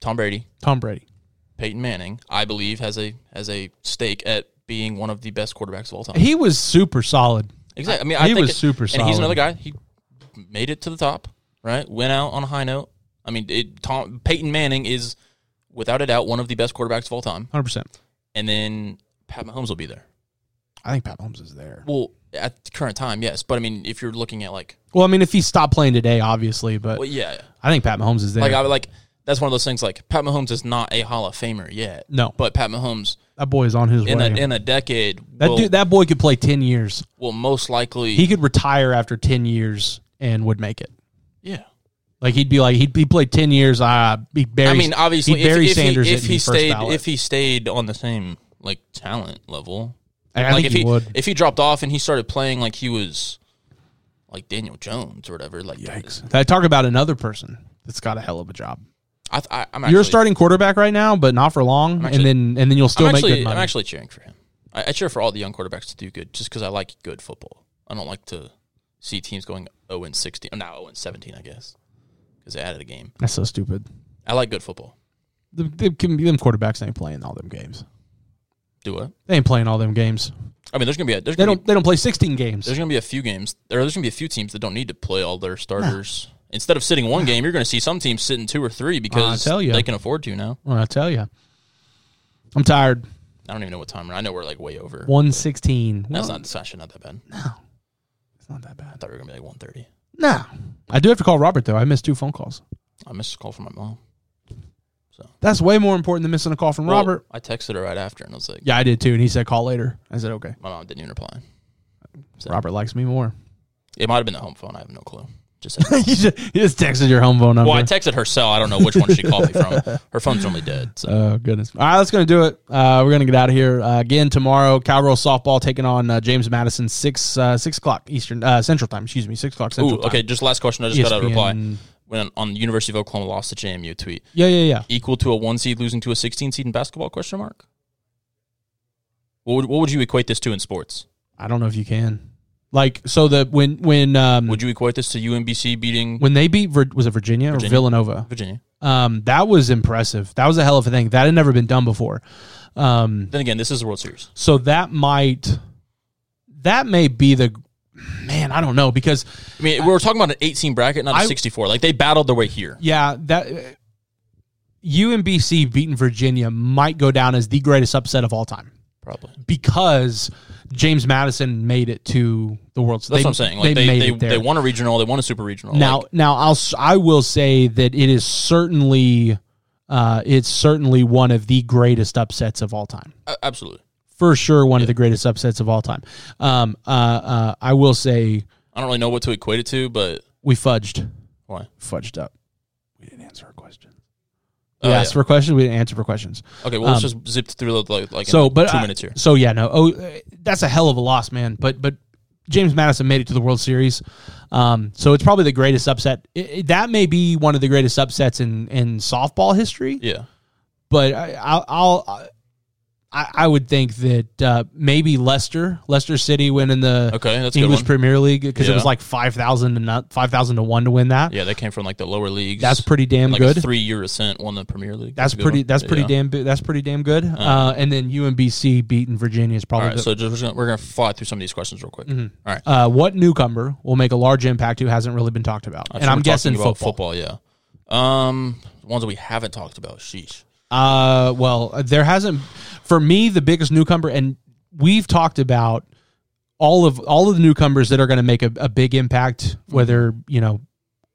Speaker 2: Tom Brady,
Speaker 1: Tom Brady.
Speaker 2: Peyton Manning, I believe has a has a stake at being one of the best quarterbacks of all time.
Speaker 1: He was super solid.
Speaker 2: Exactly. I mean, I
Speaker 1: He
Speaker 2: think
Speaker 1: was
Speaker 2: it-
Speaker 1: super
Speaker 2: And he's
Speaker 1: solid.
Speaker 2: another guy. He made it to the top, right? Went out on a high note. I mean, it, Tom Peyton Manning is without a doubt one of the best quarterbacks of all time.
Speaker 1: 100%.
Speaker 2: And then Pat Mahomes will be there.
Speaker 1: I think Pat Holmes is there.
Speaker 2: Well, at the current time, yes. But I mean, if you're looking at like,
Speaker 1: Well, I mean, if he stopped playing today, obviously, but
Speaker 2: well, yeah,
Speaker 1: I think Pat Mahomes is there.
Speaker 2: like I would like that's one of those things. Like Pat Mahomes is not a Hall of Famer yet.
Speaker 1: No.
Speaker 2: but Pat Mahomes
Speaker 1: that boy is on his
Speaker 2: in
Speaker 1: way.
Speaker 2: a in a decade
Speaker 1: that
Speaker 2: will,
Speaker 1: dude, that boy could play ten years.
Speaker 2: will most likely
Speaker 1: He could retire after ten years and would make it.
Speaker 2: yeah.
Speaker 1: Like he'd be like he'd he played ten years. Uh, he Barry,
Speaker 2: I mean, obviously,
Speaker 1: he
Speaker 2: if,
Speaker 1: Barry
Speaker 2: if
Speaker 1: Sanders
Speaker 2: he, if he stayed,
Speaker 1: first ballot.
Speaker 2: if he stayed on the same like talent level,
Speaker 1: I, I
Speaker 2: like
Speaker 1: think
Speaker 2: if
Speaker 1: he, would.
Speaker 2: if he dropped off and he started playing like he was like Daniel Jones or whatever, like yikes.
Speaker 1: I talk about another person that's got a hell of a job.
Speaker 2: I, th- I, I'm
Speaker 1: You're a
Speaker 2: actually-
Speaker 1: starting quarterback right now, but not for long,
Speaker 2: actually-
Speaker 1: and then and then you'll still
Speaker 2: I'm
Speaker 1: make
Speaker 2: actually,
Speaker 1: good money.
Speaker 2: I'm actually cheering for him. I, I cheer for all the young quarterbacks to do good, just because I like good football. I don't like to see teams going 0 and 16, now 0 and 17, I guess, because they added a game.
Speaker 1: That's so stupid.
Speaker 2: I like good football.
Speaker 1: Them, them, them quarterbacks ain't playing all them games.
Speaker 2: Do what?
Speaker 1: They ain't playing all them games.
Speaker 2: I mean, there's gonna be a, there's
Speaker 1: They
Speaker 2: gonna be,
Speaker 1: don't. They don't play sixteen games.
Speaker 2: there's gonna be a few games, or there's gonna be a few teams that don't need to play all their starters. Instead of sitting one game, you're gonna see some teams sitting two or three because
Speaker 1: tell ya.
Speaker 2: they can afford to now.
Speaker 1: Well, I tell you, I'm tired.
Speaker 2: I don't even know what time. we're I know we're like way over.
Speaker 1: One sixteen.
Speaker 2: That's not. That's actually not that bad. I
Speaker 1: It's not that bad.
Speaker 2: thought we were gonna be like one thirty.
Speaker 1: No, I do have to call Robert though. I missed two phone calls.
Speaker 2: I missed a call from my mom.
Speaker 1: That's way more important than missing a call from
Speaker 2: Well,
Speaker 1: Robert.
Speaker 2: I texted her right after, and I was like,
Speaker 1: Yeah, I did too, and he said call later. I said okay.
Speaker 2: my mom didn't even reply. So-
Speaker 1: Robert likes me more.
Speaker 2: It might have been the home phone. I have no clue. Just
Speaker 1: you, just, you just texted your home phone number.
Speaker 2: well, I texted her cell. I don't know which one she called me from. Her phone's normally dead. So
Speaker 1: Oh goodness! All right, that's gonna do it. Uh, we're gonna get out of here uh, again tomorrow. Cowgirl softball taking on uh, James Madison six uh, six o'clock Eastern uh, Central Time. Excuse me, six o'clock Central
Speaker 2: Ooh, okay.
Speaker 1: Time. E
Speaker 2: Just last question. I just got to reply
Speaker 1: ESPN.
Speaker 2: when on the University of Oklahoma lost to JMU tweet
Speaker 1: Yeah, yeah, yeah.
Speaker 2: equal to a one seed losing to a sixteen seed in basketball question mark. What would, what would you equate this to in sports?
Speaker 1: I don't know if you can. Like so that when when um
Speaker 2: Would you equate this to UMBC beating
Speaker 1: when they beat Vir- was it Virginia,
Speaker 2: Virginia.
Speaker 1: or Villanova?
Speaker 2: Virginia?
Speaker 1: Um, that was impressive. That was a hell of a thing. That had never been done before. Um,
Speaker 2: Then again, this is the World Series.
Speaker 1: so that might that may be the man. I don't know because
Speaker 2: I mean, we were talking about an 18 bracket, not a
Speaker 1: I-
Speaker 2: 64. Like they battled their way here.
Speaker 1: yeah that UMBC beating Virginia might go down as the greatest upset of all time
Speaker 2: Probably.
Speaker 1: because James Madison made it to the World.
Speaker 2: That's what I'm saying. Like they they, they, won a regional, they won a super regional.
Speaker 1: Now,
Speaker 2: Like,
Speaker 1: now I'll s- I will say that it is certainly, uh, it's certainly one of the greatest upsets of all time.
Speaker 2: a- absolutely.
Speaker 1: For sure, one of the greatest upsets of all time. Um, uh, uh, I will say
Speaker 2: I don't really know what to equate it to, but
Speaker 1: we fudged,
Speaker 2: why?
Speaker 1: fudged up. We didn't answer our questions.
Speaker 2: Oh,
Speaker 1: We asked for questions. We didn't answer for questions.
Speaker 2: Okay, well, let's just zip through the, like, like in,
Speaker 1: Um, So,
Speaker 2: like,
Speaker 1: but
Speaker 2: two
Speaker 1: I-
Speaker 2: minutes here.
Speaker 1: So yeah, no. Oh, uh, that's a hell of a loss, man. But but James Madison made it to the World Series, um, so it's probably the greatest upset. It, it- that may be one of the greatest upsets in in softball history.
Speaker 2: Yeah,
Speaker 1: but I, I'll, I'll I, I would think that uh, maybe Leicester, Leicester City, winning the
Speaker 2: Okay, that's a good
Speaker 1: English
Speaker 2: one.
Speaker 1: Premier League because it
Speaker 2: Yeah.
Speaker 1: was like five thousand to not five thousand to one to win that.
Speaker 2: yeah, they came from like the lower leagues.
Speaker 1: That's pretty damn
Speaker 2: like
Speaker 1: good.
Speaker 2: A three-year ascent, won the Premier League.
Speaker 1: that's
Speaker 2: a good
Speaker 1: pretty.
Speaker 2: one.
Speaker 1: That's pretty
Speaker 2: Yeah. Uh-huh.
Speaker 1: damn. bi- That's pretty damn good. Uh, and then UMBC beating Virginia is
Speaker 2: All
Speaker 1: probably.
Speaker 2: right,
Speaker 1: the-
Speaker 2: so just, we're gonna- we're gonna fly through some of these questions real quick. All right,
Speaker 1: uh, what newcomer will make a large impact who hasn't really been talked about? and
Speaker 2: So
Speaker 1: I'm
Speaker 2: we're talking
Speaker 1: guessing football.
Speaker 2: about football. Yeah, um, ones that we haven't talked about. Sheesh.
Speaker 1: Uh, well, there hasn't. For me, the biggest newcomer, and we've talked about all of all of the newcomers that are going to make a, a big impact, whether you know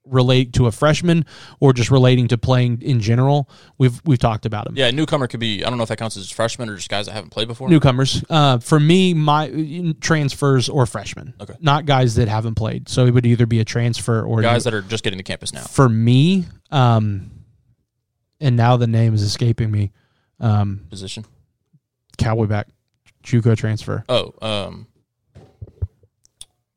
Speaker 1: relate to a freshman or just relating to playing in general. We've we've talked about them.
Speaker 2: Yeah, newcomer could be. I don't know if that counts as freshmen or just guys that haven't played before.
Speaker 1: Newcomers, uh, for me, my transfers or freshmen,
Speaker 2: Okay.
Speaker 1: not guys that haven't played. So it would either be a transfer or
Speaker 2: guys that are just getting to campus now.
Speaker 1: for me. Um, and now the name is escaping me. Um,
Speaker 2: Position.
Speaker 1: Cowboy back, JUCO transfer.
Speaker 2: Oh, um,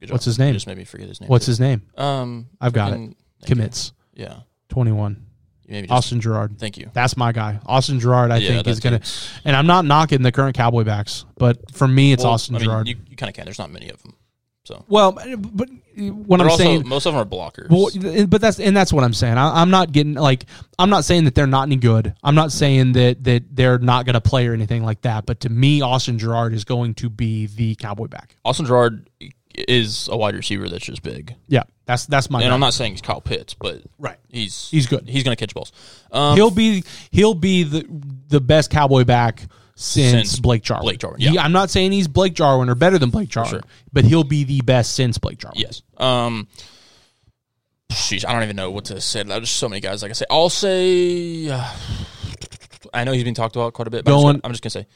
Speaker 2: good job.
Speaker 1: What's his name?
Speaker 2: You just made me forget his name.
Speaker 1: What's his name?
Speaker 2: Um,
Speaker 1: I've got it.
Speaker 2: freaking- thank
Speaker 1: Commits
Speaker 2: you. Yeah,
Speaker 1: 21.
Speaker 2: you maybe just.
Speaker 1: Austin Gerard.
Speaker 2: Thank you.
Speaker 1: That's my guy. Austin Gerard, I
Speaker 2: Yeah,
Speaker 1: think,
Speaker 2: that
Speaker 1: is going to.
Speaker 2: dude's-
Speaker 1: And I'm not knocking the current Cowboy backs, but for me, it's
Speaker 2: Well,
Speaker 1: Austin
Speaker 2: I mean,
Speaker 1: Gerard.
Speaker 2: You, you kind of can. There's not many of them. So
Speaker 1: Well, but what
Speaker 2: they're
Speaker 1: I'm
Speaker 2: also,
Speaker 1: saying,
Speaker 2: most of them are blockers.
Speaker 1: Well, th- but that's and that's what I'm saying. I, I'm not getting like I'm not saying that they're not any good. I'm not saying that that they're not going to play or anything like that. But to me, Austin Gerard is going to be the cowboy back.
Speaker 2: Austin Gerard is a wide receiver that's just big,
Speaker 1: Yeah, that's that's my
Speaker 2: and I'm
Speaker 1: guy.
Speaker 2: not saying he's Kyle Pitts, but
Speaker 1: right.
Speaker 2: he's
Speaker 1: He's good.
Speaker 2: He's going to catch balls. Um,
Speaker 1: He'll be he'll be the the best cowboy back since,
Speaker 2: Since
Speaker 1: Blake Jarwin.
Speaker 2: Blake Jarwin, yeah.
Speaker 1: I'm not saying he's Blake Jarwin or better than Blake Jarwin,
Speaker 2: sure.
Speaker 1: but he'll be the best since Blake Jarwin.
Speaker 2: yes. Um, sheesh, I don't even know what to say. There's so many guys. Like I say, I'll say. Uh, I know he's been talked about quite a bit. But
Speaker 1: Going-
Speaker 2: I'm just going to say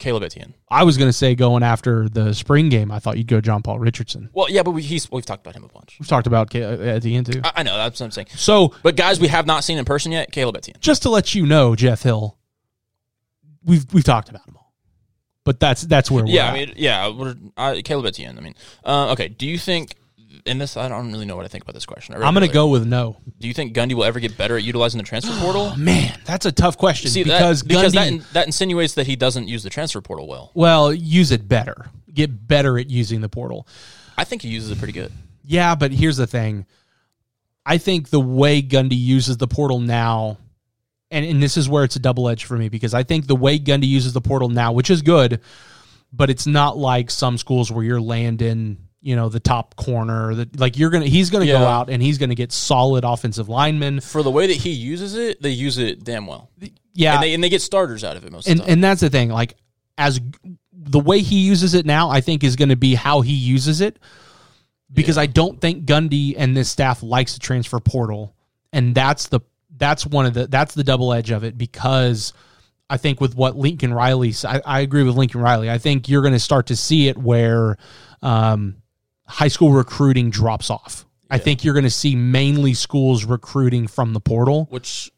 Speaker 2: Caleb Etienne.
Speaker 1: I was going to say going after the spring game, I thought you'd go John Paul Richardson.
Speaker 2: Well, yeah, but we, he's we've talked about him a bunch.
Speaker 1: We've talked about K- uh, at the end too.
Speaker 2: I, I know that's what I'm saying.
Speaker 1: So
Speaker 2: But guys, we have not seen in person yet. Caleb Etienne.
Speaker 1: just to let you know, Jeff Hill, we've we've talked about him all, but that's that's where we're
Speaker 2: Yeah,
Speaker 1: at.
Speaker 2: I mean, yeah, we're, I, Caleb Etienne. I mean, uh, okay. Do you think? In this, I don't really know what I think about this question. I really
Speaker 1: I'm going to
Speaker 2: don't.
Speaker 1: go with no.
Speaker 2: Do you think Gundy will ever get better at utilizing the transfer portal?
Speaker 1: Man, that's a tough question
Speaker 2: See,
Speaker 1: because
Speaker 2: that, because that,
Speaker 1: Gundy-
Speaker 2: in- that insinuates that he doesn't use the transfer portal well.
Speaker 1: well, use it better, get better at using the portal.
Speaker 2: I think he uses it pretty good.
Speaker 1: Yeah, but here's the thing. I think the way Gundy uses the portal now, and, and this is where it's a double edge for me because I think the way Gundy uses the portal now, which is good, but it's not like some schools where you're landing, you know, the top corner. That like you're gonna, he's gonna go
Speaker 2: Yeah.
Speaker 1: out and he's gonna get solid offensive linemen.
Speaker 2: For the way that he uses it, they use it damn well,
Speaker 1: Yeah,
Speaker 2: and they and they get starters out of it most
Speaker 1: and
Speaker 2: of the time.
Speaker 1: and that's the thing like as the way he uses it now i think is going to be how he uses it because i don't think gundy and this staff likes the transfer portal and that's the that's one of the that's the double edge of it because i think with what lincoln riley s- i, I agree with lincoln riley i think you're going to start to see it where um, high school recruiting drops off I think you're going to see mainly schools recruiting from the portal
Speaker 2: Which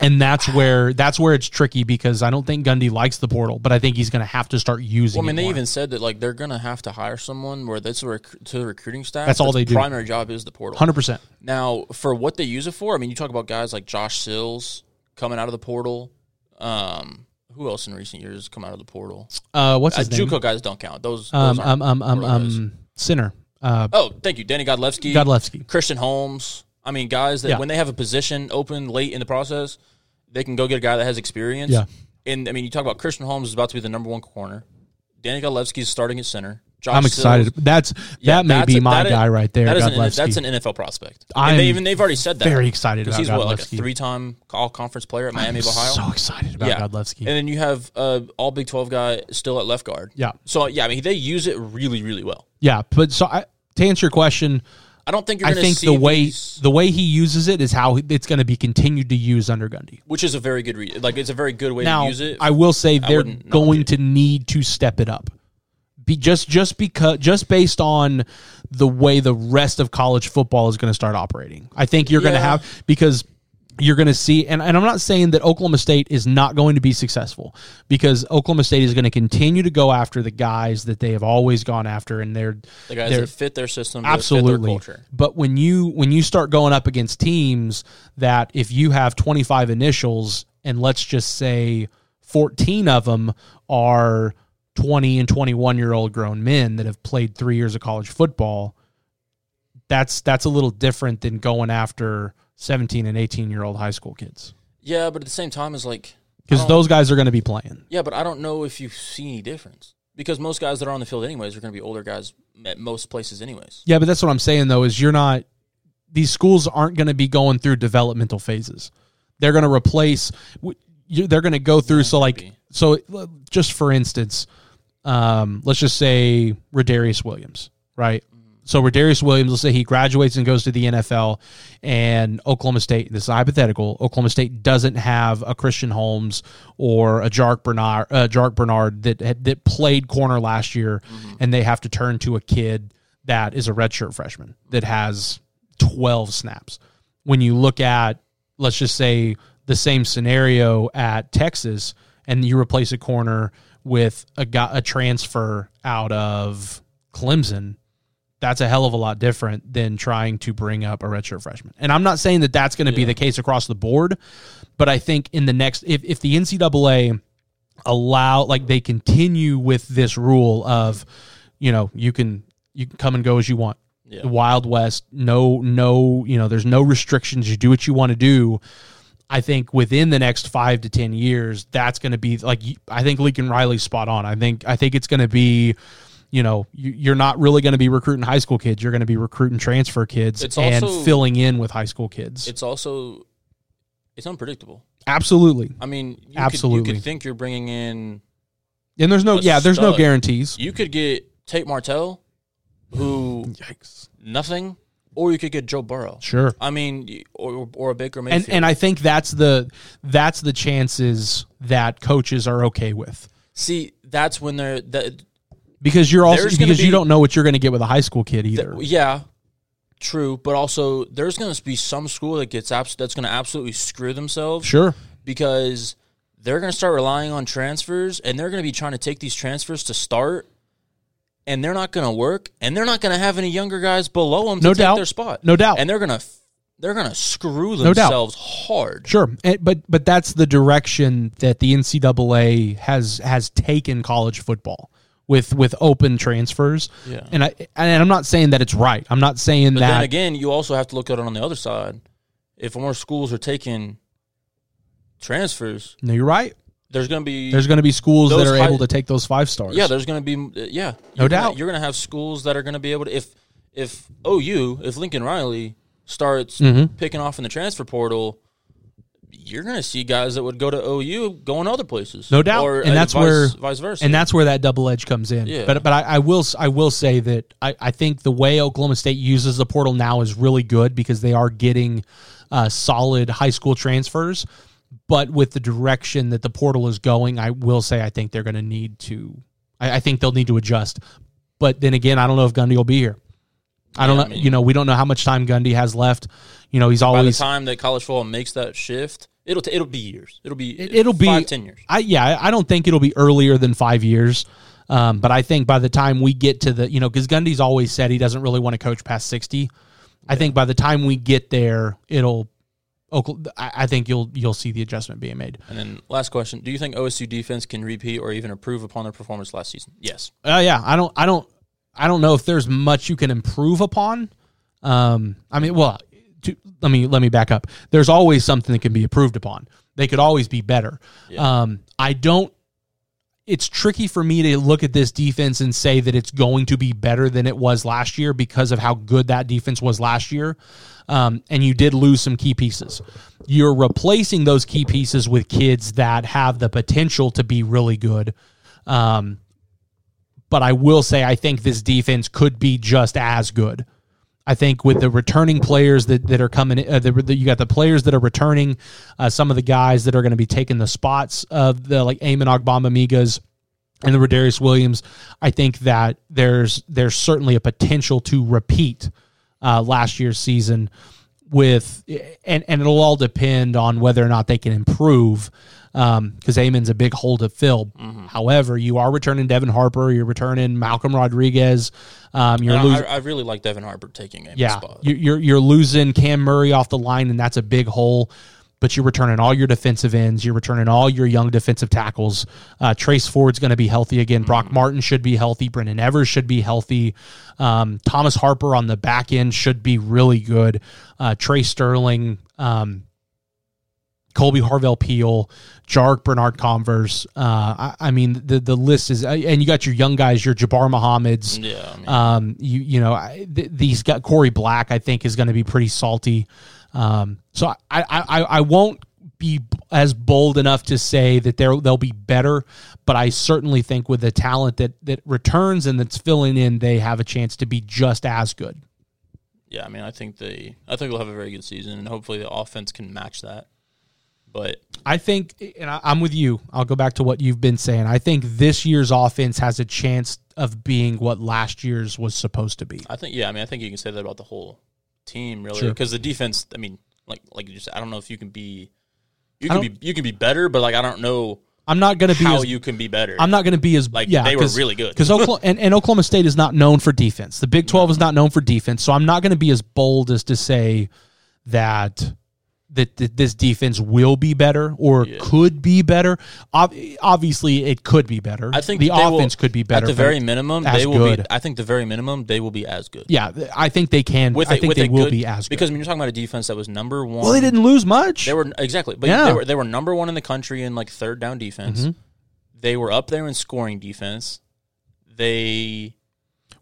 Speaker 1: and that's where that's where it's tricky because I don't think Gundy likes the portal, but I think he's going to have to start using.
Speaker 2: well, I mean,
Speaker 1: it
Speaker 2: they
Speaker 1: more.
Speaker 2: even said that like they're gonna have to hire someone where that's a rec- to the recruiting staff.
Speaker 1: That's all
Speaker 2: their
Speaker 1: they do.
Speaker 2: Primary job is the portal.
Speaker 1: hundred percent.
Speaker 2: Now, for what they use it for, I mean, you talk about guys like Josh Sills coming out of the portal. Um, who else in recent years has come out of the portal?
Speaker 1: Uh, what's
Speaker 2: Uh,
Speaker 1: his name?
Speaker 2: JUCO guys don't count. Those,
Speaker 1: Um,
Speaker 2: those
Speaker 1: um,
Speaker 2: aren't
Speaker 1: um, um,
Speaker 2: portal guys.
Speaker 1: um, Sinner, uh,
Speaker 2: Oh, thank you, Danny Godlevsky,
Speaker 1: Godlewski.
Speaker 2: Christian Holmes. I mean, guys that
Speaker 1: Yeah.
Speaker 2: when they have a position open late in the process, they can go get a guy that has experience.
Speaker 1: Yeah.
Speaker 2: And I mean, you talk about Christian Holmes is about to be the number one corner. Danny Godlewski is starting at center. Josh
Speaker 1: I'm excited.
Speaker 2: Sills-
Speaker 1: That's
Speaker 2: Yeah,
Speaker 1: that may
Speaker 2: that's
Speaker 1: be
Speaker 2: a-
Speaker 1: my
Speaker 2: that is-
Speaker 1: guy right there.
Speaker 2: That is an,
Speaker 1: Godlewski.
Speaker 2: that's an NFL prospect.
Speaker 1: I'm
Speaker 2: and they even they've already said that.
Speaker 1: very excited
Speaker 2: because
Speaker 1: about
Speaker 2: he's what like a
Speaker 1: Godlewski.
Speaker 2: three-time All Conference player at
Speaker 1: I'm
Speaker 2: Miami of Ohio.
Speaker 1: so excited about Godlewski.
Speaker 2: And then you have uh, all Big Twelve guy still at left guard.
Speaker 1: Yeah.
Speaker 2: So yeah, I mean they use it really really well.
Speaker 1: yeah, but so I, to answer your question,
Speaker 2: I don't think you're.
Speaker 1: I
Speaker 2: gonna
Speaker 1: think
Speaker 2: see
Speaker 1: the way
Speaker 2: these-
Speaker 1: the way he uses it is how it's going to be continued to use under Gundy.
Speaker 2: which is a very good re- like it's a very good way
Speaker 1: now,
Speaker 2: to use it.
Speaker 1: I will say they're
Speaker 2: wouldn't knock
Speaker 1: going
Speaker 2: it.
Speaker 1: to need to step it up. Be just just because just based on the way the rest of college football is going to start operating. I think you're going to
Speaker 2: Yeah.
Speaker 1: have because you're going to see and, and I'm not saying that Oklahoma State is not going to be successful because Oklahoma State is going to continue to go after the guys that they have always gone after and they're
Speaker 2: the guys
Speaker 1: they're-
Speaker 2: that fit their system, that fit their
Speaker 1: absolutely
Speaker 2: culture.
Speaker 1: but when you when you start going up against teams that if you have 25 initials and let's just say 14 of them are 20 and 21 year old grown men that have played 3 years of college football that's that's a little different than going after 17 and 18 year old high school kids
Speaker 2: Yeah, but at the same time, it's like I
Speaker 1: cuz
Speaker 2: don't-
Speaker 1: those guys are going to be playing
Speaker 2: Yeah, but I don't know if you see any difference because most guys that are on the field anyways are going to be older guys at most places anyways.
Speaker 1: Yeah, but that's what I'm saying though is you're not these schools aren't going to be going through developmental phases. They're going to replace w- you- they're going to go through so like
Speaker 2: maybe.
Speaker 1: so l- just for instance um let's just say Radarius Williams, right? So Radarius Williams, let's say he graduates and goes to the NFL and Oklahoma State, this is hypothetical, Oklahoma State doesn't have a Christian Holmes or a Jark Bernard, uh, Jark Bernard that had- that played corner last year and they have to turn to a kid that is a redshirt freshman that has 12 snaps. When you look at, let's just say, the same scenario at Texas, and you replace a corner with a guy, a transfer out of Clemson, that's a hell of a lot different than trying to bring up a redshirt freshman. And I'm not saying that that's going to be the case across the board, but I think in the next, if, if the NCAA allow like they continue with this rule of you know you can you can come and go as you want.
Speaker 2: Yeah.
Speaker 1: The Wild West, no, no, you know, there's no restrictions. You do what you want to do. I think within the next five to ten years, that's going to be like you- I think Lincoln Riley's spot on. I think I think it's going to be, you know, you, you're not really going to be recruiting high school kids. You're going to be recruiting transfer kids
Speaker 2: It's
Speaker 1: and
Speaker 2: also-
Speaker 1: filling in with high school kids.
Speaker 2: It's also it's unpredictable.
Speaker 1: Absolutely,
Speaker 2: I mean, you Could, you
Speaker 1: Absolutely.
Speaker 2: could think you're bringing in.
Speaker 1: and there's no
Speaker 2: A
Speaker 1: yeah, there's no
Speaker 2: stud.
Speaker 1: guarantees.
Speaker 2: You could get Tate Martell, who
Speaker 1: Yikes.
Speaker 2: nothing, or you could get Joe Burrow.
Speaker 1: Sure.
Speaker 2: I mean, you- or or a Baker Mayfield.
Speaker 1: and and I think that's the that's the chances that coaches are okay with
Speaker 2: see, that's when they're that.
Speaker 1: because you're also
Speaker 2: There's gonna
Speaker 1: because you
Speaker 2: be-
Speaker 1: don't know what you're going to get with a high school kid either.
Speaker 2: Yeah, true, but also there's going to be some school that gets abs- that's going to absolutely screw themselves
Speaker 1: sure,
Speaker 2: because they're going to start relying on transfers and they're going to be trying to take these transfers to start. And they're not going to work, and they're not going to have any younger guys below them to
Speaker 1: No
Speaker 2: take
Speaker 1: doubt.
Speaker 2: their spot.
Speaker 1: No doubt.
Speaker 2: and they're going to they're going to screw
Speaker 1: No doubt.
Speaker 2: themselves hard.
Speaker 1: sure, And- but but that's the direction that the NCAA has has taken college football with with open transfers.
Speaker 2: Yeah.
Speaker 1: and I and I'm not saying that it's right. I'm not saying
Speaker 2: But
Speaker 1: that
Speaker 2: then again, you also have to look at it on the other side. If more schools are taking transfers,
Speaker 1: no, you're right.
Speaker 2: there's going to be
Speaker 1: There's going to be schools that
Speaker 2: Those
Speaker 1: are
Speaker 2: high-
Speaker 1: able to take those five stars.
Speaker 2: yeah, there's going to be uh, yeah,
Speaker 1: No
Speaker 2: You're gonna-
Speaker 1: doubt.
Speaker 2: you're going to have schools that are going to be able to if if OU if Lincoln Riley starts
Speaker 1: Mm-hmm.
Speaker 2: picking off in the transfer portal. You're gonna see guys that would go to OU going other places,
Speaker 1: No doubt.
Speaker 2: or,
Speaker 1: And
Speaker 2: uh,
Speaker 1: that's
Speaker 2: vice,
Speaker 1: where-
Speaker 2: vice versa.
Speaker 1: and that's where that double edge comes in.
Speaker 2: Yeah.
Speaker 1: But but I, I will s- I will say that I, I think the way Oklahoma State uses the portal now is really good because they are getting uh, solid high school transfers. But with the direction that the portal is going, I will say I think they're going to need to. I, I think they'll need to adjust. But then again, I don't know if Gundy will be here. I don't
Speaker 2: Yeah,
Speaker 1: know.
Speaker 2: I mean-
Speaker 1: you know, we don't know how much time Gundy has left. You know, he's
Speaker 2: by the
Speaker 1: always
Speaker 2: time that college football makes that shift, it'll t- it'll be years. It'll be
Speaker 1: It- it'll be
Speaker 2: five, ten years.
Speaker 1: I yeah, I- I don't think it'll be earlier than five years. Um, but I think by the time we get to the, you know, because Gundy's always said he doesn't really want to coach past sixty. I think by the time we get there, it'll. Oklahoma, I I think you'll you'll see the adjustment being made.
Speaker 2: And then last question: Do you think OSU defense can repeat or even improve upon their performance last season? Yes.
Speaker 1: Uh, yeah, I don't I don't I don't know if there's much you can improve upon. Um, I mean, well, to, let me let me back up. There's always something that can be improved upon. They could always be better. Um, I don't it's tricky for me to look at this defense and say that it's going to be better than it was last year because of how good that defense was last year. Um, and you did lose some key pieces. You're replacing those key pieces with kids that have the potential to be really good. Um, but I will say I think this defense could be just as good. I think with the returning players that, that are coming, uh, the, the, you got the players that are returning, uh, some of the guys that are going to be taking the spots of the like Amon Ogbamamigas and the Rodarius Williams. I think that there's there's certainly a potential to repeat uh, last year's season with and and it'll all depend on whether or not they can improve because Amon's a big hole to fill.
Speaker 2: Mm-hmm.
Speaker 1: However, you are returning Devin Harper, you're returning Malcolm Rodriguez, um, you're
Speaker 2: And
Speaker 1: losing.
Speaker 2: I, I really like Devin Harper taking a
Speaker 1: Yeah,
Speaker 2: spot.
Speaker 1: you- you're you're losing Cam Murray off the line, and that's a big hole. But you're returning all your defensive ends. You're returning all your young defensive tackles. Uh, Trace Ford's going to be healthy again. Brock Martin should be healthy. Brendan Evers should be healthy. Um, Thomas Harper on the back end should be really good. Uh, Trey Sterling, um, Colby Harvell Peel, Jark Bernard Converse. Uh, I, I mean, the the list is, and you got your young guys, your Jabbar Muhammad's.
Speaker 2: Yeah, I mean,
Speaker 1: Um, you you know I- th- these got Corey Black. I think is going to be pretty salty. Um, so I, I I I won't be b- as bold enough to say that they'll they'll be better, but I certainly think with the talent that that returns and that's filling in, they have a chance to be just as good.
Speaker 2: yeah. I mean, I think they, I think they'll have a very good season, and hopefully the offense can match that. But
Speaker 1: I think, and I, I'm with you. I'll go back to what you've been saying. I think this year's offense has a chance of being what last year's was supposed to be.
Speaker 2: I think, yeah, I mean, I think you can say that about the whole team, really,
Speaker 1: Sure.
Speaker 2: because the defense. I mean, like, like you just, I don't know if you can be, you
Speaker 1: I
Speaker 2: can be, you can be better, but like, I don't know
Speaker 1: I'm not going to be
Speaker 2: how
Speaker 1: as
Speaker 2: you can be better.
Speaker 1: I'm not going to be as
Speaker 2: Like,
Speaker 1: yeah,
Speaker 2: they were really good.
Speaker 1: because Oklahoma and, and Oklahoma State is not known for defense. The Big Twelve is not known for defense, so I'm not going to be as bold as to say that that, that this defense will be better or
Speaker 2: Yeah.
Speaker 1: could be better. Ob- obviously, it could be better.
Speaker 2: I think
Speaker 1: the
Speaker 2: that they will-
Speaker 1: offense could be better.
Speaker 2: At the
Speaker 1: but-
Speaker 2: very minimum,
Speaker 1: as
Speaker 2: they will
Speaker 1: good.
Speaker 2: be. I think the very minimum they will be as good.
Speaker 1: yeah, th- I think they can.
Speaker 2: With
Speaker 1: I
Speaker 2: a-
Speaker 1: think
Speaker 2: with
Speaker 1: they
Speaker 2: a
Speaker 1: will
Speaker 2: good-
Speaker 1: be as good.
Speaker 2: because I mean you're talking about a defense that was number one.
Speaker 1: well, they didn't lose much.
Speaker 2: They were exactly, but
Speaker 1: Yeah. Mm-hmm.
Speaker 2: they were they were number one in the country in like third down defense. They were up there in scoring defense. They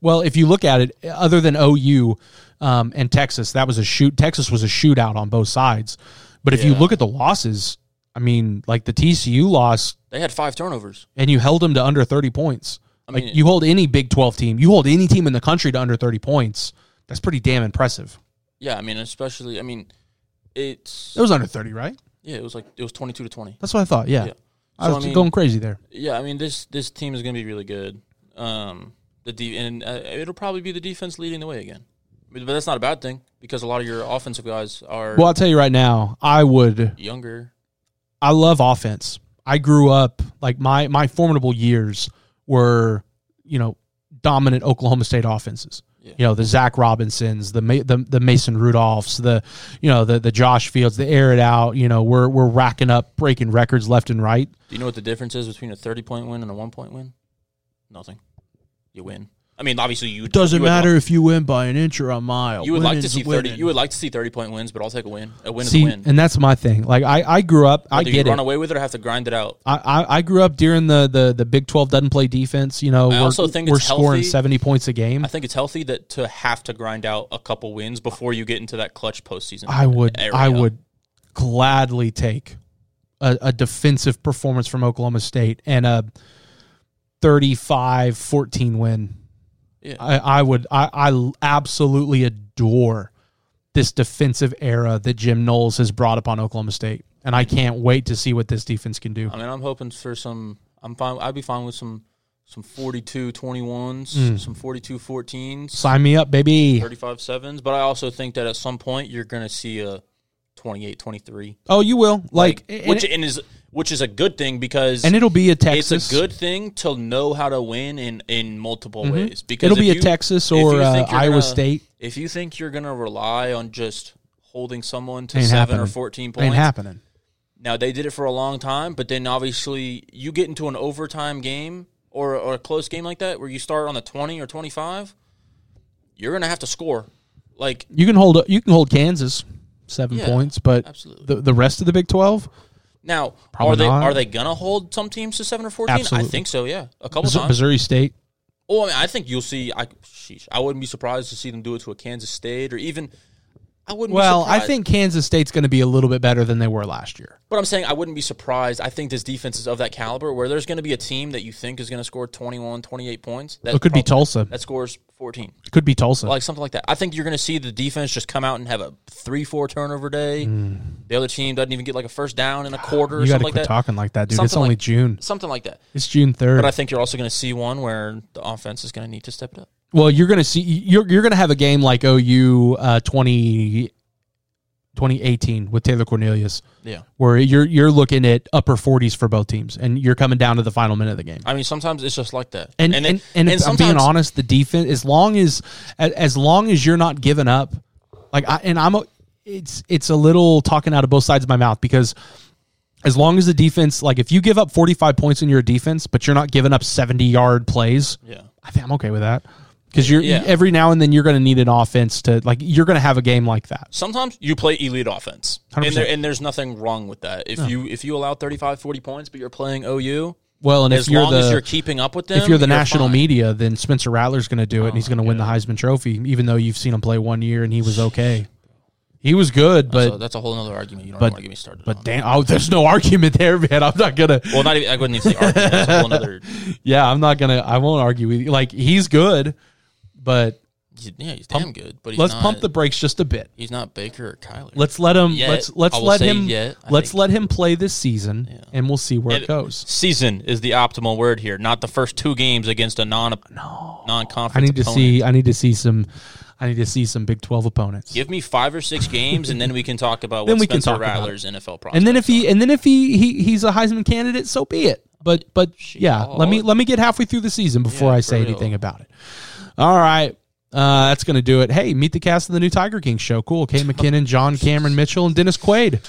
Speaker 1: Well, if you look at it, other than OU um, and Texas, that was a shoot. Texas was a shootout on both sides. But if you
Speaker 2: Yeah.
Speaker 1: look at the losses, I mean, like the TCU loss,
Speaker 2: they had five turnovers.
Speaker 1: and you held them to under thirty points. like
Speaker 2: mean-
Speaker 1: you hold any Big Twelve team, you hold any team in the country to under thirty points. That's pretty damn impressive.
Speaker 2: Yeah, I mean especially I mean it's
Speaker 1: It was under thirty, right?
Speaker 2: yeah it was like it was twenty two to twenty.
Speaker 1: That's what I thought. Yeah,
Speaker 2: Yeah.
Speaker 1: I
Speaker 2: So,
Speaker 1: was
Speaker 2: I mean-
Speaker 1: going crazy there.
Speaker 2: Yeah, I mean this this team is going to be really good. Um, the de- and uh, it'll probably be the defense leading the way again, but but that's not a bad thing because a lot of your offensive guys are
Speaker 1: Well, I'll tell you right now, I would
Speaker 2: younger.
Speaker 1: I love offense. I grew up like my my formidable years were, you know, dominant Oklahoma State offenses.
Speaker 2: Yeah.
Speaker 1: You know, the Zach Robinsons, the, Ma- the the Mason Rudolphs, the you know, the the Josh Fields, the air it out, you know, we're we're racking up breaking records left and right.
Speaker 2: Do you know what the difference is between a thirty point win and a one point win? Nothing. You win. I mean, obviously you you would
Speaker 1: if you win by an inch or a mile.
Speaker 2: You would like to see thirty. You would like to see thirty point wins, but I'll take a win. A win
Speaker 1: see,
Speaker 2: is a win.
Speaker 1: and that's my thing. Like I, I grew up, I
Speaker 2: Whether you
Speaker 1: get
Speaker 2: run
Speaker 1: it.
Speaker 2: away with it or have to grind it out.
Speaker 1: I, I, I grew up during the, the, the Big Twelve doesn't play defense. You know, we're,
Speaker 2: also think
Speaker 1: we're
Speaker 2: it's
Speaker 1: scoring
Speaker 2: healthy.
Speaker 1: seventy points a game.
Speaker 2: I think it's healthy that to have to grind out a couple wins before you get into that clutch postseason.
Speaker 1: I would
Speaker 2: area.
Speaker 1: I would gladly take a, a defensive performance from Oklahoma State and a 35-14 win.
Speaker 2: Yeah.
Speaker 1: I, I would I, I absolutely adore this defensive era that Jim Knowles has brought upon Oklahoma State. And I can't wait to see what this defense can do.
Speaker 2: I mean, I'm hoping for some. I'm fine. I'd be fine with some some 42 21s,
Speaker 1: Hmm.
Speaker 2: some 42 14s,
Speaker 1: Sign me up, baby.
Speaker 2: 35 7s. But I also think that at some point you're going to see a 28 23,
Speaker 1: Oh, you will. Like, and,
Speaker 2: which
Speaker 1: it,
Speaker 2: and is which is a good thing because
Speaker 1: and it'll be a
Speaker 2: it's
Speaker 1: Texas.
Speaker 2: a good thing to know how to win in in multiple ways
Speaker 1: Mm-hmm.
Speaker 2: because
Speaker 1: it'll
Speaker 2: if
Speaker 1: be a
Speaker 2: you-
Speaker 1: Texas
Speaker 2: if
Speaker 1: or
Speaker 2: you
Speaker 1: uh,
Speaker 2: think you're
Speaker 1: Iowa
Speaker 2: gonna-
Speaker 1: State.
Speaker 2: If you think you're going to rely on just holding someone to
Speaker 1: Ain't
Speaker 2: seven or
Speaker 1: happening.
Speaker 2: 14
Speaker 1: Ain't
Speaker 2: points,
Speaker 1: happening.
Speaker 2: now they did it for a long time, but then obviously you get into an overtime game or, or a close game like that where you start on the twenty or twenty five, you're gonna have to score. Like
Speaker 1: You can hold you can hold Kansas seven
Speaker 2: Yeah,
Speaker 1: points, but
Speaker 2: absolutely.
Speaker 1: the the rest of the Big Twelve,
Speaker 2: now,
Speaker 1: Probably
Speaker 2: are they
Speaker 1: not.
Speaker 2: are they gonna hold some teams to seven or fourteen?
Speaker 1: Absolutely.
Speaker 2: I think so. Yeah, a couple
Speaker 1: Missouri,
Speaker 2: times.
Speaker 1: Missouri State.
Speaker 2: Oh, I, mean, I think you'll see. I sheesh, I wouldn't be surprised to see them do it to a Kansas State or even. I wouldn't.
Speaker 1: Well,
Speaker 2: be
Speaker 1: I
Speaker 2: surprised.
Speaker 1: think Kansas State's going to be a little bit better than they were last year.
Speaker 2: But I'm saying I wouldn't be surprised. I think this defense is of that caliber where there's going to be a team that you think is going to score 21, 28 points. That
Speaker 1: It could be
Speaker 2: prob-
Speaker 1: Tulsa.
Speaker 2: That scores 14.
Speaker 1: It could be Tulsa.
Speaker 2: like something like that. I think you're going to see the defense just come out and have a three four turnover day. The other team doesn't even get like a first down in a quarter or
Speaker 1: Hmm. you got to
Speaker 2: something
Speaker 1: quit
Speaker 2: like that.
Speaker 1: talking like that, dude. it's
Speaker 2: Something
Speaker 1: only
Speaker 2: like-
Speaker 1: June.
Speaker 2: Something like that.
Speaker 1: It's June third.
Speaker 2: But I think you're also going to see one where the offense is going to need to step it up.
Speaker 1: well, you're going to see you're you're going to have a game like OU uh, 20, 2018 with Taylor Cornelius,
Speaker 2: Yeah.
Speaker 1: where you're you're looking at upper forties for both teams, and you're coming down to the final minute of the game.
Speaker 2: I mean, sometimes it's just like that.
Speaker 1: And and, and, if I'm being honest, the defense as long as as- as long as you're not giving up, like I and I'm a, it's it's a little talking out of both sides of my mouth because as long as the defense, like if you give up 45 points in your defense, but you're not giving up 70 yard plays,
Speaker 2: yeah.
Speaker 1: I think I'm okay with that because you're
Speaker 2: Yeah.
Speaker 1: every now and then you're going to need an offense to like you're going to have a game like that.
Speaker 2: Sometimes you play elite offense. And,
Speaker 1: 100%.
Speaker 2: there, and there's nothing wrong with that. If you if you allow 35, 40 points, but you're playing OU,
Speaker 1: Well, and
Speaker 2: as
Speaker 1: if you're
Speaker 2: long
Speaker 1: the
Speaker 2: as you're keeping up with them,
Speaker 1: if you're the national
Speaker 2: fine. Oh,
Speaker 1: media, then Spencer Rattler's going to do it, and he's going to win the Heisman Trophy, even though you've seen him play one year and he was okay. He was good, but
Speaker 2: so that's a whole other argument. You don't want to get me started.
Speaker 1: But
Speaker 2: on.
Speaker 1: damn, oh, there's no argument there, man. I'm not gonna.
Speaker 2: well, not even I wouldn't even say argument. That's a whole other.
Speaker 1: Yeah, I'm not gonna. I won't argue with you. Like he's good, but
Speaker 2: He's, yeah, he's damn good, but he's
Speaker 1: let's
Speaker 2: not,
Speaker 1: pump the brakes just a bit.
Speaker 2: He's not Baker or Kyler.
Speaker 1: Let's let him.
Speaker 2: Yet.
Speaker 1: let's let's
Speaker 2: I will
Speaker 1: let
Speaker 2: say
Speaker 1: him.
Speaker 2: yet, I
Speaker 1: let's
Speaker 2: think.
Speaker 1: let him play this season,
Speaker 2: Yeah.
Speaker 1: and we'll see where it,
Speaker 2: It-
Speaker 1: goes.
Speaker 2: Season is the optimal word here, not the first two games against a non non
Speaker 1: I
Speaker 2: conference.
Speaker 1: need to see. I need to see some. I need to see some Big Twelve opponents.
Speaker 2: Give me five or six games, and then we can talk about
Speaker 1: Then
Speaker 2: what
Speaker 1: we can
Speaker 2: Spencer
Speaker 1: talk about
Speaker 2: Rattler's NFL prospect.
Speaker 1: and then if he and then if he, he he's a Heisman candidate, so be it. But but yeah, let me let me get halfway through the season before
Speaker 2: Yeah,
Speaker 1: I
Speaker 2: for
Speaker 1: say
Speaker 2: real.
Speaker 1: anything about it. All right, Uh, that's going to do it. Hey, meet the cast of the new Tiger King show. Cool. Kate McKinnon, John Cameron Mitchell, and Dennis Quaid.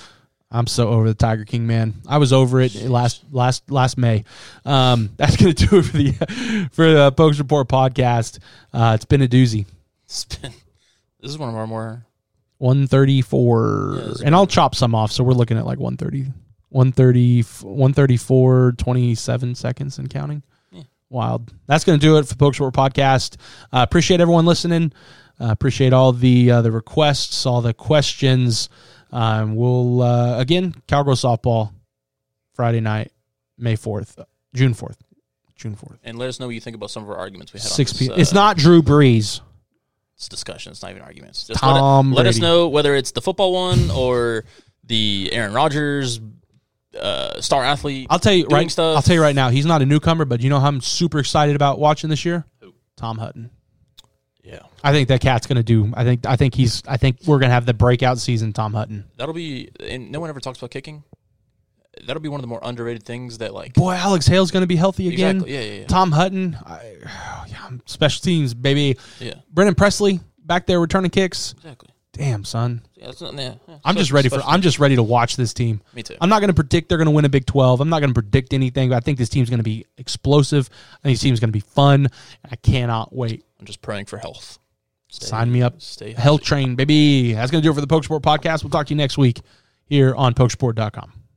Speaker 1: I'm so over the Tiger King, man. I was over it last last last May. Um, that's going to do it for the for the Pokes Report podcast. Uh, it's been a doozy.
Speaker 2: It's been, this is one of our more.
Speaker 1: 134
Speaker 2: Yeah, that's
Speaker 1: and I'll chop some off so we're looking at like 130 130 134 27 seconds and counting
Speaker 2: Yeah.
Speaker 1: wild that's going to do it for Pokes Report podcast uh, appreciate everyone listening uh, appreciate all the uh, the requests all the questions um, we'll uh, again Cowgirl softball Friday night May 4th June 4th June 4th
Speaker 2: And let us know what you think about some of our arguments we had.
Speaker 1: 6
Speaker 2: on this,
Speaker 1: p.m.
Speaker 2: uh,
Speaker 1: it's not Drew Brees
Speaker 2: it's discussion. It's not even arguments. Just
Speaker 1: Tom
Speaker 2: let, it- let us
Speaker 1: Brady.
Speaker 2: know whether it's the football one or the Aaron Rodgers uh, star athlete.
Speaker 1: I'll tell you
Speaker 2: doing
Speaker 1: right.
Speaker 2: stuff.
Speaker 1: I'll tell you right now. He's not a newcomer, but you know how I'm super excited about watching this year. Tom Hutton.
Speaker 2: Yeah,
Speaker 1: I think that cat's gonna do. I think. I think he's. I think we're gonna have the breakout season. Tom Hutton.
Speaker 2: that'll be. And no one ever talks about kicking. That'll be one of the more underrated things that like
Speaker 1: Boy, Alex Hale's gonna be healthy again.
Speaker 2: Exactly. Yeah, yeah, yeah.
Speaker 1: Tom Hutton. I, yeah, special teams, baby.
Speaker 2: yeah.
Speaker 1: Brendan Presley back there returning kicks.
Speaker 2: Exactly.
Speaker 1: Damn son,
Speaker 2: Yeah, it's not, yeah, yeah.
Speaker 1: I'm
Speaker 2: So-
Speaker 1: just ready for.
Speaker 2: especially-
Speaker 1: I'm just ready to watch this team.
Speaker 2: Me too.
Speaker 1: I'm not going to predict they're going to win a Big 12. I'm not going to predict anything. But I think this team's going to be explosive. I think this team's going to be fun. I cannot wait.
Speaker 2: I'm just praying for health. Stay-
Speaker 1: Sign me up.
Speaker 2: Stay
Speaker 1: Hell Train, baby. That's going to do it for the Pokesport podcast. We'll talk to you next week here on pokesport.com.